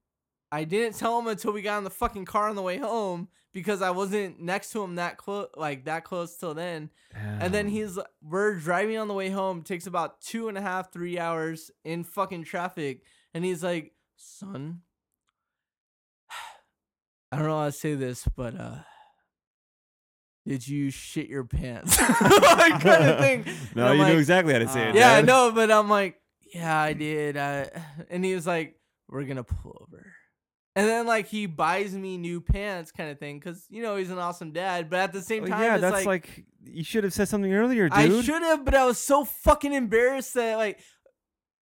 [SPEAKER 3] I didn't tell him until we got in the fucking car on the way home because I wasn't next to him that close, like that close till then. And then
[SPEAKER 1] Damn.
[SPEAKER 3] he's we're driving on the way home. Takes about two and a half, three hours in fucking traffic. And he's like, "Son, I don't know how to say this, but uh, did you shit your pants?" I couldn't think. And
[SPEAKER 1] No,
[SPEAKER 3] I'm
[SPEAKER 1] you
[SPEAKER 3] like,
[SPEAKER 1] knew exactly how to say
[SPEAKER 2] uh,
[SPEAKER 1] it.
[SPEAKER 3] Yeah, I
[SPEAKER 1] Dad.
[SPEAKER 3] know, but I'm like, "Yeah, I did." I, and he was like, "We're gonna pull over." And then like he buys me new pants, kind of thing, because you know he's an awesome dad. But at the same
[SPEAKER 1] Oh,
[SPEAKER 3] time,
[SPEAKER 1] yeah,
[SPEAKER 3] it's
[SPEAKER 1] that's
[SPEAKER 3] like
[SPEAKER 1] like, you should have said something earlier, dude.
[SPEAKER 3] I should have, but I was so fucking embarrassed that like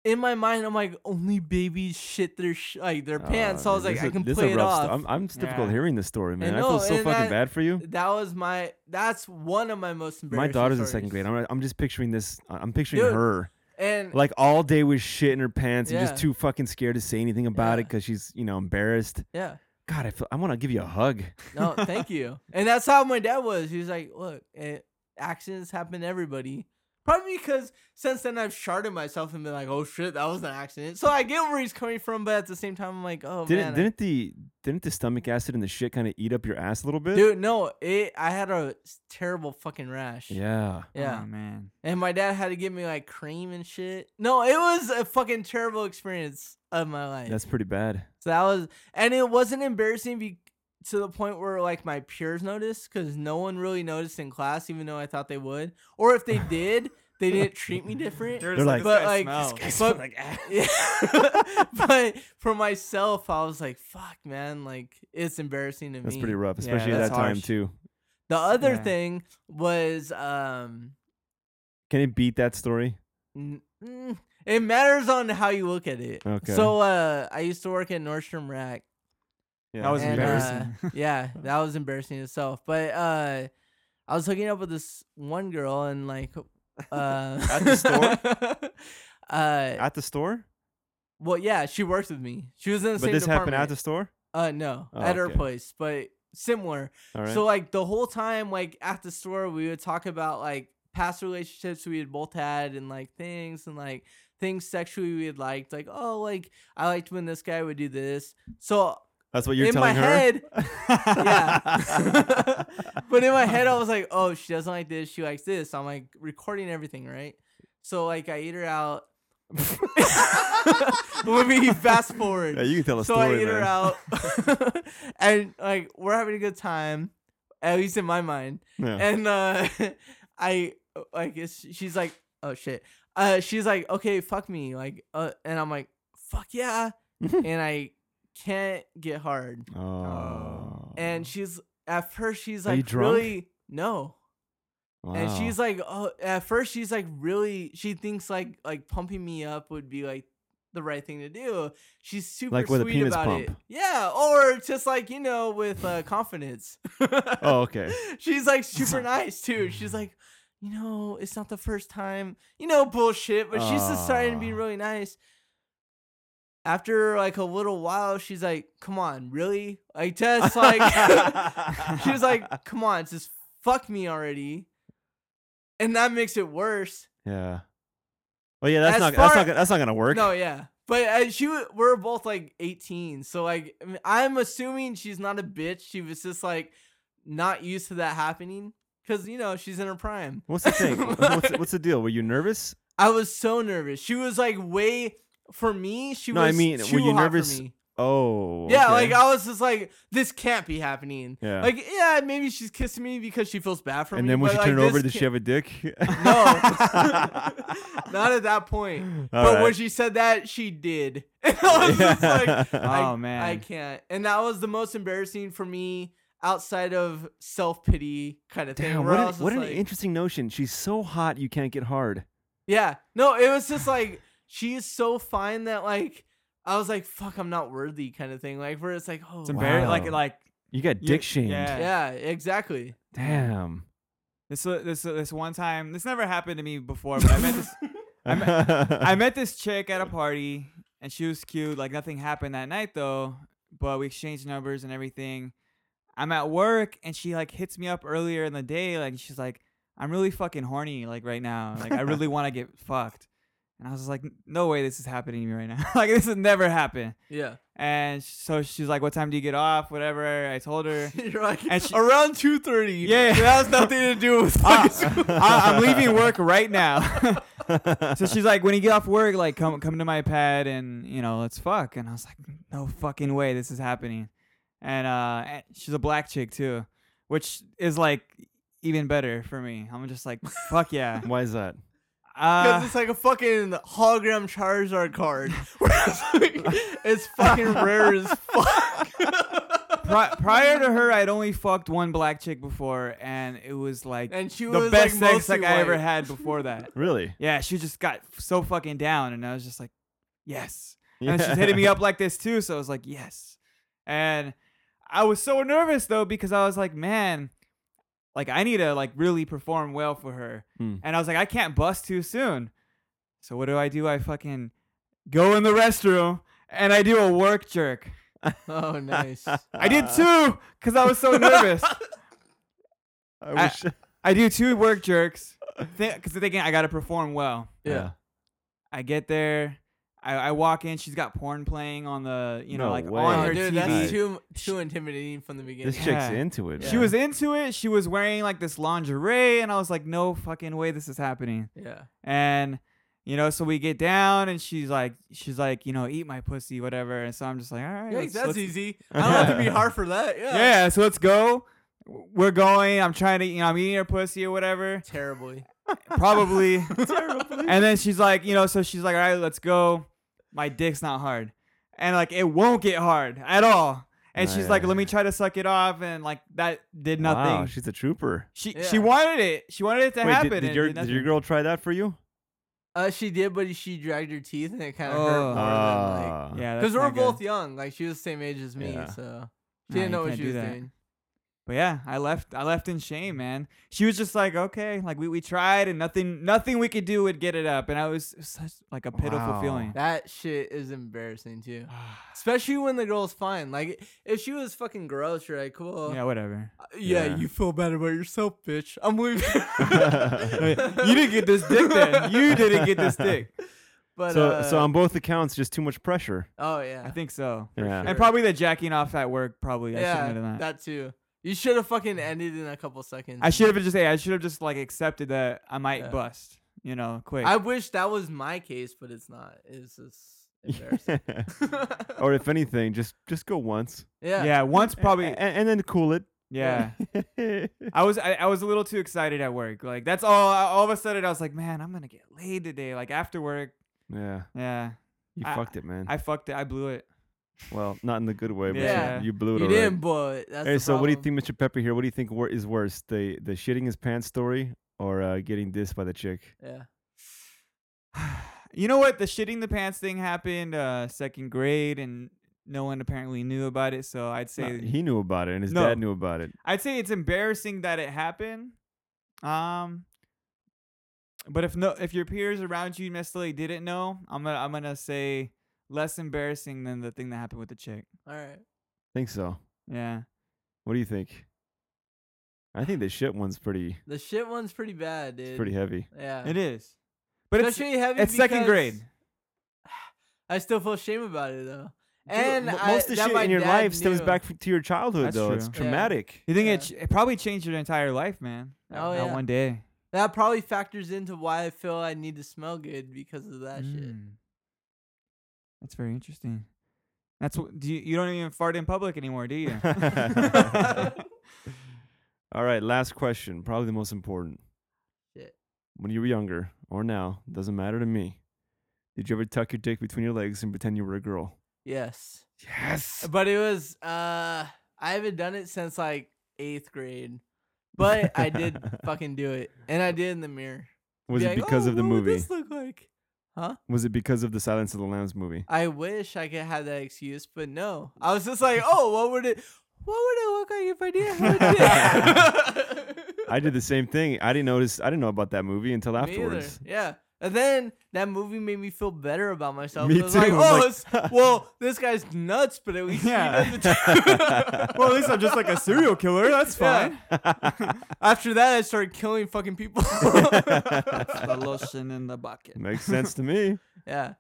[SPEAKER 3] in my mind I'm like only babies shit their sh- like their
[SPEAKER 1] Oh,
[SPEAKER 3] pants. So I
[SPEAKER 1] man,
[SPEAKER 3] was like
[SPEAKER 1] this
[SPEAKER 3] I
[SPEAKER 1] is-
[SPEAKER 3] can
[SPEAKER 1] this is
[SPEAKER 3] play
[SPEAKER 1] a
[SPEAKER 3] it
[SPEAKER 1] rough
[SPEAKER 3] off.
[SPEAKER 1] sto- I'm, I'm just difficult
[SPEAKER 2] Yeah.
[SPEAKER 1] hearing this story, man. I,
[SPEAKER 3] know,
[SPEAKER 1] feel so
[SPEAKER 3] and
[SPEAKER 1] fucking
[SPEAKER 3] that-
[SPEAKER 1] bad for you.
[SPEAKER 3] That was my that's one of my most
[SPEAKER 1] My
[SPEAKER 3] embarrassing.
[SPEAKER 1] daughter's in
[SPEAKER 3] stories.
[SPEAKER 1] second grade. I'm, I'm just picturing this. I'm picturing
[SPEAKER 3] Dude.
[SPEAKER 1] her
[SPEAKER 3] and
[SPEAKER 1] like all day with shit in her pants and
[SPEAKER 3] Yeah.
[SPEAKER 1] just too fucking scared to say anything about it
[SPEAKER 3] Yeah.
[SPEAKER 1] because she's you know embarrassed.
[SPEAKER 3] yeah,
[SPEAKER 1] God, I feel, I want to give you a hug.
[SPEAKER 3] no, thank you. And that's how my dad was. He was like, look, it, accidents happen to everybody. Probably because since then I've sharded myself and been like, oh shit, that was an accident. So I get where he's coming from, but at the same time I'm like, oh
[SPEAKER 1] didn't
[SPEAKER 3] man, I-
[SPEAKER 1] didn't the didn't the stomach acid and the shit kind of eat up your ass a little bit?
[SPEAKER 3] Dude, no, it. I had a s- terrible fucking rash.
[SPEAKER 1] Yeah.
[SPEAKER 3] Yeah.
[SPEAKER 2] Oh, man.
[SPEAKER 3] And my dad had to give me like cream and shit. No, it was a fucking terrible experience of my life.
[SPEAKER 1] That's pretty bad.
[SPEAKER 3] so that was, and it wasn't embarrassing be, to the point where like my peers noticed because no one really noticed in class, even though I thought they would. Or if they did, they didn't treat me different.
[SPEAKER 2] They're
[SPEAKER 1] They're like-
[SPEAKER 2] just like,
[SPEAKER 3] but
[SPEAKER 2] this
[SPEAKER 3] like,
[SPEAKER 2] guy smells.
[SPEAKER 3] but, yeah. but for myself, I was like, fuck, man, like it's embarrassing to me.
[SPEAKER 1] That's pretty rough,
[SPEAKER 2] Yeah,
[SPEAKER 1] especially at
[SPEAKER 2] that's
[SPEAKER 1] that time
[SPEAKER 2] harsh.
[SPEAKER 1] too.
[SPEAKER 3] The other
[SPEAKER 2] Yeah.
[SPEAKER 3] thing was um
[SPEAKER 1] Can it beat that story?
[SPEAKER 3] n- mm, it matters on how you look at it.
[SPEAKER 1] Okay.
[SPEAKER 3] So uh I used to work at Nordstrom Rack.
[SPEAKER 1] Yeah.
[SPEAKER 2] That was
[SPEAKER 3] And, uh,
[SPEAKER 2] embarrassing.
[SPEAKER 3] Yeah, that was embarrassing itself. But uh I was hooking up with this one girl and like uh
[SPEAKER 1] At the
[SPEAKER 3] store? uh
[SPEAKER 1] at the store.
[SPEAKER 3] well yeah, she worked with me. She was in the
[SPEAKER 1] But
[SPEAKER 3] same
[SPEAKER 1] this
[SPEAKER 3] department.
[SPEAKER 1] happened at the store.
[SPEAKER 3] uh no,
[SPEAKER 1] Oh,
[SPEAKER 3] at her
[SPEAKER 1] okay.
[SPEAKER 3] place, but similar.
[SPEAKER 1] All right.
[SPEAKER 3] So like the whole time, like at the store, we would talk about like past relationships we had both had and like things and like things sexually we had liked. Like oh, like I liked when this guy would do this. So
[SPEAKER 1] That's what you're
[SPEAKER 3] in my
[SPEAKER 1] telling her.
[SPEAKER 3] head, yeah. but in my head, I was like, oh, she doesn't like this. She likes this. I'm like recording everything, right? So like I eat her out. Let me fast forward
[SPEAKER 1] yeah, you can tell a
[SPEAKER 3] so
[SPEAKER 1] story.
[SPEAKER 3] I eat her
[SPEAKER 1] man.
[SPEAKER 3] out, and like we're having a good time, at least in my mind.
[SPEAKER 1] Yeah.
[SPEAKER 3] And uh, I like it's, she's like, oh shit. Uh, she's like, okay, fuck me, like, uh, and I'm like, fuck yeah, and I can't get hard.
[SPEAKER 1] Oh.
[SPEAKER 3] And she's at first she's
[SPEAKER 1] Are
[SPEAKER 3] like,
[SPEAKER 1] you drunk?
[SPEAKER 3] really no. And
[SPEAKER 1] Wow.
[SPEAKER 3] she's like, oh, at first she's like really, she thinks like like pumping me up would be like the right thing to do. She's super
[SPEAKER 1] Like with a
[SPEAKER 3] sweet
[SPEAKER 1] penis
[SPEAKER 3] about it.
[SPEAKER 1] pump.
[SPEAKER 3] Yeah, or just like you know with uh, confidence.
[SPEAKER 1] Oh, okay.
[SPEAKER 3] she's like super nice too. She's like, you know, it's not the first time, you know, bullshit. But she's just starting to be
[SPEAKER 1] Ah.
[SPEAKER 3] really nice. After like a little while, she's like, "Come on, really?" Like Tess, like she was like, "Come on, just fuck me already," and that makes it worse.
[SPEAKER 1] Yeah. Well, yeah, that's
[SPEAKER 3] As
[SPEAKER 1] not
[SPEAKER 3] far-
[SPEAKER 1] that's not gonna- that's not gonna work.
[SPEAKER 3] No, yeah, but uh, she wa- we're both like 18, so like I mean, I'm assuming she's not a bitch. She was just like not used to that happening because you know she's in her prime.
[SPEAKER 1] What's the thing? What's- what's, the- what's the deal? Were you nervous?
[SPEAKER 3] I was so nervous. She was like way for me. She
[SPEAKER 1] No, I
[SPEAKER 3] was
[SPEAKER 1] mean, were
[SPEAKER 3] too
[SPEAKER 1] you
[SPEAKER 3] hot for
[SPEAKER 1] nervous?
[SPEAKER 3] me.
[SPEAKER 1] Oh.
[SPEAKER 3] Yeah,
[SPEAKER 1] okay.
[SPEAKER 3] like I was just like, this can't be happening.
[SPEAKER 1] Yeah.
[SPEAKER 3] Like, yeah, maybe she's kissing me because she feels bad for
[SPEAKER 1] and
[SPEAKER 3] me.
[SPEAKER 1] then when
[SPEAKER 3] but,
[SPEAKER 1] she
[SPEAKER 3] like,
[SPEAKER 1] turned
[SPEAKER 3] this
[SPEAKER 1] over, did
[SPEAKER 3] can't-
[SPEAKER 1] she have a dick?
[SPEAKER 3] No, not at that point.
[SPEAKER 1] All
[SPEAKER 3] but when
[SPEAKER 1] right.
[SPEAKER 3] she said that, she did. And I was just like, I,
[SPEAKER 2] Oh, man.
[SPEAKER 3] I can't. And that was the most embarrassing for me outside of self pity kind of thing.
[SPEAKER 1] Damn,
[SPEAKER 3] where
[SPEAKER 1] what,
[SPEAKER 3] I
[SPEAKER 1] an-
[SPEAKER 3] was just
[SPEAKER 1] what an
[SPEAKER 3] like-
[SPEAKER 1] interesting notion. She's so hot you can't get hard.
[SPEAKER 3] yeah, no, it was just like she is so fine that like I was like, fuck, I'm not worthy kind of thing. Like where it's like, oh,
[SPEAKER 2] it's embarrassing. Like,
[SPEAKER 1] Wow.
[SPEAKER 2] like
[SPEAKER 1] You got
[SPEAKER 2] You-
[SPEAKER 1] dick shamed.
[SPEAKER 2] yeah.
[SPEAKER 3] yeah, exactly.
[SPEAKER 1] Damn.
[SPEAKER 2] This this this one time, this never happened to me before, but I met this I met, I met this chick at a party, and she was cute. Like nothing happened that night though, but we exchanged numbers and everything. I'm at work, and she like hits me up earlier in the day. Like she's like, "I'm really fucking horny like right now. Like I really want to get fucked." And I was like, "No way, this is happening to me right now. like this has never happened."
[SPEAKER 3] Yeah.
[SPEAKER 2] And so she's like, "What time do you get off?" Whatever. I told her.
[SPEAKER 3] You're like
[SPEAKER 2] And she-
[SPEAKER 3] around two thirty.
[SPEAKER 2] Yeah,
[SPEAKER 3] It has nothing to do with
[SPEAKER 2] Ah,
[SPEAKER 3] fucking school.
[SPEAKER 2] I, I'm leaving work right now. so she's like, when you get off work, like come come to my pad and you know let's fuck. And I was like, no fucking way, this is happening. And uh, and she's a black chick too, which is like even better for me. I'm just like, fuck yeah.
[SPEAKER 1] Why is that?
[SPEAKER 3] Because
[SPEAKER 2] Uh,
[SPEAKER 3] it's like a fucking hologram Charizard card. it's fucking rare as fuck.
[SPEAKER 2] pri- prior to her, I'd only fucked one black chick before, and it was like
[SPEAKER 3] And she
[SPEAKER 2] the
[SPEAKER 3] was
[SPEAKER 2] best
[SPEAKER 3] like
[SPEAKER 2] sex
[SPEAKER 3] mostly
[SPEAKER 2] like I ever
[SPEAKER 3] white.
[SPEAKER 2] had before that.
[SPEAKER 1] Really?
[SPEAKER 2] Yeah, she just got so fucking down, and I was just like, yes. And
[SPEAKER 1] Yeah.
[SPEAKER 2] she's hitting me up like this too, so I was like, yes. And I was so nervous though because I was like, man, like I need to like really perform well for her,
[SPEAKER 1] Hmm.
[SPEAKER 2] and I was like, I can't bust too soon. So what do I do? I fucking go in the restroom and I do a work jerk.
[SPEAKER 3] Oh, nice.
[SPEAKER 2] I did
[SPEAKER 1] Ah.
[SPEAKER 2] two because I was so nervous.
[SPEAKER 1] I wish.
[SPEAKER 2] I do two work jerks because thinking I gotta perform well.
[SPEAKER 3] Yeah.
[SPEAKER 2] I get there. I, I walk in. She's got porn playing on the, you know,
[SPEAKER 1] No
[SPEAKER 2] like
[SPEAKER 1] way.
[SPEAKER 2] on
[SPEAKER 3] Oh,
[SPEAKER 2] her
[SPEAKER 3] dude,
[SPEAKER 2] TV.
[SPEAKER 3] that's too too intimidating from the beginning.
[SPEAKER 1] This
[SPEAKER 2] Yeah.
[SPEAKER 1] chick's into it.
[SPEAKER 2] She
[SPEAKER 1] man.
[SPEAKER 2] was into it. She was wearing like this lingerie, and I was like, no fucking way, this is happening.
[SPEAKER 3] Yeah.
[SPEAKER 2] And you know, so we get down, and she's like, she's like, you know, eat my pussy, whatever. And so I'm just like, all right,
[SPEAKER 3] Yeah,
[SPEAKER 2] let's-
[SPEAKER 3] that's
[SPEAKER 2] let's-
[SPEAKER 3] easy. I don't have to be hard for that. Yeah.
[SPEAKER 2] yeah. So let's go. We're going. I'm trying to, you know, I'm eating her pussy or whatever,
[SPEAKER 3] Terribly.
[SPEAKER 2] probably. And then she's like, you know, so she's like, all right, let's go. My dick's not hard. And like, it won't get hard at all. And she's like, let me try to suck it off. And like, that did nothing.
[SPEAKER 1] Wow, she's a trooper.
[SPEAKER 2] she
[SPEAKER 3] Yeah.
[SPEAKER 2] she wanted it. She wanted it to
[SPEAKER 1] Wait,
[SPEAKER 2] happen.
[SPEAKER 1] did,
[SPEAKER 2] and
[SPEAKER 1] did, your,
[SPEAKER 2] it
[SPEAKER 1] did
[SPEAKER 2] nothing.
[SPEAKER 1] your girl try that for you?
[SPEAKER 3] Uh, she did, but she dragged her teeth, and it kind of
[SPEAKER 2] Oh.
[SPEAKER 3] hurt more than like.
[SPEAKER 1] Ah.
[SPEAKER 2] Yeah,
[SPEAKER 3] Because
[SPEAKER 2] that's
[SPEAKER 3] we're
[SPEAKER 2] not good.
[SPEAKER 3] both young. Like she was the same age as me,
[SPEAKER 1] Yeah.
[SPEAKER 3] so she
[SPEAKER 2] Nah,
[SPEAKER 3] didn't
[SPEAKER 2] you
[SPEAKER 3] know what
[SPEAKER 2] can't
[SPEAKER 3] she
[SPEAKER 2] do
[SPEAKER 3] was
[SPEAKER 2] that.
[SPEAKER 3] doing.
[SPEAKER 2] But yeah, I left. I left in shame, man. She was just like, okay, like we, we tried, and nothing nothing we could do would get it up. And I was, it was such like a pitiful
[SPEAKER 1] Wow.
[SPEAKER 2] feeling.
[SPEAKER 3] That shit is embarrassing too. Especially when the girl's fine. Like if she was fucking gross, you're like, cool. Uh,
[SPEAKER 2] yeah,
[SPEAKER 3] Yeah,
[SPEAKER 2] whatever.
[SPEAKER 1] Yeah.
[SPEAKER 3] you feel bad about yourself, bitch. I'm leaving.
[SPEAKER 2] you didn't get this dick then. You didn't get this dick.
[SPEAKER 3] but
[SPEAKER 1] so,
[SPEAKER 3] uh,
[SPEAKER 1] so on both accounts, just too much pressure.
[SPEAKER 3] Oh yeah.
[SPEAKER 2] I think so.
[SPEAKER 1] Yeah.
[SPEAKER 2] And probably the jacking off at work. Probably. I shouldn't
[SPEAKER 3] yeah,
[SPEAKER 2] have done that.
[SPEAKER 3] that too. You should have fucking ended in a couple seconds.
[SPEAKER 2] I should have just. Hey, I should have just like accepted that I might
[SPEAKER 3] Yeah.
[SPEAKER 2] bust. You know, quick.
[SPEAKER 3] I wish that was my case, but it's not. It's just embarrassing.
[SPEAKER 1] or if anything, just just go once.
[SPEAKER 3] yeah.
[SPEAKER 2] yeah, once probably.
[SPEAKER 1] and, and then cool it.
[SPEAKER 2] yeah.
[SPEAKER 1] yeah.
[SPEAKER 2] I was I, I was a little too excited at work. Like that's all. I, all of a sudden, I was like, man, I'm gonna get laid today. Like after work. Yeah,
[SPEAKER 1] You
[SPEAKER 2] I-
[SPEAKER 1] fucked it, man.
[SPEAKER 2] I fucked it. I blew it.
[SPEAKER 1] well, not in the good way, but you-
[SPEAKER 3] Yeah.
[SPEAKER 1] you blew it
[SPEAKER 3] You
[SPEAKER 1] alright.
[SPEAKER 3] didn't, but that's
[SPEAKER 1] Hey,
[SPEAKER 3] the
[SPEAKER 1] so what do you
[SPEAKER 3] problem.
[SPEAKER 1] think, Mr. Pepper? Here, what do you think wor- is worse, the the shitting his pants story or uh, getting dissed by the chick?
[SPEAKER 3] Yeah.
[SPEAKER 2] You know what? The shitting the pants thing happened uh second grade, and no one apparently knew about it. So
[SPEAKER 1] No,
[SPEAKER 2] I'd say
[SPEAKER 1] Uh, he knew about it, and his
[SPEAKER 2] No.
[SPEAKER 1] dad knew about it.
[SPEAKER 2] I'd say it's embarrassing that it happened. Um, but if no, if your peers around you necessarily didn't know, I'm gonna I'm gonna say less embarrassing than the thing that happened with the chick.
[SPEAKER 3] All right.
[SPEAKER 1] Think so.
[SPEAKER 2] Yeah,
[SPEAKER 1] What do you think? I think the shit one's pretty
[SPEAKER 3] The shit one's pretty bad, dude.
[SPEAKER 1] it's pretty heavy.
[SPEAKER 3] Yeah.
[SPEAKER 2] it is. But it's
[SPEAKER 3] Especially heavy
[SPEAKER 2] it's second
[SPEAKER 3] because
[SPEAKER 2] grade.
[SPEAKER 3] I still feel shame about it though. And
[SPEAKER 1] Dude, mo-
[SPEAKER 3] I-
[SPEAKER 1] most of the
[SPEAKER 3] that
[SPEAKER 1] shit
[SPEAKER 3] my
[SPEAKER 1] in your
[SPEAKER 3] dad
[SPEAKER 1] life stems
[SPEAKER 3] knew.
[SPEAKER 1] back f- to your childhood,
[SPEAKER 2] That's
[SPEAKER 1] though. It's
[SPEAKER 2] true.
[SPEAKER 3] Yeah.
[SPEAKER 1] traumatic.
[SPEAKER 2] You think
[SPEAKER 3] Yeah.
[SPEAKER 2] it, ch- it probably changed your entire life, man. That-
[SPEAKER 3] Oh,
[SPEAKER 2] that
[SPEAKER 3] yeah.
[SPEAKER 2] one day.
[SPEAKER 3] That probably factors into why I feel I need to smell good because of that shit.
[SPEAKER 2] Mm. That's very interesting. That's what do you, you don't even fart in public anymore, do you?
[SPEAKER 1] Mm. All right, last question, probably the most important.
[SPEAKER 3] Shit.
[SPEAKER 1] When you were younger or now, doesn't matter to me. Did you ever tuck your dick between your legs and pretend you were a girl?
[SPEAKER 3] Yes.
[SPEAKER 1] Yes.
[SPEAKER 3] But it was uh I haven't done it since like eighth grade. But I did fucking do it. And I did in the mirror.
[SPEAKER 1] Was
[SPEAKER 3] Be
[SPEAKER 1] it
[SPEAKER 3] like,
[SPEAKER 1] because
[SPEAKER 3] "Oh,
[SPEAKER 1] of the
[SPEAKER 3] what would
[SPEAKER 1] movie?
[SPEAKER 3] this look like?
[SPEAKER 1] Was it because of the Silence of the Lambs movie?
[SPEAKER 3] I wish I could have that excuse, but no. I was just like, oh, what would it What would it look like if I didn't have a dick?
[SPEAKER 1] I did the same thing. I didn't notice. I didn't know about that movie until
[SPEAKER 3] Me either.
[SPEAKER 1] afterwards.
[SPEAKER 3] Yeah. And then that movie made me feel better about myself.
[SPEAKER 1] Me
[SPEAKER 3] I was Like,
[SPEAKER 1] too.
[SPEAKER 3] oh,
[SPEAKER 1] I'm like-
[SPEAKER 3] it's- well, this guy's nuts, but at least
[SPEAKER 2] Yeah.
[SPEAKER 3] he knows the truth.
[SPEAKER 2] well, at least I'm just like a serial killer. That's fine.
[SPEAKER 3] After that, I started killing fucking people.
[SPEAKER 2] the lotion in the bucket.
[SPEAKER 1] Makes sense to me.
[SPEAKER 3] yeah.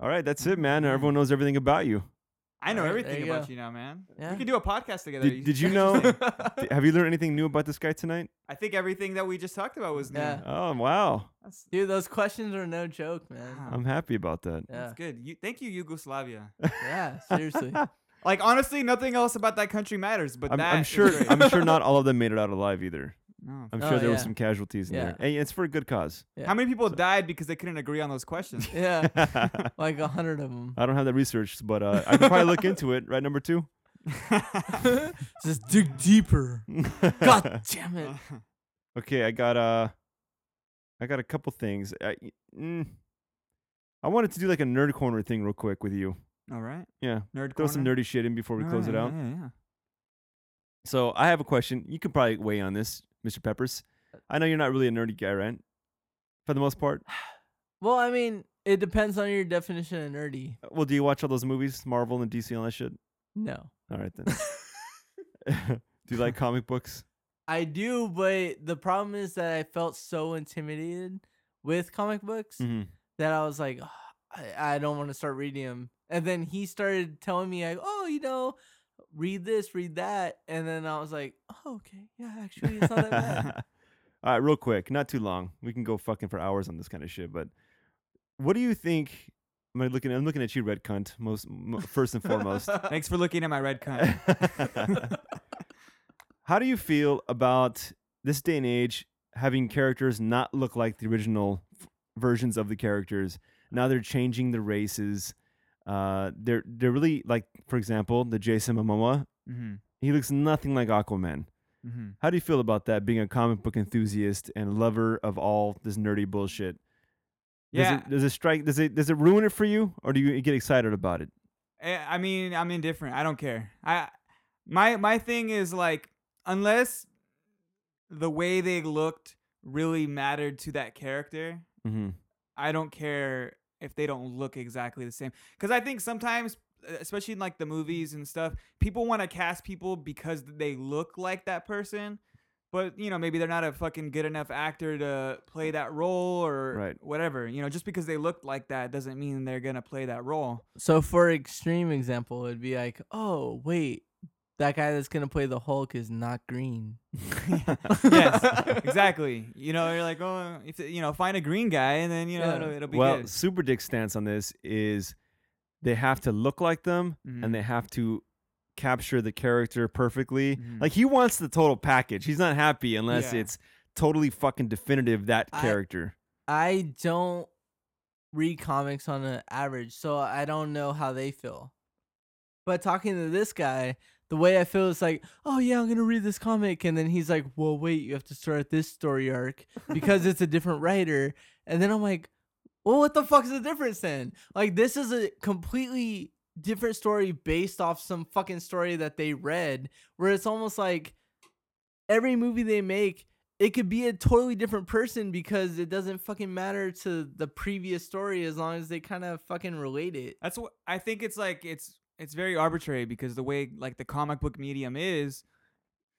[SPEAKER 1] All right, that's it, man. Everyone knows everything about you.
[SPEAKER 2] I know
[SPEAKER 3] Alright,
[SPEAKER 2] everything
[SPEAKER 3] there you
[SPEAKER 2] about
[SPEAKER 3] go.
[SPEAKER 2] you now, man.
[SPEAKER 3] Yeah.
[SPEAKER 2] We could do a podcast together.
[SPEAKER 1] Did, did you know?
[SPEAKER 2] Interesting.
[SPEAKER 1] d- have you learned anything new about this guy tonight?
[SPEAKER 2] I think everything that we just talked about was new.
[SPEAKER 3] Yeah.
[SPEAKER 1] Oh wow,
[SPEAKER 2] That's,
[SPEAKER 3] Dude, those questions are no joke, man.
[SPEAKER 2] Wow.
[SPEAKER 1] I'm happy about that.
[SPEAKER 3] Yeah.
[SPEAKER 2] Ah, that's good. You, thank you, Yugoslavia.
[SPEAKER 3] Yeah, seriously.
[SPEAKER 2] like honestly, nothing else about that country matters. But
[SPEAKER 1] I'm,
[SPEAKER 2] that
[SPEAKER 1] I'm
[SPEAKER 2] is
[SPEAKER 1] sure.
[SPEAKER 2] great.
[SPEAKER 1] I'm sure not all of them made it out alive either.
[SPEAKER 2] No.
[SPEAKER 1] I'm
[SPEAKER 3] Oh,
[SPEAKER 1] sure there were
[SPEAKER 3] yeah.
[SPEAKER 1] some casualties in there.
[SPEAKER 3] Yeah.
[SPEAKER 1] Hey, it's for a good cause.
[SPEAKER 3] Yeah.
[SPEAKER 2] How many people died because they couldn't agree on those questions?
[SPEAKER 3] Yeah.
[SPEAKER 1] I
[SPEAKER 3] Like a hundred of them.
[SPEAKER 1] don't have that research, but uh, I can probably look into it. Right, number two.
[SPEAKER 3] Just dig deeper. God damn it.
[SPEAKER 1] Okay, I got uh, I got a couple things. I, mm, I wanted to do like a nerd corner thing real quick with you.
[SPEAKER 2] all right.
[SPEAKER 1] Yeah,
[SPEAKER 2] Nerd
[SPEAKER 1] throw
[SPEAKER 2] corner.
[SPEAKER 1] some nerdy shit in before we
[SPEAKER 2] All
[SPEAKER 1] close it
[SPEAKER 2] right,
[SPEAKER 1] out.
[SPEAKER 2] Yeah, yeah.
[SPEAKER 1] So I have a question. You could probably weigh on this, Mr. Peppers. I know you're not really a nerdy guy, right? For the most part.
[SPEAKER 3] Well, I mean, it depends on your definition of nerdy.
[SPEAKER 1] Well, do you watch all those movies, Marvel and DC and all that shit?
[SPEAKER 3] No.
[SPEAKER 1] All right then. do you like comic books?
[SPEAKER 3] I do, but the problem is that I felt so intimidated with comic books
[SPEAKER 1] Mm-hmm.
[SPEAKER 3] that I was like, "Ugh, I, I don't want to start reading them. And then he started telling me, like, oh, you know, read this, read that. And then I was like, oh, okay. Yeah, actually, it's not that bad.
[SPEAKER 1] All right, real quick, not too long. We can go fucking for hours on this kind of shit. But what do you think? I'm gonna looking. I'm looking at you, red cunt. Most mo- first and foremost.
[SPEAKER 2] Thanks for looking at my red cunt.
[SPEAKER 1] How do you feel about this day and age having characters not look like the original f- versions of the characters? Now they're changing the races. Uh, they're they're really like, for example, the Jason Momoa.
[SPEAKER 2] mm-hmm.
[SPEAKER 1] He looks nothing like Aquaman.
[SPEAKER 2] Mm-hmm.
[SPEAKER 1] How do you feel about that? Being a comic book enthusiast and lover of all this nerdy bullshit.
[SPEAKER 2] Yeah.
[SPEAKER 1] Does it, does it strike? Does it does it ruin it for you, or do you get excited about it?
[SPEAKER 2] Eh, I mean, I'm indifferent. I don't care. I my my thing is like unless the way they looked really mattered to that character,
[SPEAKER 1] Mm-hmm.
[SPEAKER 2] I don't care if they don't look exactly the same. Cuz I think sometimes uh, especially in like the movies and stuff, people want to cast people because they look like that person. But you know, maybe they're not a fucking good enough actor to play that role or
[SPEAKER 1] Right.
[SPEAKER 2] whatever. You know, just because they look like that doesn't mean they're gonna play that role.
[SPEAKER 3] So, for extreme example, it'd be like, oh, wait, that guy that's going to play the Hulk is not green.
[SPEAKER 2] yes, exactly. You know, you're like, oh, if you know, find a green guy, and then you know,
[SPEAKER 3] Yeah.
[SPEAKER 2] it'll, it'll be
[SPEAKER 1] Well,
[SPEAKER 2] good.
[SPEAKER 1] Super Dick's stance on this is they have to look like them
[SPEAKER 2] Mhm.
[SPEAKER 1] and they have to capture the character perfectly.
[SPEAKER 2] Mhm.
[SPEAKER 1] Like he wants the total package. He's not happy unless
[SPEAKER 2] Yeah.
[SPEAKER 1] it's totally fucking definitive that
[SPEAKER 3] I-
[SPEAKER 1] character.
[SPEAKER 3] I don't read comics on an average, so I don't know how they feel. But talking to this guy, the way I feel is like, oh yeah, I'm gonna read this comic, and then he's like, well, wait, you have to start at this story arc because it's a different writer, and then I'm like, well, what the fuck is the difference then? Like, this is a completely different story based off some fucking story that they read, where it's almost like every movie they make it could be a totally different person because it doesn't fucking matter to the previous story as long as they kind of fucking relate it.
[SPEAKER 2] That's what I think. It's like it's it's very arbitrary because the way like the comic book medium is,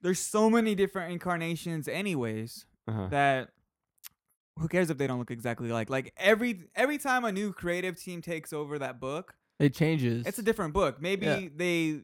[SPEAKER 2] there's so many different incarnations, anyways.
[SPEAKER 1] Uh-huh.
[SPEAKER 2] that who cares if they don't look exactly like like every every time a new creative team takes over that book
[SPEAKER 3] It changes.
[SPEAKER 2] it's a different book maybe
[SPEAKER 3] Yeah.
[SPEAKER 2] they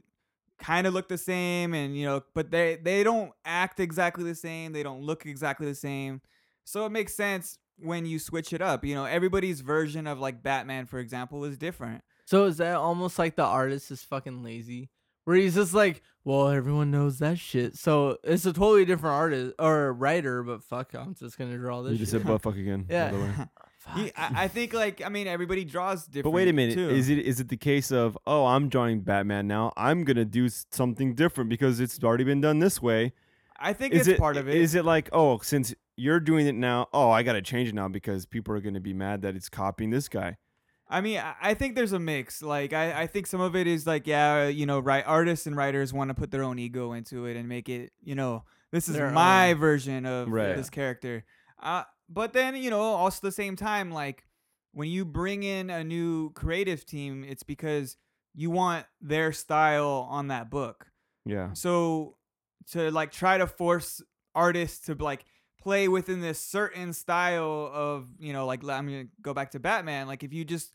[SPEAKER 2] kind of look the same and you know but they they don't act exactly the same they don't look exactly the same so it makes sense when you switch it up you know everybody's version of like batman for example is different
[SPEAKER 3] so is that almost like the artist is fucking lazy? Where he's just like, well, everyone knows that shit. So it's a totally different artist or writer, but fuck, I'm just gonna draw this
[SPEAKER 1] You just
[SPEAKER 3] shit.
[SPEAKER 1] said butt fuck again. by
[SPEAKER 3] Yeah.
[SPEAKER 1] the way.
[SPEAKER 2] You- I, I think like i mean everybody draws different
[SPEAKER 1] But wait a minute.
[SPEAKER 2] too.
[SPEAKER 1] Is it is it the case of oh I'm drawing Batman now? I'm gonna do s- something different because it's already been done this way.
[SPEAKER 2] i think
[SPEAKER 1] is it
[SPEAKER 2] it's part of it
[SPEAKER 1] Is it like oh since you're doing it now? Oh I gotta change it now because people are gonna be mad that it's copying this guy.
[SPEAKER 2] I mean, I I think there's a mix. Like, I, I think some of it is like, yeah, you know, right. Artists and writers want to put their own ego into it and make it, you know, this is
[SPEAKER 3] Their
[SPEAKER 2] my version of
[SPEAKER 1] Right.
[SPEAKER 2] this character. Uh, but then, you know, also the same time, like when you bring in a new creative team, it's because you want their style on that book.
[SPEAKER 1] Yeah.
[SPEAKER 2] So to like try to force artists to like play within this certain style of you know like I'm gonna go back to Batman. Like if you just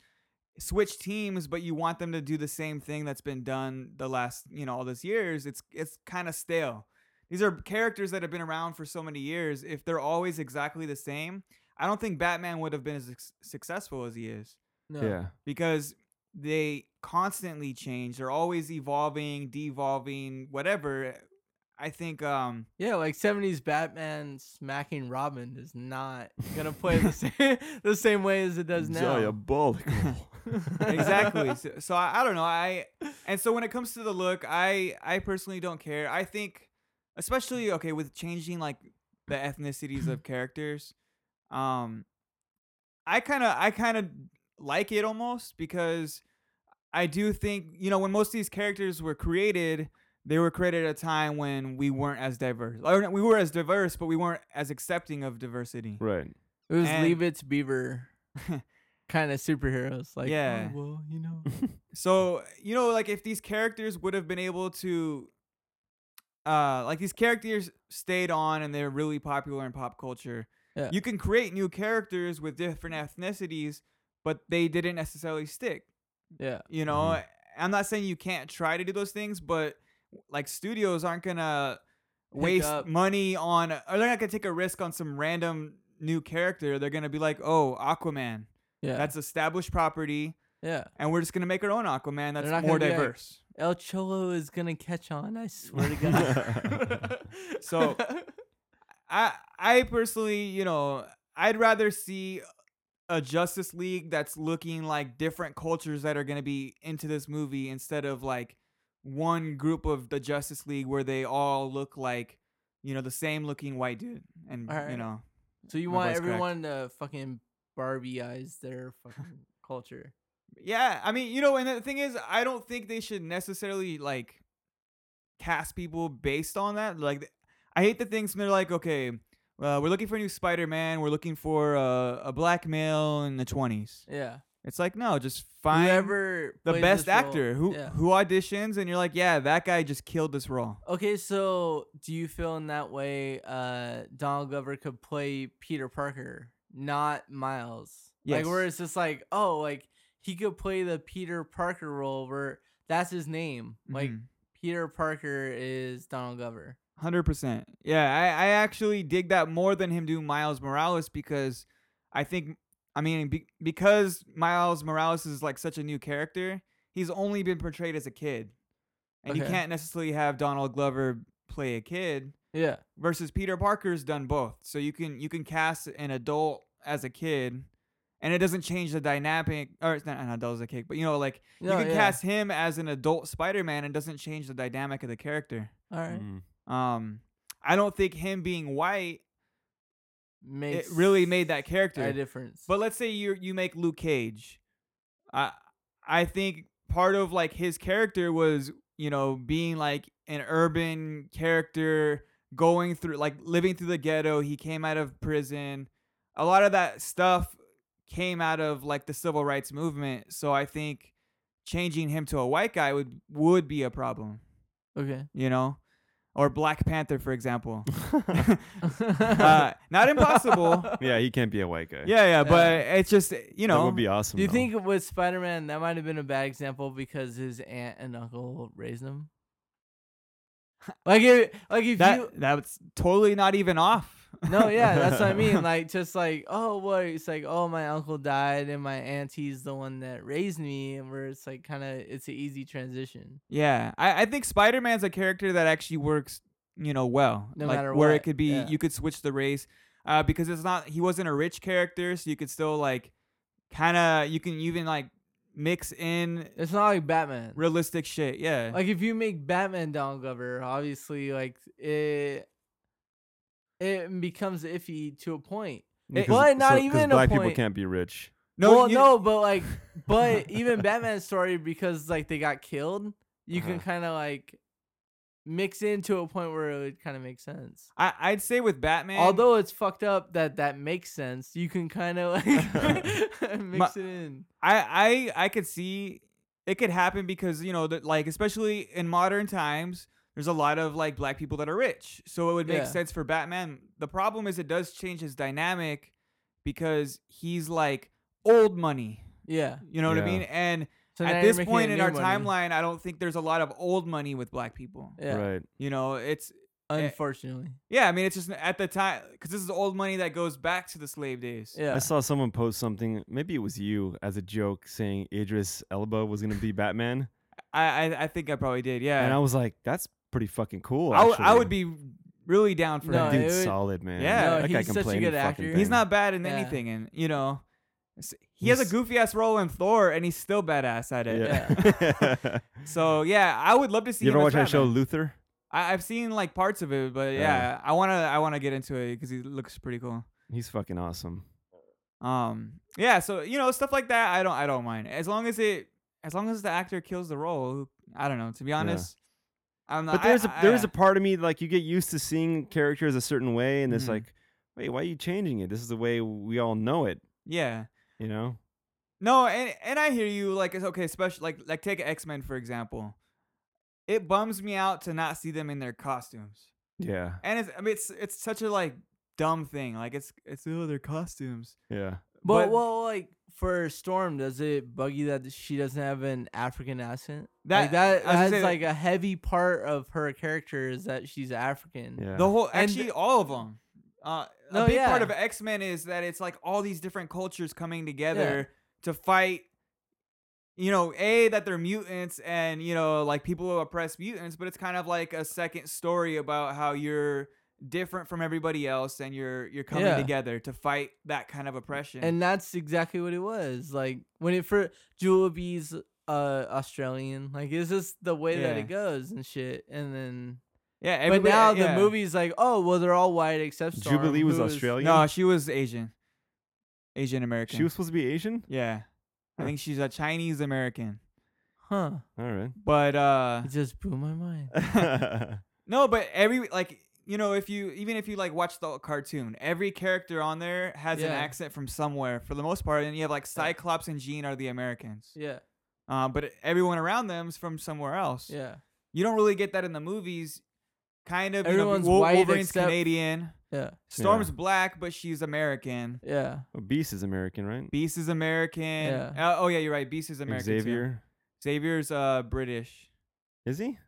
[SPEAKER 2] switch teams, but you want them to do the same thing that's been done the last you know all those years, it's it's kind of stale. These are characters that have been around for so many years. If they're always exactly the same, I don't think Batman would have been as suc- successful as he is
[SPEAKER 3] No.
[SPEAKER 1] Yeah.
[SPEAKER 2] because they constantly change. They're always evolving, devolving, whatever. I think um
[SPEAKER 3] Yeah, like seventies Batman smacking Robin is not gonna play the same the same way as it does now.
[SPEAKER 1] Diabolical.
[SPEAKER 2] exactly. so, so I, I don't know. I and so when it comes to the look, I I personally don't care. I think especially okay with changing like the ethnicities of characters. Um I kind of I kind of like it almost because I do think, you know, when most of these characters were created, they were created at a time when we weren't as diverse. Or we were as diverse, but we weren't as accepting of diversity.
[SPEAKER 1] right.
[SPEAKER 3] It was
[SPEAKER 2] And-
[SPEAKER 3] Leave It's Beaver kind of superheroes. Like
[SPEAKER 2] Yeah.
[SPEAKER 3] "Oh, well, you know.
[SPEAKER 2] So you know, like if these characters would have been able to, uh, like these characters stayed on and they're really popular in pop culture.
[SPEAKER 3] Yeah.
[SPEAKER 2] You can create new characters with different ethnicities, but they didn't necessarily stick.
[SPEAKER 3] Yeah.
[SPEAKER 2] You know, I'm not saying you can't try to do those things, but like studios aren't gonna
[SPEAKER 3] Pick
[SPEAKER 2] waste
[SPEAKER 3] up-
[SPEAKER 2] money on, or they're not gonna take a risk on some random new character. They're gonna be like, oh, Aquaman.
[SPEAKER 3] Yeah.
[SPEAKER 2] That's established property
[SPEAKER 3] yeah.
[SPEAKER 2] and we're just gonna make our own Aquaman that's
[SPEAKER 3] They're not
[SPEAKER 2] more
[SPEAKER 3] gonna be like-
[SPEAKER 2] diverse.
[SPEAKER 3] El Cholo is gonna catch on, I swear to God.
[SPEAKER 2] so I I personally, you know, I'd rather see a Justice League that's looking like different cultures that are gonna be into this movie instead of like one group of the Justice League where they all look like you know the same looking white dude and you
[SPEAKER 3] Alright.
[SPEAKER 2] know
[SPEAKER 3] So you
[SPEAKER 2] My
[SPEAKER 3] want
[SPEAKER 2] voice cracked.
[SPEAKER 3] everyone to fucking Barbie eyes their fucking culture.
[SPEAKER 2] yeah i mean you know and the thing is i don't think they should necessarily like cast people based on that like th- i hate the things when they're like okay uh, we're looking for a new spider-man we're looking for uh, a black male in the 20s
[SPEAKER 3] Yeah.
[SPEAKER 2] it's like no just find
[SPEAKER 3] Whoever
[SPEAKER 2] the
[SPEAKER 3] plays
[SPEAKER 2] best
[SPEAKER 3] this role-
[SPEAKER 2] actor who
[SPEAKER 3] yeah.
[SPEAKER 2] who auditions and you're like yeah that guy just killed this role
[SPEAKER 3] Okay, so do you feel in that way uh Donald Glover could play Peter Parker, not Miles?
[SPEAKER 2] Yes.
[SPEAKER 3] Like where it's just like, oh, like he could play the Peter Parker role where that's his name. Like
[SPEAKER 2] Mhm.
[SPEAKER 3] Peter Parker is Donald Glover.
[SPEAKER 2] 100% yeah I, I actually dig that more than him doing miles morales because i think i mean be, because miles morales is like such a new character he's only been portrayed as a kid and you
[SPEAKER 3] Okay.
[SPEAKER 2] can't necessarily have donald glover play a kid
[SPEAKER 3] Yeah.
[SPEAKER 2] versus peter parker's done both so you can you can cast an adult as a kid and it doesn't change the dynamic or it's not an adult as a kid but you know like
[SPEAKER 3] No,
[SPEAKER 2] you can
[SPEAKER 3] yeah.
[SPEAKER 2] cast him as an adult spider-man and doesn't change the dynamic of the character
[SPEAKER 3] All right.
[SPEAKER 1] Mm.
[SPEAKER 2] um, I don't think him being white it
[SPEAKER 3] Makes
[SPEAKER 2] Mm-hmm. really made that
[SPEAKER 3] a
[SPEAKER 2] character.
[SPEAKER 3] difference.
[SPEAKER 2] But let's say you you make Luke Cage. I I think part of like his character was you know being like an urban character going through like living through the ghetto. He came out of prison. A lot of that stuff came out of like the civil rights movement. So I think changing him to a white guy would would be a problem.
[SPEAKER 3] okay.
[SPEAKER 2] You know. Or Black Panther, for example. uh, not impossible.
[SPEAKER 1] Yeah, he can't be a white guy.
[SPEAKER 2] Yeah, yeah, but it's just you know.
[SPEAKER 1] that would be awesome.
[SPEAKER 3] Do you
[SPEAKER 1] though.
[SPEAKER 3] think with Spider Man that might have been a bad example because his aunt and uncle raised him? Like if like if
[SPEAKER 2] that
[SPEAKER 3] you
[SPEAKER 2] that's totally not even off.
[SPEAKER 3] No, yeah, that's what I mean. Like just like, oh what it's like, oh my uncle died and my auntie's the one that raised me and where it's like kinda it's an easy transition.
[SPEAKER 2] Yeah, I, I think Spider Man's a character that actually works, you know, well.
[SPEAKER 3] No
[SPEAKER 2] like
[SPEAKER 3] matter
[SPEAKER 2] where it
[SPEAKER 3] what,
[SPEAKER 2] could be,
[SPEAKER 3] yeah.
[SPEAKER 2] you could switch the race, uh, because it's not he wasn't a rich character, so you could still like, kind of you can even like mix in
[SPEAKER 3] It's not like Batman.
[SPEAKER 2] realistic shit. Yeah,
[SPEAKER 3] Like if you make Batman Donald Glover, obviously like it it becomes iffy to a point.
[SPEAKER 1] Because-
[SPEAKER 3] But not
[SPEAKER 1] so- 'cause
[SPEAKER 3] even a
[SPEAKER 1] black people
[SPEAKER 3] point.
[SPEAKER 1] can't be rich.
[SPEAKER 2] No,
[SPEAKER 3] well,
[SPEAKER 2] you-
[SPEAKER 3] no, but like, but even Batman's story because like they got killed, you can
[SPEAKER 2] Uh-huh.
[SPEAKER 3] kind of like mix into a point where it would kind of make sense.
[SPEAKER 2] I, I'd say with Batman.
[SPEAKER 3] Although it's fucked up that that makes sense, you can kind of like mix it in.
[SPEAKER 2] I, I I could see it could happen because you know that like especially in modern times there's a lot of like black people that are rich so it would make
[SPEAKER 3] Yeah.
[SPEAKER 2] sense for Batman. The problem is it does change his dynamic because he's like old money.
[SPEAKER 3] Yeah.
[SPEAKER 2] You know what
[SPEAKER 1] Yeah.
[SPEAKER 2] I mean? And
[SPEAKER 3] So now
[SPEAKER 2] at
[SPEAKER 3] you're
[SPEAKER 2] this
[SPEAKER 3] making
[SPEAKER 2] point
[SPEAKER 3] it
[SPEAKER 2] in
[SPEAKER 3] new
[SPEAKER 2] our
[SPEAKER 3] money. Eh.
[SPEAKER 2] timeline, I don't think there's a lot of old money with black people.
[SPEAKER 3] yeah,
[SPEAKER 1] Right.
[SPEAKER 2] You know, it's
[SPEAKER 3] unfortunately,
[SPEAKER 2] yeah. I mean, it's just at the time because this is old money that goes back to the slave days.
[SPEAKER 3] yeah.
[SPEAKER 1] I saw someone post something, maybe it was you, as a joke saying Idris Elba was going to be Batman.
[SPEAKER 2] I, I I think I probably did. Yeah.
[SPEAKER 1] And I was like, that's pretty fucking cool.
[SPEAKER 2] I, w- I
[SPEAKER 1] actually.
[SPEAKER 2] would be really down for
[SPEAKER 3] No,
[SPEAKER 2] that.
[SPEAKER 1] Dude,
[SPEAKER 3] it would-
[SPEAKER 1] solid, man.
[SPEAKER 2] Yeah. No,
[SPEAKER 1] that guy
[SPEAKER 3] he's
[SPEAKER 1] can
[SPEAKER 3] such a
[SPEAKER 1] play any
[SPEAKER 3] good
[SPEAKER 1] fucking
[SPEAKER 3] actor.
[SPEAKER 1] thing.
[SPEAKER 2] He's not bad in
[SPEAKER 3] Yeah.
[SPEAKER 2] anything, and you know, s- he has
[SPEAKER 1] He's-
[SPEAKER 2] a goofy ass role in Thor, and he's still badass at it.
[SPEAKER 1] Yeah.
[SPEAKER 2] So yeah, I would love to see.
[SPEAKER 1] you
[SPEAKER 2] him
[SPEAKER 1] ever watch
[SPEAKER 2] as
[SPEAKER 1] that show
[SPEAKER 2] Batman.
[SPEAKER 1] Luther?
[SPEAKER 2] I, I've seen like parts of it, but yeah, I wanna I wanna get into it because he looks pretty cool.
[SPEAKER 1] He's fucking awesome.
[SPEAKER 2] Um, yeah, so you know stuff like that. I don't I don't mind as long as it as long as the actor kills the role. I don't know. To be honest, I'm not.
[SPEAKER 1] But there's a
[SPEAKER 2] I-
[SPEAKER 1] there is
[SPEAKER 2] I-
[SPEAKER 1] a part of me like you get used to seeing characters a certain way, and it's
[SPEAKER 2] Mhm.
[SPEAKER 1] like, wait, why are you changing it? This is the way we all know it.
[SPEAKER 2] yeah.
[SPEAKER 1] You know?
[SPEAKER 2] No, and and I hear you. Like it's okay, especially like like take X Men for example. It bums me out to not see them in their costumes,
[SPEAKER 1] Yeah.
[SPEAKER 2] and it's I mean it's it's such a like dumb thing. Like it's it's oh their costumes.
[SPEAKER 1] Yeah.
[SPEAKER 3] but,
[SPEAKER 2] but-
[SPEAKER 3] well, like for Storm, does it bug you that she doesn't have an African accent?
[SPEAKER 2] That-
[SPEAKER 3] like,
[SPEAKER 2] I
[SPEAKER 3] that
[SPEAKER 2] was gonna
[SPEAKER 3] that's
[SPEAKER 2] say that-
[SPEAKER 3] like a heavy part of her character is that she's African.
[SPEAKER 1] Yeah.
[SPEAKER 2] The whole
[SPEAKER 3] And-
[SPEAKER 2] actually all of them. Uh,
[SPEAKER 3] No,
[SPEAKER 2] a big part
[SPEAKER 3] yeah.
[SPEAKER 2] of X Men is that it's like all these different cultures coming together to fight. You know, a that they're mutants and you know like people who oppress mutants, but it's kind of like a second story about how you're different from everybody else and you're you're coming
[SPEAKER 3] Yeah.
[SPEAKER 2] together to fight that kind of oppression.
[SPEAKER 3] And that's exactly what it was. Like when it for Jewel B's uh Australian, like it's just the way that
[SPEAKER 2] Yeah.
[SPEAKER 3] it goes and shit. And then
[SPEAKER 2] yeah,
[SPEAKER 3] but
[SPEAKER 2] everybody- uh,
[SPEAKER 3] now
[SPEAKER 2] yeah.
[SPEAKER 3] the movie's like, oh well they're all white except Storm,
[SPEAKER 1] Jubilee was
[SPEAKER 3] who is-
[SPEAKER 1] Australian.
[SPEAKER 2] No, she was Asian, Asian American.
[SPEAKER 1] Oh, she was supposed to be Asian.
[SPEAKER 2] yeah, I
[SPEAKER 1] Huh.
[SPEAKER 2] think she's a Chinese American,
[SPEAKER 3] Huh.
[SPEAKER 1] All right.
[SPEAKER 2] but uh,
[SPEAKER 3] It just blew my mind.
[SPEAKER 2] No, but every like you know if you even if you like watch the cartoon, every character on there has an
[SPEAKER 3] Yeah.
[SPEAKER 2] accent from somewhere for the most part, and you have like
[SPEAKER 3] Yeah.
[SPEAKER 2] Cyclops and Jean are the Americans,
[SPEAKER 3] Yeah.
[SPEAKER 2] uh, but everyone around them's from somewhere else.
[SPEAKER 3] Yeah.
[SPEAKER 2] You don't really get that in the movies. Kind of,
[SPEAKER 3] Everyone's
[SPEAKER 2] you know, Wol-
[SPEAKER 3] white
[SPEAKER 2] Wolverine's
[SPEAKER 3] except-
[SPEAKER 2] Canadian.
[SPEAKER 3] Yeah.
[SPEAKER 2] Storm's black, but she's American.
[SPEAKER 3] Yeah.
[SPEAKER 1] Oh, Beast is American, right?
[SPEAKER 2] Beast is American.
[SPEAKER 3] Yeah.
[SPEAKER 2] Uh, oh yeah, you're right. Beast is American. too.
[SPEAKER 1] Xavier
[SPEAKER 2] Xavier's uh British.
[SPEAKER 1] is he?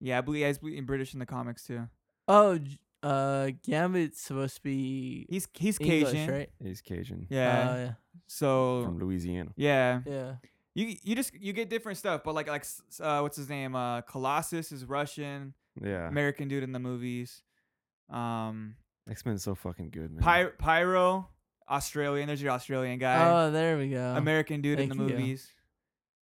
[SPEAKER 2] Yeah, I believe he's British in the comics too.
[SPEAKER 3] Oh, J- uh, Gambit's supposed to be
[SPEAKER 2] He's he's Cajun.
[SPEAKER 3] English, right?
[SPEAKER 1] He's Cajun.
[SPEAKER 2] Yeah.
[SPEAKER 3] Uh,
[SPEAKER 2] so
[SPEAKER 1] From Louisiana.
[SPEAKER 2] Yeah.
[SPEAKER 3] yeah.
[SPEAKER 2] You you just you get different stuff, but like like s- s- uh, what's his name? Uh, Colossus is Russian,
[SPEAKER 1] Yeah.
[SPEAKER 2] American dude in the movies. Um,
[SPEAKER 1] X Men so fucking good, man.
[SPEAKER 2] Py- Pyro, Australian. There's your Australian guy,
[SPEAKER 3] Oh, there we go.
[SPEAKER 2] American dude in the
[SPEAKER 3] thank you.
[SPEAKER 2] movies.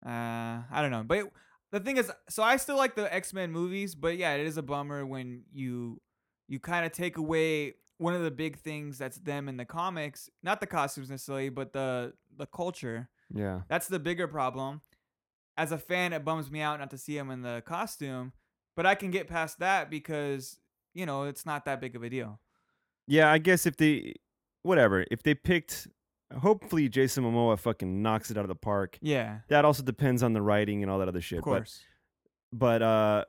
[SPEAKER 2] Uh, I don't know, but it- the thing is, so I still like the X Men movies, but yeah, it is a bummer when you you kind of take away one of the big things that's them in the comics, not the costumes necessarily, but the the culture.
[SPEAKER 1] Yeah.
[SPEAKER 2] That's the bigger problem. As a fan, it bums me out not to see him in the costume, but I can get past that because you know it's not that big of a deal.
[SPEAKER 1] Yeah, I guess if they, whatever, if they picked, hopefully Jason Momoa fucking knocks it out of the park.
[SPEAKER 2] Yeah,
[SPEAKER 1] That also depends on the writing and all that other shit.
[SPEAKER 2] of course.
[SPEAKER 1] But, but uh,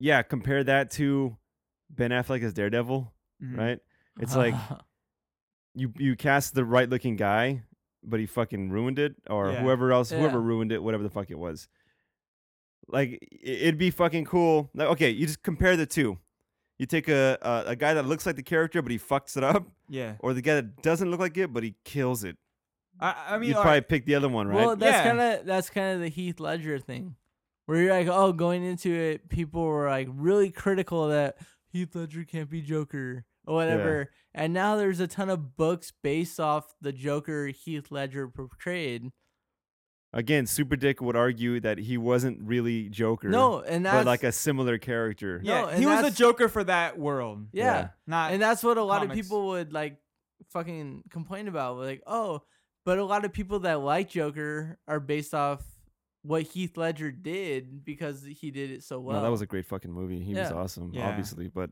[SPEAKER 1] yeah, compare that to Ben Affleck as Daredevil,
[SPEAKER 2] Mhm.
[SPEAKER 1] right? It's like
[SPEAKER 3] Oh.
[SPEAKER 1] you you cast the right looking guy, but he fucking ruined it, or
[SPEAKER 2] Yeah.
[SPEAKER 1] whoever else, whoever
[SPEAKER 3] Yeah.
[SPEAKER 1] ruined it, whatever the fuck it was. Like i- it'd be fucking cool. Like, okay, you just compare the two. You take a, a a guy that looks like the character, but he fucks it up.
[SPEAKER 2] Yeah,
[SPEAKER 1] or the guy that doesn't look like it but he kills it.
[SPEAKER 2] I, I mean,
[SPEAKER 1] You'd
[SPEAKER 2] all
[SPEAKER 1] probably
[SPEAKER 2] right,
[SPEAKER 1] pick the other one, right?
[SPEAKER 3] well, that's
[SPEAKER 2] Yeah.
[SPEAKER 3] kind of that's kind of the Heath Ledger thing, where you're like, oh, going into it, people were like really critical that Heath Ledger can't be Joker or whatever, and now there's a ton of books based off the Joker Heath Ledger portrayed.
[SPEAKER 1] Again, Super Dick would argue that he wasn't really Joker,
[SPEAKER 3] No, and that's
[SPEAKER 1] but like a similar character.
[SPEAKER 2] yeah,
[SPEAKER 3] no, and
[SPEAKER 2] he was a
[SPEAKER 3] that's-
[SPEAKER 2] Joker for that world.
[SPEAKER 3] yeah.
[SPEAKER 1] yeah.
[SPEAKER 2] Not
[SPEAKER 3] and that's what a lot
[SPEAKER 2] comics.
[SPEAKER 3] of people would like fucking complain about. Like, oh, But a lot of people that like Joker are based off what Heath Ledger did because he did it so well.
[SPEAKER 1] no, that was a great fucking movie. He was
[SPEAKER 3] Yeah.
[SPEAKER 1] awesome,
[SPEAKER 2] Yeah.
[SPEAKER 1] obviously, but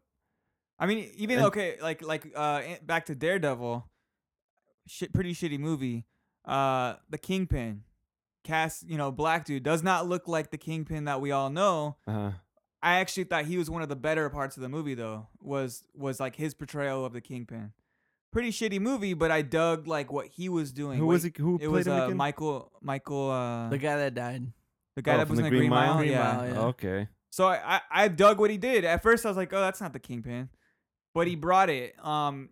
[SPEAKER 2] I mean, even
[SPEAKER 1] And-
[SPEAKER 2] okay, like like uh, in- back to Daredevil, shit, pretty shitty movie. Uh, the Kingpin, cast you know black dude does not look like the Kingpin that we all know.
[SPEAKER 1] uh,
[SPEAKER 2] I actually thought he was one of the better parts of the movie though. Was was like his portrayal of the Kingpin. Pretty shitty movie, but I dug like what he was doing.
[SPEAKER 1] who
[SPEAKER 2] What
[SPEAKER 1] was
[SPEAKER 2] he-
[SPEAKER 1] it? Who
[SPEAKER 2] It
[SPEAKER 1] played
[SPEAKER 2] was
[SPEAKER 1] him
[SPEAKER 2] uh,
[SPEAKER 1] again?
[SPEAKER 2] Michael Michael uh,
[SPEAKER 3] the
[SPEAKER 2] the,
[SPEAKER 3] guy that died.
[SPEAKER 2] guy
[SPEAKER 1] Oh,
[SPEAKER 2] that
[SPEAKER 1] from
[SPEAKER 2] was
[SPEAKER 1] the
[SPEAKER 2] in the
[SPEAKER 1] Green
[SPEAKER 2] Green Mile.
[SPEAKER 1] Mile?
[SPEAKER 3] Green
[SPEAKER 2] yeah.
[SPEAKER 3] Mile, yeah.
[SPEAKER 1] Okay,
[SPEAKER 2] So I, I I dug what he did. At first I was like, oh, that's not the kingpin, but he brought it. Um,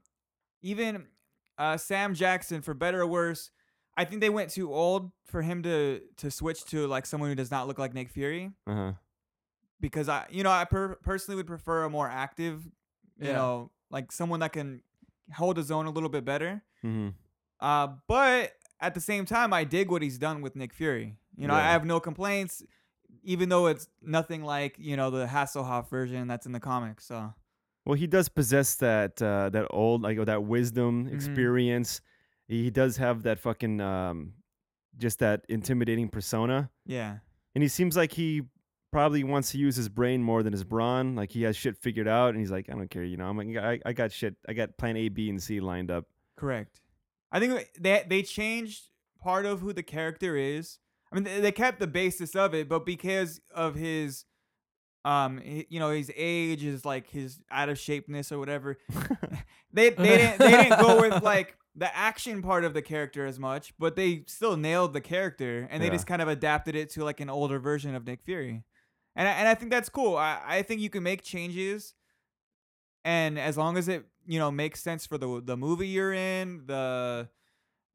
[SPEAKER 2] even uh, Sam Jackson, for better or worse, I think they went too old for him to to switch to like someone who does not look like Nick Fury
[SPEAKER 1] uh huh.
[SPEAKER 2] because I you know I per- personally would prefer a more active, you
[SPEAKER 3] Yeah.
[SPEAKER 2] know, like someone that can hold his own a little bit better.
[SPEAKER 1] hmm
[SPEAKER 2] Uh, but at the same time, I dig what he's done with Nick Fury. You know, I
[SPEAKER 1] Yeah.
[SPEAKER 2] have no complaints, even though it's nothing like you know the Hasselhoff version that's in the comics. So
[SPEAKER 1] Well, he does possess that uh, that old like or that wisdom,
[SPEAKER 2] Mhm.
[SPEAKER 1] experience. He does have that fucking um, just that intimidating persona,
[SPEAKER 2] yeah,
[SPEAKER 1] and he seems like he probably wants to use his brain more than his brawn. Like he has shit figured out, and he's like, I don't care, you know, I'm like, I, I got shit, I got plan A, B, and C lined up.
[SPEAKER 2] correct. I think they they changed part of who the character is. I mean, they- they kept the basis of it, but because of his, um, hi- you know, his age, his like his out of shapeness or whatever, they they didn't they didn't go with like the action part of the character as much, but they still nailed the character and they
[SPEAKER 1] Yeah.
[SPEAKER 2] just kind of adapted it to like an older version of Nick Fury. And I, and I think that's cool. I, I think you can make changes and as long as it, you know, makes sense for the the movie you're in, the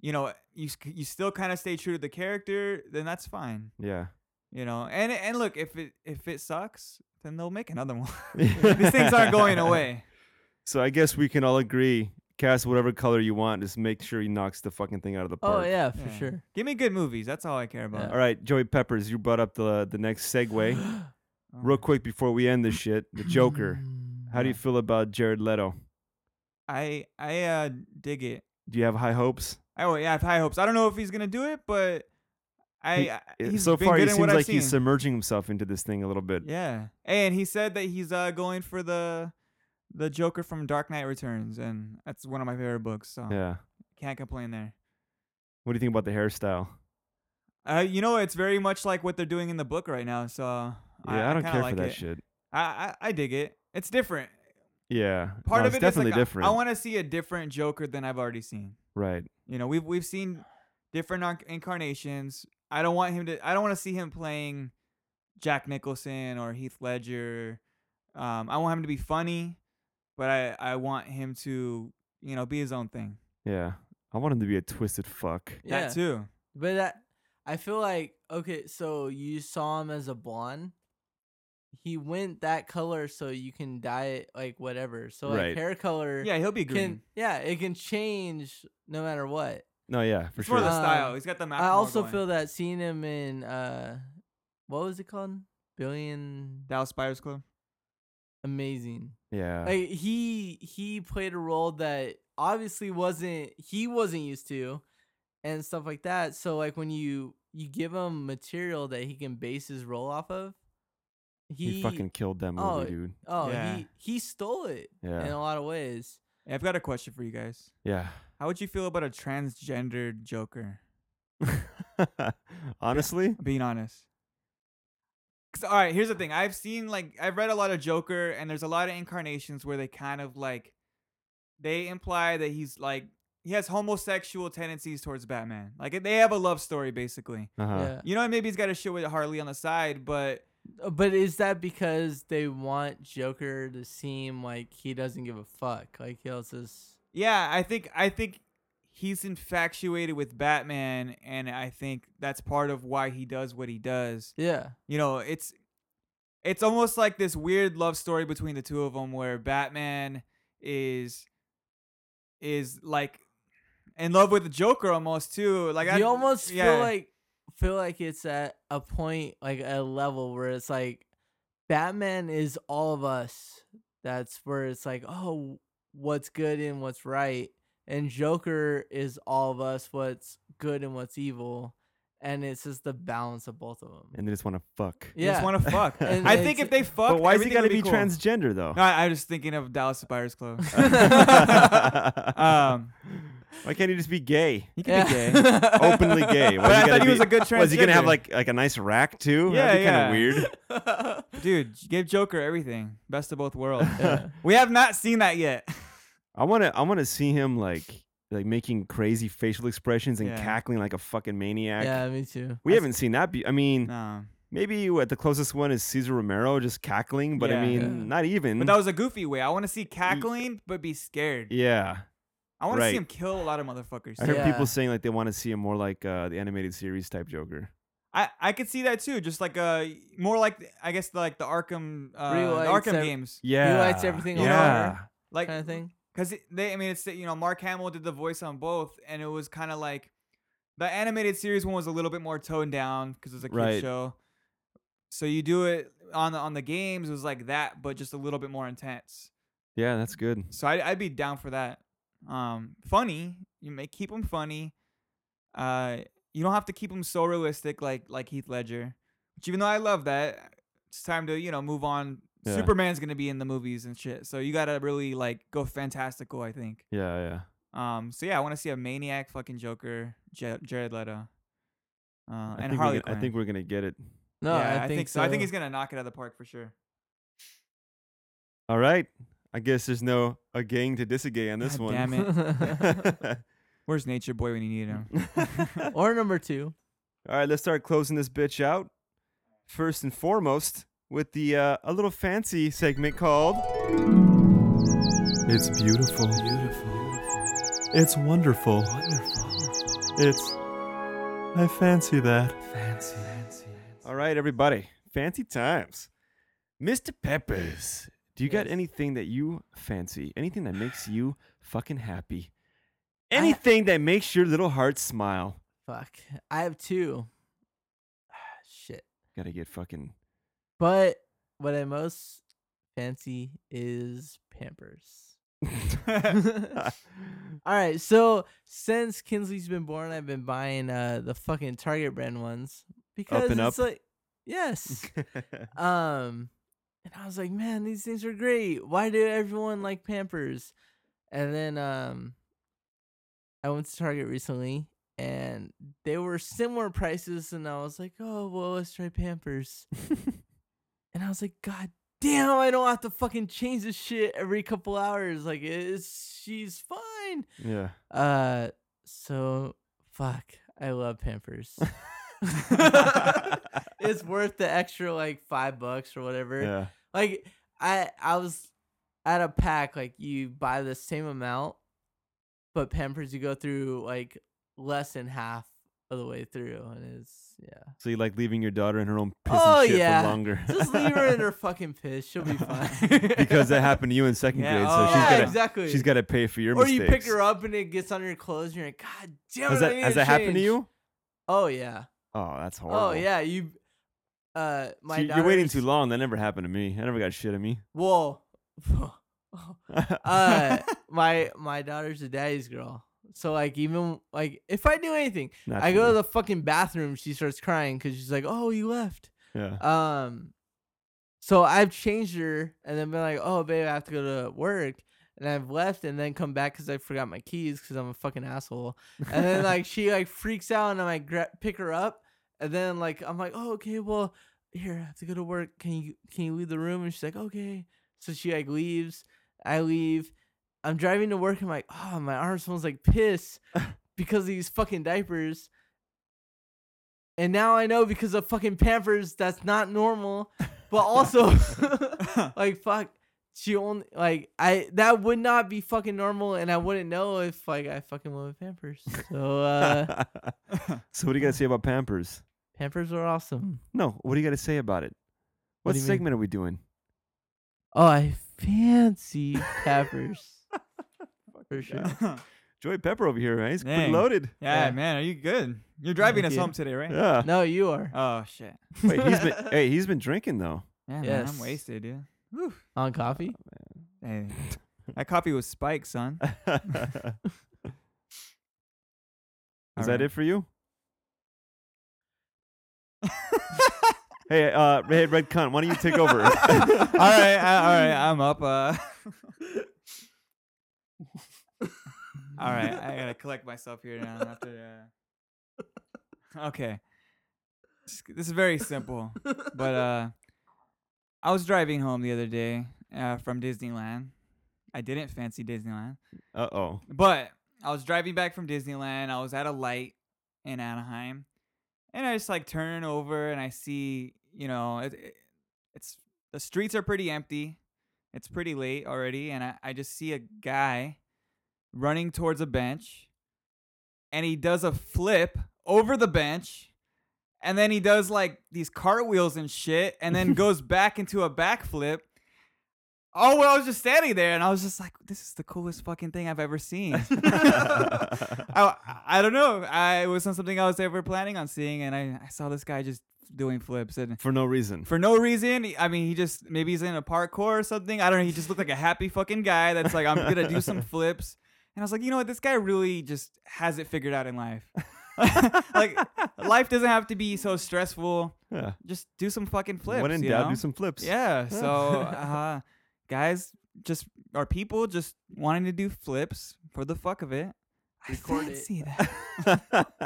[SPEAKER 2] you know, you s- you still kind of stay true to the character, then that's fine,
[SPEAKER 1] Yeah.
[SPEAKER 2] you know. And and look, if it if it sucks, then they'll make another one. These things aren't going away.
[SPEAKER 1] So I guess we can all agree, cast whatever color you want, just make sure he knocks the fucking thing out of the
[SPEAKER 3] Oh
[SPEAKER 1] park.
[SPEAKER 3] yeah, for
[SPEAKER 2] Yeah.
[SPEAKER 3] sure.
[SPEAKER 2] Give me good movies. That's all I care about.
[SPEAKER 3] Yeah.
[SPEAKER 1] All right, Joey Peppers, you brought up the the next segue.
[SPEAKER 2] Oh.
[SPEAKER 1] Real quick before we end this shit, the Joker.
[SPEAKER 2] Mm-hmm.
[SPEAKER 3] Mm.
[SPEAKER 1] How do you
[SPEAKER 2] Yeah.
[SPEAKER 1] feel about Jared Leto?
[SPEAKER 2] I I uh dig it.
[SPEAKER 1] Do you have high hopes?
[SPEAKER 2] I oh yeah, I have high hopes. I don't know if he's gonna do it, but I,
[SPEAKER 1] He-
[SPEAKER 2] I
[SPEAKER 1] It-
[SPEAKER 2] he's
[SPEAKER 1] so
[SPEAKER 2] been
[SPEAKER 1] far, he
[SPEAKER 2] good in
[SPEAKER 1] seems
[SPEAKER 2] what
[SPEAKER 1] like
[SPEAKER 2] I've
[SPEAKER 1] he's
[SPEAKER 2] seen.
[SPEAKER 1] submerging himself into this thing a little bit.
[SPEAKER 2] yeah, and he said that he's uh going for the the Joker from Dark Knight Returns, and that's one of my favorite books. So
[SPEAKER 1] Yeah.
[SPEAKER 2] can't complain there.
[SPEAKER 1] What do you think about the hairstyle?
[SPEAKER 2] Uh, you know, it's very much like what they're doing in the book right now. So yeah, I,
[SPEAKER 1] Yeah, I, don't
[SPEAKER 2] kinda
[SPEAKER 1] care
[SPEAKER 2] like
[SPEAKER 1] for that
[SPEAKER 2] it.
[SPEAKER 1] shit.
[SPEAKER 2] I, I I dig it. It's different.
[SPEAKER 1] Yeah.
[SPEAKER 2] Part
[SPEAKER 1] No,
[SPEAKER 2] of
[SPEAKER 1] it's
[SPEAKER 2] it is
[SPEAKER 1] definitely
[SPEAKER 2] like, I-
[SPEAKER 1] different.
[SPEAKER 2] I want to see a different Joker than I've already seen.
[SPEAKER 1] right.
[SPEAKER 2] You know, we've we've seen different inc- incarnations. I don't want him to. I don't want to see him playing Jack Nicholson or Heath Ledger. Um, I want him to be funny, but I I want him to you know be his own thing.
[SPEAKER 1] Yeah. I want him to be a twisted fuck.
[SPEAKER 3] Yeah.
[SPEAKER 2] That too.
[SPEAKER 3] But that, I feel like okay, so you saw him as a blonde. He went that color so you can dye it like whatever. So like
[SPEAKER 1] Right.
[SPEAKER 3] hair color
[SPEAKER 2] Yeah, he'll be
[SPEAKER 3] can
[SPEAKER 2] green.
[SPEAKER 3] yeah, it can change no matter what.
[SPEAKER 1] No, yeah, for
[SPEAKER 2] it's
[SPEAKER 1] sure.
[SPEAKER 2] more the
[SPEAKER 3] Um,
[SPEAKER 2] style. He's got the map.
[SPEAKER 3] I also feel that seeing him in uh what was it called? Billion
[SPEAKER 2] Dallas Buyers Club.
[SPEAKER 3] Amazing.
[SPEAKER 1] yeah.
[SPEAKER 3] Like he he played a role that obviously wasn't he wasn't used to and stuff like that. So like when you you give him material that he can base his role off of, he,
[SPEAKER 1] he, fucking killed that movie,
[SPEAKER 3] oh,
[SPEAKER 1] dude.
[SPEAKER 3] oh
[SPEAKER 2] Yeah.
[SPEAKER 3] he he stole it in
[SPEAKER 1] Yeah.
[SPEAKER 3] a lot of ways.
[SPEAKER 2] Hey, I've got a question for you guys.
[SPEAKER 1] Yeah.
[SPEAKER 2] How would you feel about a transgendered Joker?
[SPEAKER 1] Honestly,
[SPEAKER 2] I'm being honest. 'Cause, all right, here's the thing. I've seen like I've read a lot of Joker, and there's a lot of incarnations where they kind of like they imply that he's like he has homosexual tendencies towards Batman. Like they have a love story basically.
[SPEAKER 1] uh-huh.
[SPEAKER 3] Yeah.
[SPEAKER 2] You know, and maybe he's got a shit with Harley on the side, but
[SPEAKER 3] Uh, But is that because they want Joker to seem like he doesn't give a fuck? Like he was this
[SPEAKER 2] yeah, I think I think he's infatuated with Batman, and I think that's part of why he does what he does.
[SPEAKER 3] Yeah.
[SPEAKER 2] you know, it's it's almost like this weird love story between the two of them where Batman is is like in love with the Joker almost too. Like I
[SPEAKER 3] you almost
[SPEAKER 2] yeah.
[SPEAKER 3] feel like feel like it's at a point like a level where it's like Batman is all of us. That's where it's like, oh, what's good and what's right, and Joker is all of us. What's good and what's evil, and it's just the balance of both of them.
[SPEAKER 1] and they just want to fuck.
[SPEAKER 2] They just
[SPEAKER 3] Yeah.
[SPEAKER 2] want to fuck.
[SPEAKER 3] And
[SPEAKER 2] I
[SPEAKER 3] it's-
[SPEAKER 2] think if they fuck,
[SPEAKER 1] But why is he
[SPEAKER 2] everything
[SPEAKER 1] gotta
[SPEAKER 2] would
[SPEAKER 1] be
[SPEAKER 2] cool.
[SPEAKER 1] transgender though?
[SPEAKER 2] No, I, I was just thinking of Dallas Buyers Club.
[SPEAKER 1] why
[SPEAKER 2] um,
[SPEAKER 1] can't he just be gay?
[SPEAKER 2] he could be gay.
[SPEAKER 1] Openly gay. Why
[SPEAKER 2] But I
[SPEAKER 1] he
[SPEAKER 2] thought
[SPEAKER 1] gotta
[SPEAKER 2] he was
[SPEAKER 1] be-
[SPEAKER 2] a good
[SPEAKER 1] Was he gonna have
[SPEAKER 2] transgender.
[SPEAKER 1] like like a nice rack too?
[SPEAKER 2] Yeah,
[SPEAKER 1] That'd be
[SPEAKER 2] yeah.
[SPEAKER 1] kind of weird.
[SPEAKER 2] Dude, give Joker everything. Best of both worlds. We have not seen that yet.
[SPEAKER 1] I want to I want to see him like like making crazy facial expressions and
[SPEAKER 2] Yeah.
[SPEAKER 1] cackling like a fucking maniac.
[SPEAKER 3] yeah, me too.
[SPEAKER 1] We
[SPEAKER 2] I s-
[SPEAKER 1] haven't seen that. Be- I mean,
[SPEAKER 2] No.
[SPEAKER 1] maybe what the closest one is Cesar Romero just cackling, but I
[SPEAKER 2] Yeah.
[SPEAKER 1] mean,
[SPEAKER 3] Yeah.
[SPEAKER 1] not even.
[SPEAKER 2] But that was a goofy way. I want to see cackling, but be scared.
[SPEAKER 1] Mm. yeah.
[SPEAKER 2] I want to
[SPEAKER 1] right.
[SPEAKER 2] see him kill a lot of motherfuckers.
[SPEAKER 1] I heard
[SPEAKER 3] Yeah.
[SPEAKER 1] people saying like they want to see him more like uh, the animated series type Joker.
[SPEAKER 2] I, I could see that too. Just like uh more like I guess like the Arkham uh, the
[SPEAKER 3] Real lights
[SPEAKER 2] Arkham
[SPEAKER 3] ev-
[SPEAKER 2] games.
[SPEAKER 1] Yeah.
[SPEAKER 3] lights everything on
[SPEAKER 1] Yeah.
[SPEAKER 2] Like
[SPEAKER 3] Kind of thing.
[SPEAKER 2] because they I mean it's you know Mark Hamill did the voice on both, and it was kind of like the animated series one was a little bit more toned down because it's a kid
[SPEAKER 1] Right.
[SPEAKER 2] show. So you do it on the on the games it was like that, but just a little bit more intense.
[SPEAKER 1] Yeah, that's good.
[SPEAKER 2] So I, I'd be down for that. Um, funny, you may keep them funny. Uh, you don't have to keep them so realistic like like Heath Ledger. Which even though I love that, it's time to you know move on.
[SPEAKER 1] Yeah.
[SPEAKER 2] Superman's gonna be in the movies and shit, so you gotta really like go fantastical. I think.
[SPEAKER 1] Yeah, yeah.
[SPEAKER 2] Um. So yeah, I want to see a maniac fucking Joker, J- Jared Leto,
[SPEAKER 1] I
[SPEAKER 2] uh, and
[SPEAKER 1] think we're
[SPEAKER 2] Harley.
[SPEAKER 1] gonna- I
[SPEAKER 2] Quinn.
[SPEAKER 1] think we're gonna get it.
[SPEAKER 3] No,
[SPEAKER 2] yeah,
[SPEAKER 3] I, think
[SPEAKER 2] so. I think he's gonna knock it out of the park for sure.
[SPEAKER 1] All right. I guess there's no a gang to disagree on this
[SPEAKER 2] God
[SPEAKER 1] one.
[SPEAKER 2] Damn it!
[SPEAKER 1] All
[SPEAKER 2] Where's Nature Boy when you need him?
[SPEAKER 3] or number two.
[SPEAKER 1] right, let's start closing this bitch out. First and foremost, with the uh, a little fancy segment called
[SPEAKER 5] It's beautiful. Beautiful. It's wonderful. It's. I fancy that.
[SPEAKER 1] All right, everybody. Fancy times. Mr. Peppers, do you got
[SPEAKER 3] Yes.
[SPEAKER 1] anything that you fancy? Anything that makes you fucking happy? Anything that makes your little heart smile?
[SPEAKER 3] Fuck, I have two. Shit.
[SPEAKER 1] Got to get fucking
[SPEAKER 3] But what I most fancy is Pampers. All right, so since Kinsley's been born, I've been buying uh the fucking Target brand ones because
[SPEAKER 1] and
[SPEAKER 3] it's
[SPEAKER 1] up?
[SPEAKER 3] like yes. um and I was like, "Man, these things are great. Why did everyone like Pampers?" And then um I went to Target recently and they were similar prices and I was like, "Oh, well, let's try Pampers." and I was like, "God damn, I don't have to fucking change this shit every couple hours. Like, it's she's fine."
[SPEAKER 1] yeah.
[SPEAKER 3] Uh, so fuck, I love Pampers. it's worth the extra like five bucks or whatever.
[SPEAKER 1] Yeah.
[SPEAKER 3] Like I, I was at a pack. Like you buy the same amount, but Pampers you go through like less than half of the way through, and it's yeah.
[SPEAKER 1] So you like leaving your daughter in her own piss
[SPEAKER 3] Oh,
[SPEAKER 1] and shit
[SPEAKER 3] yeah.
[SPEAKER 1] for longer.
[SPEAKER 3] Just leave her in her fucking piss. She'll be fine.
[SPEAKER 1] because that happened to you in second
[SPEAKER 2] Yeah,
[SPEAKER 1] grade, so
[SPEAKER 2] oh,
[SPEAKER 1] she's
[SPEAKER 3] yeah,
[SPEAKER 1] gotta
[SPEAKER 3] exactly.
[SPEAKER 1] she's gotta pay for your
[SPEAKER 3] or
[SPEAKER 1] mistakes.
[SPEAKER 3] you pick her up and it gets on your clothes. And you're like, God damn it!
[SPEAKER 1] Has
[SPEAKER 3] I
[SPEAKER 1] that,
[SPEAKER 3] need
[SPEAKER 1] has
[SPEAKER 3] to
[SPEAKER 1] that happened to
[SPEAKER 3] change."
[SPEAKER 1] you?
[SPEAKER 3] Oh yeah.
[SPEAKER 1] Oh, that's horrible.
[SPEAKER 3] Oh yeah, you. Uh, my
[SPEAKER 1] So you're waiting
[SPEAKER 3] daughter's-
[SPEAKER 1] too long. That never happened to me. I never got shit at me.
[SPEAKER 3] Whoa. uh, my my daughter's a daddy's girl, so like even like if I do anything, I go to the fucking bathroom. She starts crying because she's like, "Oh, you left."
[SPEAKER 1] the yeah.
[SPEAKER 3] Um, so I've changed her and then been like, "Oh, babe, I have to go to work." And I've left and then come back because I forgot my keys because I'm a fucking asshole. And then like she like freaks out and I like gra- pick her up and then like I'm like, oh okay, well here I have to go to work. Can you can you leave the room? And she's like, okay. So she like leaves. I leave. I'm driving to work. I'm like, oh my arm smells like piss because of these fucking diapers. And now I know because of fucking Pampers that's not normal. But also, like fuck, she only like I that would not be fucking normal, and I wouldn't know if like I fucking love Pampers. So uh,
[SPEAKER 1] so what do you got to say about Pampers?
[SPEAKER 3] Pampers are awesome.
[SPEAKER 1] No, what do you got to say about it?
[SPEAKER 3] What
[SPEAKER 1] What,
[SPEAKER 3] do you mean?
[SPEAKER 1] segment are we doing?
[SPEAKER 3] Oh, I fancy Pampers. For sure.
[SPEAKER 1] Joy Pepper over here, right? He's pretty
[SPEAKER 2] Dang.
[SPEAKER 1] loaded.
[SPEAKER 2] Yeah,
[SPEAKER 3] Yeah.
[SPEAKER 2] man, are you good? You're driving us
[SPEAKER 3] Yeah.
[SPEAKER 2] home today, right?
[SPEAKER 1] Yeah.
[SPEAKER 3] No, you are.
[SPEAKER 2] Oh shit.
[SPEAKER 1] Wait, he's been hey, he's been drinking though.
[SPEAKER 2] Yeah, man,
[SPEAKER 3] Yes.
[SPEAKER 2] I'm wasted, dude.
[SPEAKER 3] On coffee?
[SPEAKER 2] Hey, that coffee was spiked, son.
[SPEAKER 1] Is
[SPEAKER 2] All
[SPEAKER 1] that
[SPEAKER 2] right.
[SPEAKER 1] it for you? hey, uh, hey, red cunt, why don't you take over?
[SPEAKER 2] all right, uh, all right, I'm up. Uh. all right, I gotta collect myself here now. After, uh... Okay, this this is very simple, but uh, I was driving home the other day uh, from Disneyland. I didn't fancy Disneyland.
[SPEAKER 1] uh oh.
[SPEAKER 2] But I was driving back from Disneyland. I was at a light in Anaheim, and I just like turn over and I see, you know, it, it, it's the streets are pretty empty. It's pretty late already, and I, I just see a guy running towards a bench, and he does a flip over the bench. And then he does like these cartwheels and shit, and then goes back into a backflip. Oh well, I was just standing there, and I was just like, "This is the coolest fucking thing I've ever seen." I, I don't know. I it wasn't something I was ever planning on seeing, and I, I saw this guy just doing flips, and
[SPEAKER 1] For no reason.
[SPEAKER 2] for no reason. I mean, he just maybe he's in a parkour or something. I don't know. He just looked like a happy fucking guy that's like, "I'm gonna do some flips," and I was like, "You know what? This guy really just has it figured out in life. like, life doesn't have to be so stressful.
[SPEAKER 1] Yeah.
[SPEAKER 2] Just do some fucking flips.
[SPEAKER 1] when in
[SPEAKER 2] you
[SPEAKER 1] doubt,
[SPEAKER 2] know?
[SPEAKER 1] do some flips.
[SPEAKER 2] Yeah. So, uh, guys, just or people just wanting to do flips for the fuck of it.
[SPEAKER 3] Record
[SPEAKER 2] I
[SPEAKER 3] it.
[SPEAKER 2] fancy that.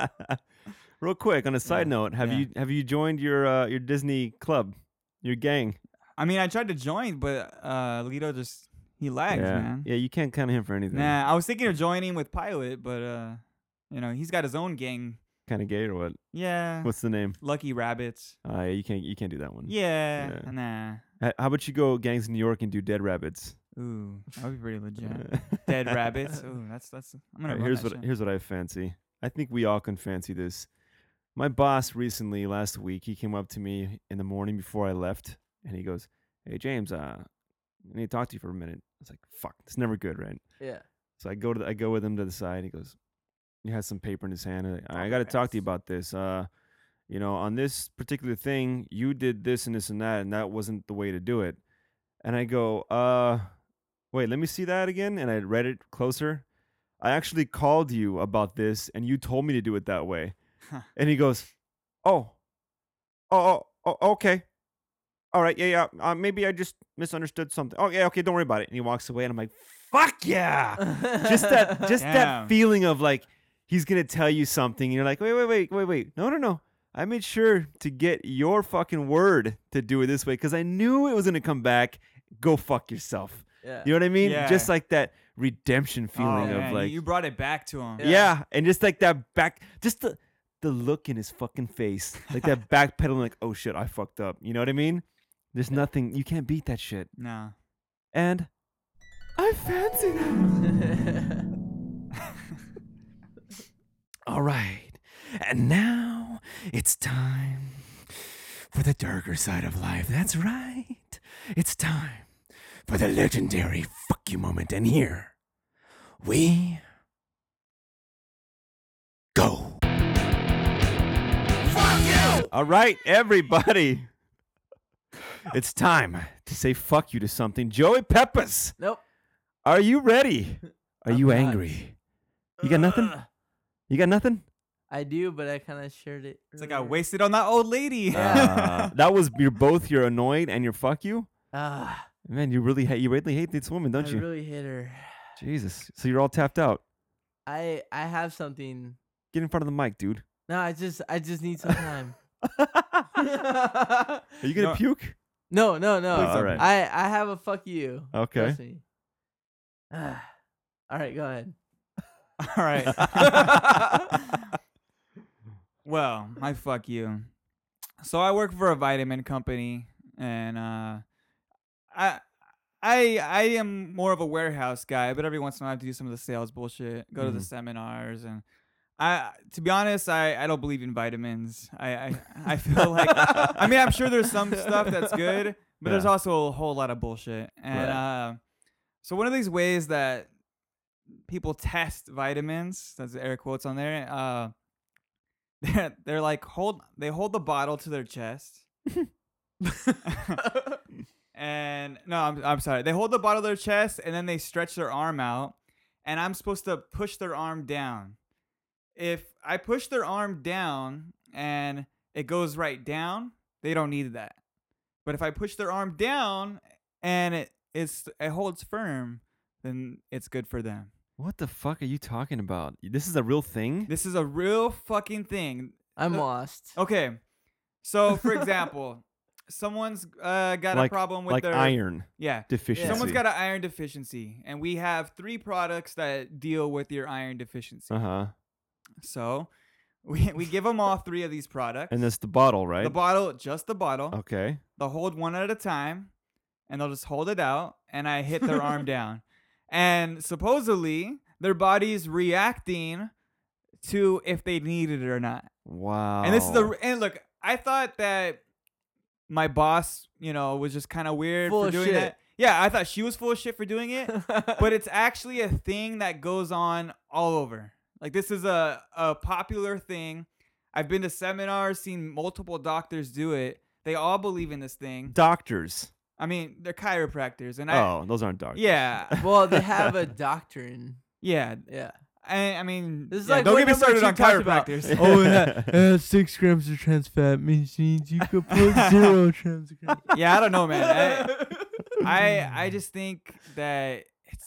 [SPEAKER 1] Real quick, on a side note, have
[SPEAKER 2] Yeah.
[SPEAKER 1] you have you joined your uh, your Disney club, your gang?
[SPEAKER 2] I mean, I tried to join, but uh, Lito just he lags,
[SPEAKER 1] yeah,
[SPEAKER 2] man.
[SPEAKER 1] yeah, you can't count him for anything.
[SPEAKER 2] Nah, I was thinking of joining with Pilot, but uh, you know, he's got his own gang.
[SPEAKER 1] Kind of gay or what?
[SPEAKER 2] Yeah.
[SPEAKER 1] What's the name?
[SPEAKER 2] Lucky Rabbits.
[SPEAKER 1] Uh, yeah, you can't you can't do that one.
[SPEAKER 2] Yeah.
[SPEAKER 1] Yeah.
[SPEAKER 2] Nah.
[SPEAKER 1] H- How about you go gangs in New York and do Dead Rabbits?
[SPEAKER 2] Ooh, that would be pretty legit. Dead rabbits. Ooh, that's that's. I'm gonna.
[SPEAKER 1] Alright,
[SPEAKER 2] run
[SPEAKER 1] here's
[SPEAKER 2] that
[SPEAKER 1] what
[SPEAKER 2] shit.
[SPEAKER 1] here's what I fancy. I think we all can fancy this. My boss recently last week he came up to me in the morning before I left and he goes, "Hey James, uh, I need to talk to you for a minute." I was like, "Fuck, it's never good, right?"
[SPEAKER 3] Yeah.
[SPEAKER 1] So I go to the, I go with him to the side. He goes, he has some paper in his hand. and I got to talk to you about this. Uh, you know, on this particular thing, you did this and this and that, and that wasn't the way to do it. And I go, uh, wait, let me see that again. And I read it closer. I actually called you about this, and you told me to do it that way.
[SPEAKER 2] Huh.
[SPEAKER 1] And he goes, oh, oh, oh, oh, okay. All right, yeah, yeah. Uh, maybe I just misunderstood something. Oh, yeah, okay, don't worry about it. And he walks away, and I'm like, fuck yeah just that just
[SPEAKER 2] Damn.
[SPEAKER 1] that feeling of like he's gonna tell you something and you're like wait wait wait wait wait no no no i made sure to get your fucking word to do it this way because i knew it was gonna come back go fuck yourself
[SPEAKER 3] yeah.
[SPEAKER 1] you know what i mean
[SPEAKER 2] Yeah.
[SPEAKER 1] just like that redemption
[SPEAKER 2] Oh,
[SPEAKER 1] feeling of
[SPEAKER 2] man, you-
[SPEAKER 1] like
[SPEAKER 2] you brought it back to him.
[SPEAKER 1] yeah. and just like that back just the the look in his fucking face like that backpedaling like oh shit i fucked up you know what i mean there's nothing you can't beat that shit
[SPEAKER 2] No.
[SPEAKER 1] and i fancy that All right. And now it's time for the darker side of life. That's right. It's time for the legendary fuck you moment. And here we go. Fuck you! All right, everybody. It's time to say fuck you to something. Joey Peppers,
[SPEAKER 3] nope.
[SPEAKER 1] are you ready? Are
[SPEAKER 3] I'm
[SPEAKER 1] you
[SPEAKER 3] not. Uh.
[SPEAKER 1] angry? You got nothing?
[SPEAKER 3] Ugh.
[SPEAKER 1] You got nothing?
[SPEAKER 3] I do, but I kind of shared it.
[SPEAKER 2] It's like I
[SPEAKER 3] earlier.
[SPEAKER 2] wasted on that old lady.
[SPEAKER 1] Uh, that was you're both you're annoyed and you're fuck you.
[SPEAKER 3] Ah,
[SPEAKER 1] Man, you really hate you really hate this woman, don't
[SPEAKER 3] I
[SPEAKER 1] you?
[SPEAKER 3] really hit her.
[SPEAKER 1] Jesus. So you're all tapped out.
[SPEAKER 3] I I have something.
[SPEAKER 1] Get in front of the mic, dude.
[SPEAKER 3] No, I just I just need some time.
[SPEAKER 1] Are you gonna
[SPEAKER 2] No.
[SPEAKER 1] puke?
[SPEAKER 3] no, no, no.
[SPEAKER 1] Please don't. Alright.
[SPEAKER 3] I I have a fuck you.
[SPEAKER 1] Okay.
[SPEAKER 3] Trust me. Ah. All right, go ahead.
[SPEAKER 2] All right. well, I fuck you. So I work for a vitamin company, and uh, I. I I am more of a warehouse guy, but every once in a while I have to do some of the sales bullshit, go to the
[SPEAKER 1] Mhm.
[SPEAKER 2] seminars, and I to be honest, I, I don't believe in vitamins. I, I I feel like I mean I'm sure there's some stuff that's good, but there's
[SPEAKER 1] Yeah.
[SPEAKER 2] also a whole lot of bullshit. And uh, so one of these ways that people test vitamins. That's air quotes on there. Uh, they're, they're like hold they hold the bottle to their chest. and no, I'm I'm sorry. They hold the bottle to their chest and then they stretch their arm out, and I'm supposed to push their arm down. if I push their arm down and it goes right down, they don't need that. But if I push their arm down and it it's, it holds firm, then it's good for them.
[SPEAKER 1] What the fuck are you talking about? This is a real thing?
[SPEAKER 2] This is a real fucking thing.
[SPEAKER 3] I'm
[SPEAKER 2] Uh,
[SPEAKER 3] lost.
[SPEAKER 2] Okay, so for example, someone's uh, got
[SPEAKER 1] like,
[SPEAKER 2] a problem with
[SPEAKER 1] like
[SPEAKER 2] their
[SPEAKER 1] iron
[SPEAKER 2] Yeah,
[SPEAKER 1] deficiency.
[SPEAKER 2] someone's got an iron deficiency, and we have three products that deal with your iron deficiency.
[SPEAKER 1] Uh huh.
[SPEAKER 2] So we we give them all three of these products.
[SPEAKER 1] And that's the bottle, right?
[SPEAKER 2] the bottle, just the bottle.
[SPEAKER 1] Okay.
[SPEAKER 2] They'll hold one at a time, and they'll just hold it out, and I hit their arm down, and supposedly their body's reacting to if they need it or not.
[SPEAKER 1] Wow.
[SPEAKER 2] And this
[SPEAKER 3] Oh.
[SPEAKER 2] is the and look, I thought that my boss, you know, was just kind of weird
[SPEAKER 3] Full
[SPEAKER 2] for
[SPEAKER 3] of
[SPEAKER 2] doing
[SPEAKER 3] shit.
[SPEAKER 2] that. Yeah, I thought she was full of shit for doing it, but it's actually a thing that goes on all over. Like this is a a popular thing. I've been to seminars, seen multiple doctors do it. They all believe in this thing.
[SPEAKER 1] doctors.
[SPEAKER 2] I mean, they're chiropractors, and I
[SPEAKER 1] oh, those aren't doctors.
[SPEAKER 2] yeah,
[SPEAKER 3] well, they have a doctrine.
[SPEAKER 2] yeah.
[SPEAKER 3] Yeah.
[SPEAKER 2] I, I mean,
[SPEAKER 3] This is
[SPEAKER 2] yeah,
[SPEAKER 3] like
[SPEAKER 2] don't
[SPEAKER 3] what
[SPEAKER 2] get me
[SPEAKER 3] number
[SPEAKER 2] started
[SPEAKER 3] you
[SPEAKER 2] on
[SPEAKER 3] talked about.
[SPEAKER 2] chiropractors.
[SPEAKER 3] Oh,
[SPEAKER 1] yeah.
[SPEAKER 3] Uh, six grams of trans fat means you could put zero trans grams.
[SPEAKER 2] yeah, I don't know, man. I, I I just think that it's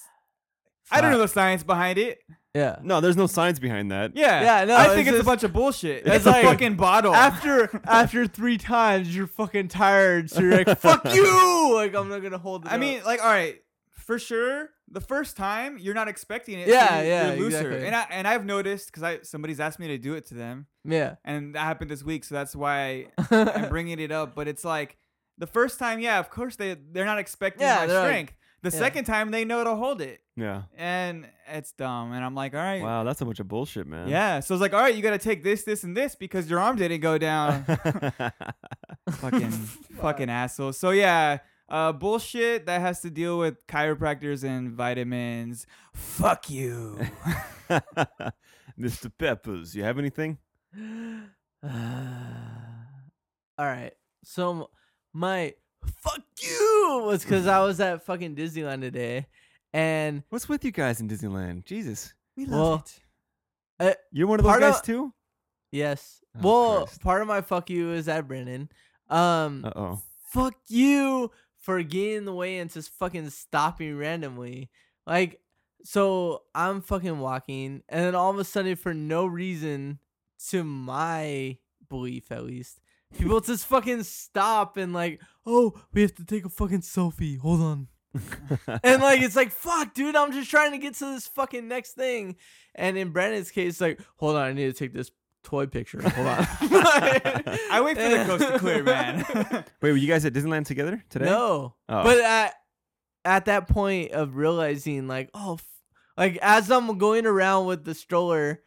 [SPEAKER 2] I don't know the science behind it.
[SPEAKER 3] Yeah.
[SPEAKER 1] No, there's no science behind that.
[SPEAKER 2] Yeah,
[SPEAKER 3] Yeah, no,
[SPEAKER 2] I
[SPEAKER 3] it's
[SPEAKER 2] think it's,
[SPEAKER 3] just-
[SPEAKER 2] a bunch of bullshit.
[SPEAKER 3] It's
[SPEAKER 2] It's a
[SPEAKER 3] like-
[SPEAKER 2] fucking bottle.
[SPEAKER 3] After after three times, you're fucking tired, so you're like, "Fuck you!" Like I'm not gonna hold. It
[SPEAKER 2] I
[SPEAKER 3] up.
[SPEAKER 2] mean, like, all right, for sure, the first time you're not expecting it.
[SPEAKER 3] Yeah,
[SPEAKER 2] so you-
[SPEAKER 3] yeah,
[SPEAKER 2] you're looser.
[SPEAKER 3] exactly.
[SPEAKER 2] And I and I've noticed because I somebody's asked me to do it to them,
[SPEAKER 3] yeah.
[SPEAKER 2] and that happened this week, so that's why I'm bringing it up. But it's like the first time, yeah, of course they they're not expecting
[SPEAKER 3] Yeah,
[SPEAKER 2] my
[SPEAKER 3] they're like-
[SPEAKER 2] strength. the
[SPEAKER 3] yeah.
[SPEAKER 2] second time they know to hold it,
[SPEAKER 1] Yeah.
[SPEAKER 2] and it's dumb. And I'm like, all right,
[SPEAKER 1] Wow, that's a bunch of bullshit, man.
[SPEAKER 2] Yeah. So it's like, all right, you got to take this, this, and this because your arm didn't go down. fucking, fucking asshole. So yeah, uh, bullshit that has to deal with chiropractors and vitamins. Fuck you.
[SPEAKER 1] Mr. Peppers, you have anything?
[SPEAKER 3] all right. So m- my fuck you was because I was at fucking Disneyland today, and
[SPEAKER 1] What's with you guys in Disneyland? Jesus.
[SPEAKER 2] we
[SPEAKER 3] love Well,
[SPEAKER 2] it.
[SPEAKER 1] You're one of those
[SPEAKER 3] Part of-
[SPEAKER 1] guys too?
[SPEAKER 3] yes,
[SPEAKER 1] Oh,
[SPEAKER 3] well,
[SPEAKER 1] Christ.
[SPEAKER 3] part of my fuck you is at Brennan. Um,
[SPEAKER 1] Uh oh.
[SPEAKER 3] fuck you for getting in the way and just fucking stopping randomly. Like, so I'm fucking walking, and then all of a sudden, for no reason, to my belief at least, people just fucking stop and like, oh, we have to take a fucking selfie. Hold on. and like it's like fuck dude i'm just trying to get to this fucking next thing and in brandon's case like hold on i need to take this toy picture hold on
[SPEAKER 2] I wait for the coast to clear, man.
[SPEAKER 1] Wait, were you guys at Disneyland together today?
[SPEAKER 3] No.
[SPEAKER 1] Oh.
[SPEAKER 3] But at at that point of realizing like, oh, f- like as I'm going around with the stroller,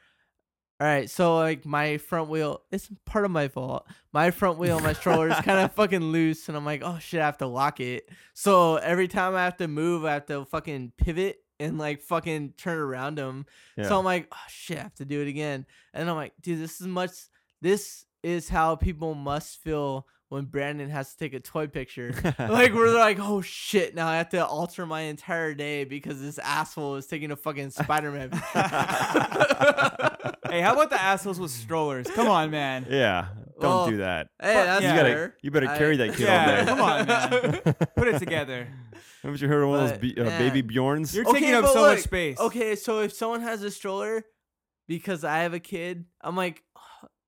[SPEAKER 3] all right, so like my front wheel, it's part of my fault. My front wheel, my stroller is kind of fucking loose, and I'm like, oh shit, I have to lock it. So every time I have to move, I have to fucking pivot and like fucking turn around them.
[SPEAKER 1] Yeah.
[SPEAKER 3] So I'm like, oh shit, I have to do it again. And I'm like, dude, this is much. This is how people must feel when Brandon has to take a toy picture. like we're like, oh shit, now I have to alter my entire day because this asshole is taking a fucking Spider-Man. picture."
[SPEAKER 2] hey, how about the assholes with strollers? Come on, man.
[SPEAKER 1] Yeah. Don't
[SPEAKER 3] Well,
[SPEAKER 1] do that.
[SPEAKER 3] hey, that's
[SPEAKER 1] You
[SPEAKER 2] yeah.
[SPEAKER 1] gotta,
[SPEAKER 3] fair.
[SPEAKER 1] you better
[SPEAKER 3] I-
[SPEAKER 1] carry that kid
[SPEAKER 2] Yeah, come
[SPEAKER 1] all
[SPEAKER 2] on, man.
[SPEAKER 1] day.
[SPEAKER 2] Put it together.
[SPEAKER 1] Haven't you heard of one of those
[SPEAKER 3] But,
[SPEAKER 1] be- uh,
[SPEAKER 3] man.
[SPEAKER 1] baby Bjorns?
[SPEAKER 2] You're taking up
[SPEAKER 3] but
[SPEAKER 2] so much
[SPEAKER 3] look,
[SPEAKER 2] space.
[SPEAKER 3] Okay, so if someone has a stroller because I have a kid, I'm like,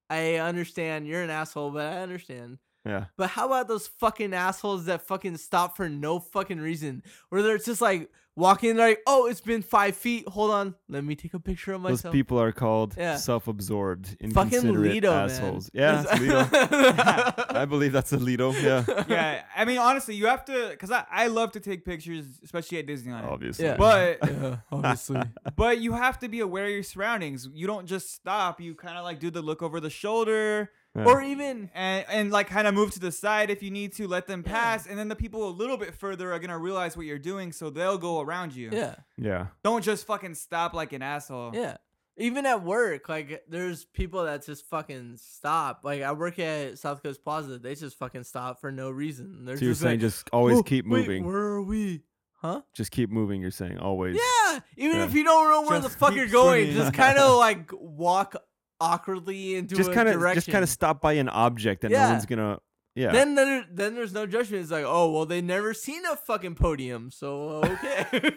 [SPEAKER 3] I understand you're an asshole, but I understand.
[SPEAKER 1] yeah.
[SPEAKER 3] But how about those fucking assholes that fucking stop for no fucking reason? Where they're just like walking, they're like, oh, it's been five feet. Hold on, let me take a picture of
[SPEAKER 1] Those
[SPEAKER 3] myself.
[SPEAKER 1] people are called
[SPEAKER 3] Yeah.
[SPEAKER 1] self-absorbed,
[SPEAKER 3] fucking
[SPEAKER 1] inconsiderate
[SPEAKER 3] Lido,
[SPEAKER 1] assholes. Yeah,
[SPEAKER 3] man.
[SPEAKER 1] it's Lido. I
[SPEAKER 3] Lido.
[SPEAKER 1] believe that's a Lido. Yeah,
[SPEAKER 2] Yeah. I mean, honestly, you have to, because I, I love to take pictures, especially at Disneyland.
[SPEAKER 1] Oh, obviously.
[SPEAKER 3] Yeah.
[SPEAKER 2] But
[SPEAKER 3] yeah, obviously.
[SPEAKER 2] But you have to be aware of your surroundings. You don't just stop. You kind of like do the look over the shoulder
[SPEAKER 1] Yeah.
[SPEAKER 3] or even
[SPEAKER 2] and, and like kind of move to the side if you need to, let them pass. And then the people a little bit further are going to realize what you're doing, so they'll go around you.
[SPEAKER 3] yeah,
[SPEAKER 1] yeah.
[SPEAKER 2] Don't just fucking stop like an asshole.
[SPEAKER 3] yeah. Even at work, like there's people that just fucking stop. Like I work at South Coast Plaza, they just fucking stop for no reason. They're
[SPEAKER 1] So you're
[SPEAKER 3] just
[SPEAKER 1] saying
[SPEAKER 3] like,
[SPEAKER 1] just always
[SPEAKER 3] "Oh,
[SPEAKER 1] keep
[SPEAKER 3] wait,
[SPEAKER 1] moving.
[SPEAKER 3] where are we? Huh?
[SPEAKER 1] just keep moving. You're saying always.
[SPEAKER 3] Yeah, even
[SPEAKER 1] Yeah.
[SPEAKER 3] if you don't know where the
[SPEAKER 2] Just
[SPEAKER 3] fuck
[SPEAKER 2] keep
[SPEAKER 3] you're going,
[SPEAKER 2] swimming.
[SPEAKER 3] just kind of like walk awkwardly into
[SPEAKER 1] just
[SPEAKER 3] a
[SPEAKER 1] kind of
[SPEAKER 3] direction.
[SPEAKER 1] just kind of stop by an object that
[SPEAKER 3] Yeah.
[SPEAKER 1] no one's gonna. Yeah.
[SPEAKER 3] Then there, then there's no judgment. It's like, oh well, they never seen a fucking podium, so okay.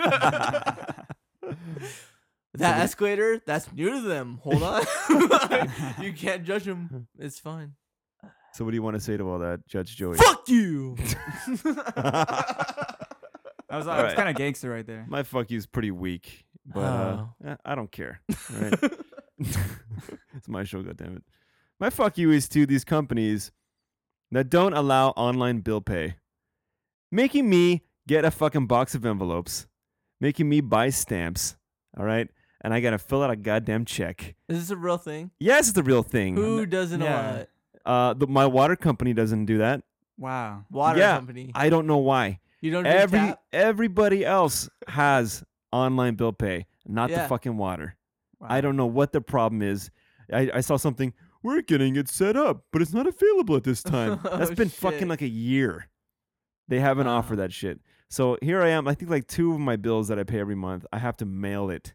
[SPEAKER 3] that escalator, that's new to them. Hold on, you can't judge them. It's fine.
[SPEAKER 1] so what do you want to say to all that, Judge Joey?
[SPEAKER 3] Fuck you.
[SPEAKER 2] I was,
[SPEAKER 1] All
[SPEAKER 2] I was
[SPEAKER 1] right.
[SPEAKER 2] kind of gangster right there.
[SPEAKER 1] My fuck you's pretty weak, but uh, eh, I don't care. all right? it's my show, goddammit. My fuck you is to these companies that don't allow online bill pay, making me get a fucking box of envelopes, making me buy stamps. All right, and I gotta fill out a goddamn check.
[SPEAKER 3] Is this a real thing?
[SPEAKER 1] Yes, it's the real thing.
[SPEAKER 3] Who doesn't
[SPEAKER 2] Yeah.
[SPEAKER 3] allow it?
[SPEAKER 1] Uh, the, my water company doesn't do that.
[SPEAKER 2] Wow.
[SPEAKER 3] Water
[SPEAKER 1] Yeah,
[SPEAKER 3] company.
[SPEAKER 1] I don't know why.
[SPEAKER 3] You Mm. don't drink
[SPEAKER 1] Every
[SPEAKER 3] tap?
[SPEAKER 1] everybody else has online bill pay, not
[SPEAKER 3] Yeah.
[SPEAKER 1] the fucking water.
[SPEAKER 2] wow.
[SPEAKER 1] I don't know what the problem is. I, I saw something. We're getting it set up, but it's not available at this time. That's
[SPEAKER 3] Oh,
[SPEAKER 1] been
[SPEAKER 3] shit.
[SPEAKER 1] fucking like a year. They haven't offered that shit. So here I am. I think like two of my bills that I pay every month, I have to mail it.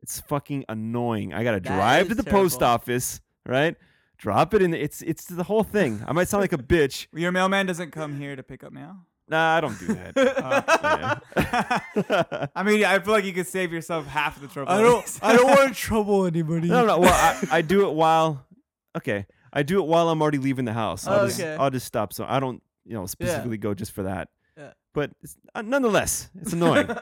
[SPEAKER 1] It's fucking annoying. I gotta
[SPEAKER 3] That
[SPEAKER 1] drive to
[SPEAKER 3] is
[SPEAKER 1] the post
[SPEAKER 3] terrible.
[SPEAKER 1] office, right? Drop it in. The, it's it's the whole thing. I might sound like a bitch.
[SPEAKER 2] Your mailman doesn't come here to pick up mail.
[SPEAKER 1] Nah, I don't do that. Uh, Yeah.
[SPEAKER 2] I mean, I feel like you could save yourself half the trouble.
[SPEAKER 3] I don't. I don't want to trouble anybody.
[SPEAKER 1] No, no. Well, I, I do it while. Okay, I do it while I'm already leaving the house. I'll,
[SPEAKER 3] Oh,
[SPEAKER 1] just,
[SPEAKER 3] okay.
[SPEAKER 1] I'll just stop. So I don't, you know, specifically go just for that.
[SPEAKER 3] Yeah.
[SPEAKER 1] But it's, uh, nonetheless, it's annoying.
[SPEAKER 2] yeah.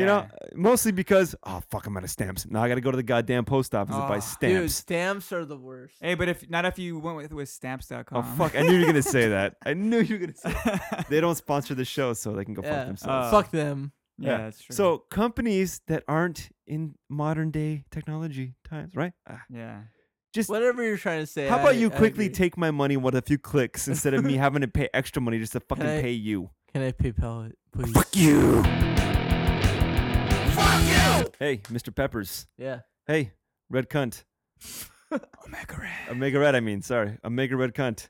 [SPEAKER 1] You know, mostly because oh fuck, I'm out of stamps. Now I got to go to the goddamn post office and
[SPEAKER 2] Oh,
[SPEAKER 1] buy
[SPEAKER 2] dude,
[SPEAKER 1] stamps.
[SPEAKER 3] Ah, Dude, stamps are the worst.
[SPEAKER 2] Hey, but if not, if you went with with stamps.com.
[SPEAKER 1] Oh
[SPEAKER 3] Ah.
[SPEAKER 1] fuck! I knew you were gonna say that. I knew you were gonna say
[SPEAKER 2] yeah,
[SPEAKER 1] they don't sponsor the show, so they can go
[SPEAKER 3] Yeah.
[SPEAKER 1] fuck themselves.
[SPEAKER 2] Uh,
[SPEAKER 3] Fuck them.
[SPEAKER 1] Yeah.
[SPEAKER 2] that's true.
[SPEAKER 1] so companies that aren't in modern day technology times, right? Ah,
[SPEAKER 2] yeah,
[SPEAKER 1] Just
[SPEAKER 3] Whatever you're trying to say.
[SPEAKER 1] How
[SPEAKER 3] I-
[SPEAKER 1] about you
[SPEAKER 3] I
[SPEAKER 1] quickly
[SPEAKER 3] agree.
[SPEAKER 1] take my money with a few clicks instead of me having to pay extra money just to fucking
[SPEAKER 3] I-
[SPEAKER 1] pay you?
[SPEAKER 3] Can I PayPal it, please?
[SPEAKER 1] you! Hey, Mr. Peppers.
[SPEAKER 3] Yeah.
[SPEAKER 1] Hey, Red Cunt. Omega Red, I mean, sorry. Omega Red Cunt.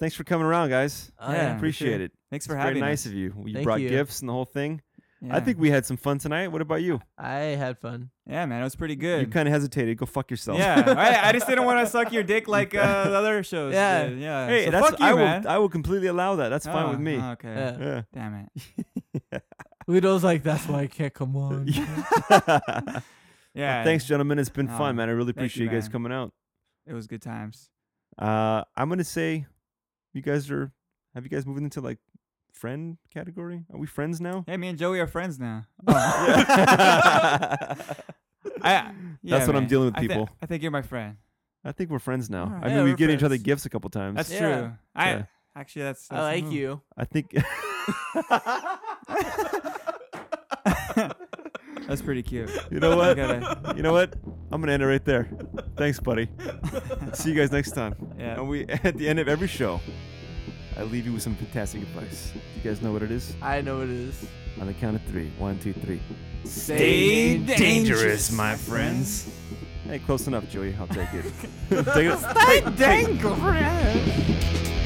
[SPEAKER 1] Thanks for coming around, guys.
[SPEAKER 3] I
[SPEAKER 2] Yeah.
[SPEAKER 1] Appreciate it.
[SPEAKER 2] thanks for
[SPEAKER 1] It's
[SPEAKER 2] having
[SPEAKER 1] very nice
[SPEAKER 2] us.
[SPEAKER 1] of you. You
[SPEAKER 3] Thank
[SPEAKER 1] brought
[SPEAKER 3] you.
[SPEAKER 1] gifts and the whole thing. I
[SPEAKER 2] Yeah.
[SPEAKER 1] think we had some fun tonight. What about you?
[SPEAKER 3] I had fun.
[SPEAKER 2] yeah, man, it was pretty
[SPEAKER 1] You
[SPEAKER 2] good.
[SPEAKER 1] kind of hesitated. Go fuck yourself.
[SPEAKER 2] yeah, I, I just didn't want to suck your dick like uh, the other shows.
[SPEAKER 3] Yeah.
[SPEAKER 2] did. yeah.
[SPEAKER 1] Hey,
[SPEAKER 2] so
[SPEAKER 1] that's
[SPEAKER 2] fuck you,
[SPEAKER 1] I
[SPEAKER 2] man. Uh-huh.
[SPEAKER 1] will. I will completely allow that. That's fine
[SPEAKER 2] Oh,
[SPEAKER 1] with me.
[SPEAKER 2] Okay,
[SPEAKER 3] Yeah.
[SPEAKER 1] yeah.
[SPEAKER 2] damn it.
[SPEAKER 3] Ludo's like, that's why I can't come on.
[SPEAKER 2] Yeah,
[SPEAKER 1] Thanks, gentlemen. It's been
[SPEAKER 2] Oh,
[SPEAKER 1] fun, man. I really
[SPEAKER 2] thank you,
[SPEAKER 1] appreciate you, guys
[SPEAKER 2] man.
[SPEAKER 1] coming out.
[SPEAKER 2] It was good times.
[SPEAKER 1] Uh, I'm gonna say, you guys are. Have you guys moved into like friend category? Are we friends now?
[SPEAKER 2] Hey, me and Joey are friends now.
[SPEAKER 1] Yeah.
[SPEAKER 2] I, yeah,
[SPEAKER 1] That's what I'm
[SPEAKER 2] man.
[SPEAKER 1] dealing with,
[SPEAKER 2] I thi-
[SPEAKER 1] people.
[SPEAKER 2] I think you're my friend.
[SPEAKER 1] I think we're friends now.
[SPEAKER 2] Alright.
[SPEAKER 1] I
[SPEAKER 3] Yeah,
[SPEAKER 1] mean, we
[SPEAKER 3] we're
[SPEAKER 1] get each other
[SPEAKER 3] friends.
[SPEAKER 1] gifts a couple times.
[SPEAKER 2] That's
[SPEAKER 3] Yeah.
[SPEAKER 2] true. I
[SPEAKER 1] Yeah.
[SPEAKER 2] actually that's,
[SPEAKER 3] I
[SPEAKER 2] that's
[SPEAKER 3] like
[SPEAKER 2] ooh.
[SPEAKER 3] you.
[SPEAKER 1] I think.
[SPEAKER 2] That's pretty cute.
[SPEAKER 1] you know what?
[SPEAKER 2] gotta-
[SPEAKER 1] you know what? I'm gonna end it right there. Thanks, buddy. See you guys next time.
[SPEAKER 2] Yeah.
[SPEAKER 1] And we at the end of every show, I leave you with some fantastic advice. You guys know what it is?
[SPEAKER 3] I know it is.
[SPEAKER 1] On the count of three. One, two, three.
[SPEAKER 3] Stay
[SPEAKER 1] dangerous, my friends. Hey, close enough, Joey. I'll take it. take it. Stay dangerous.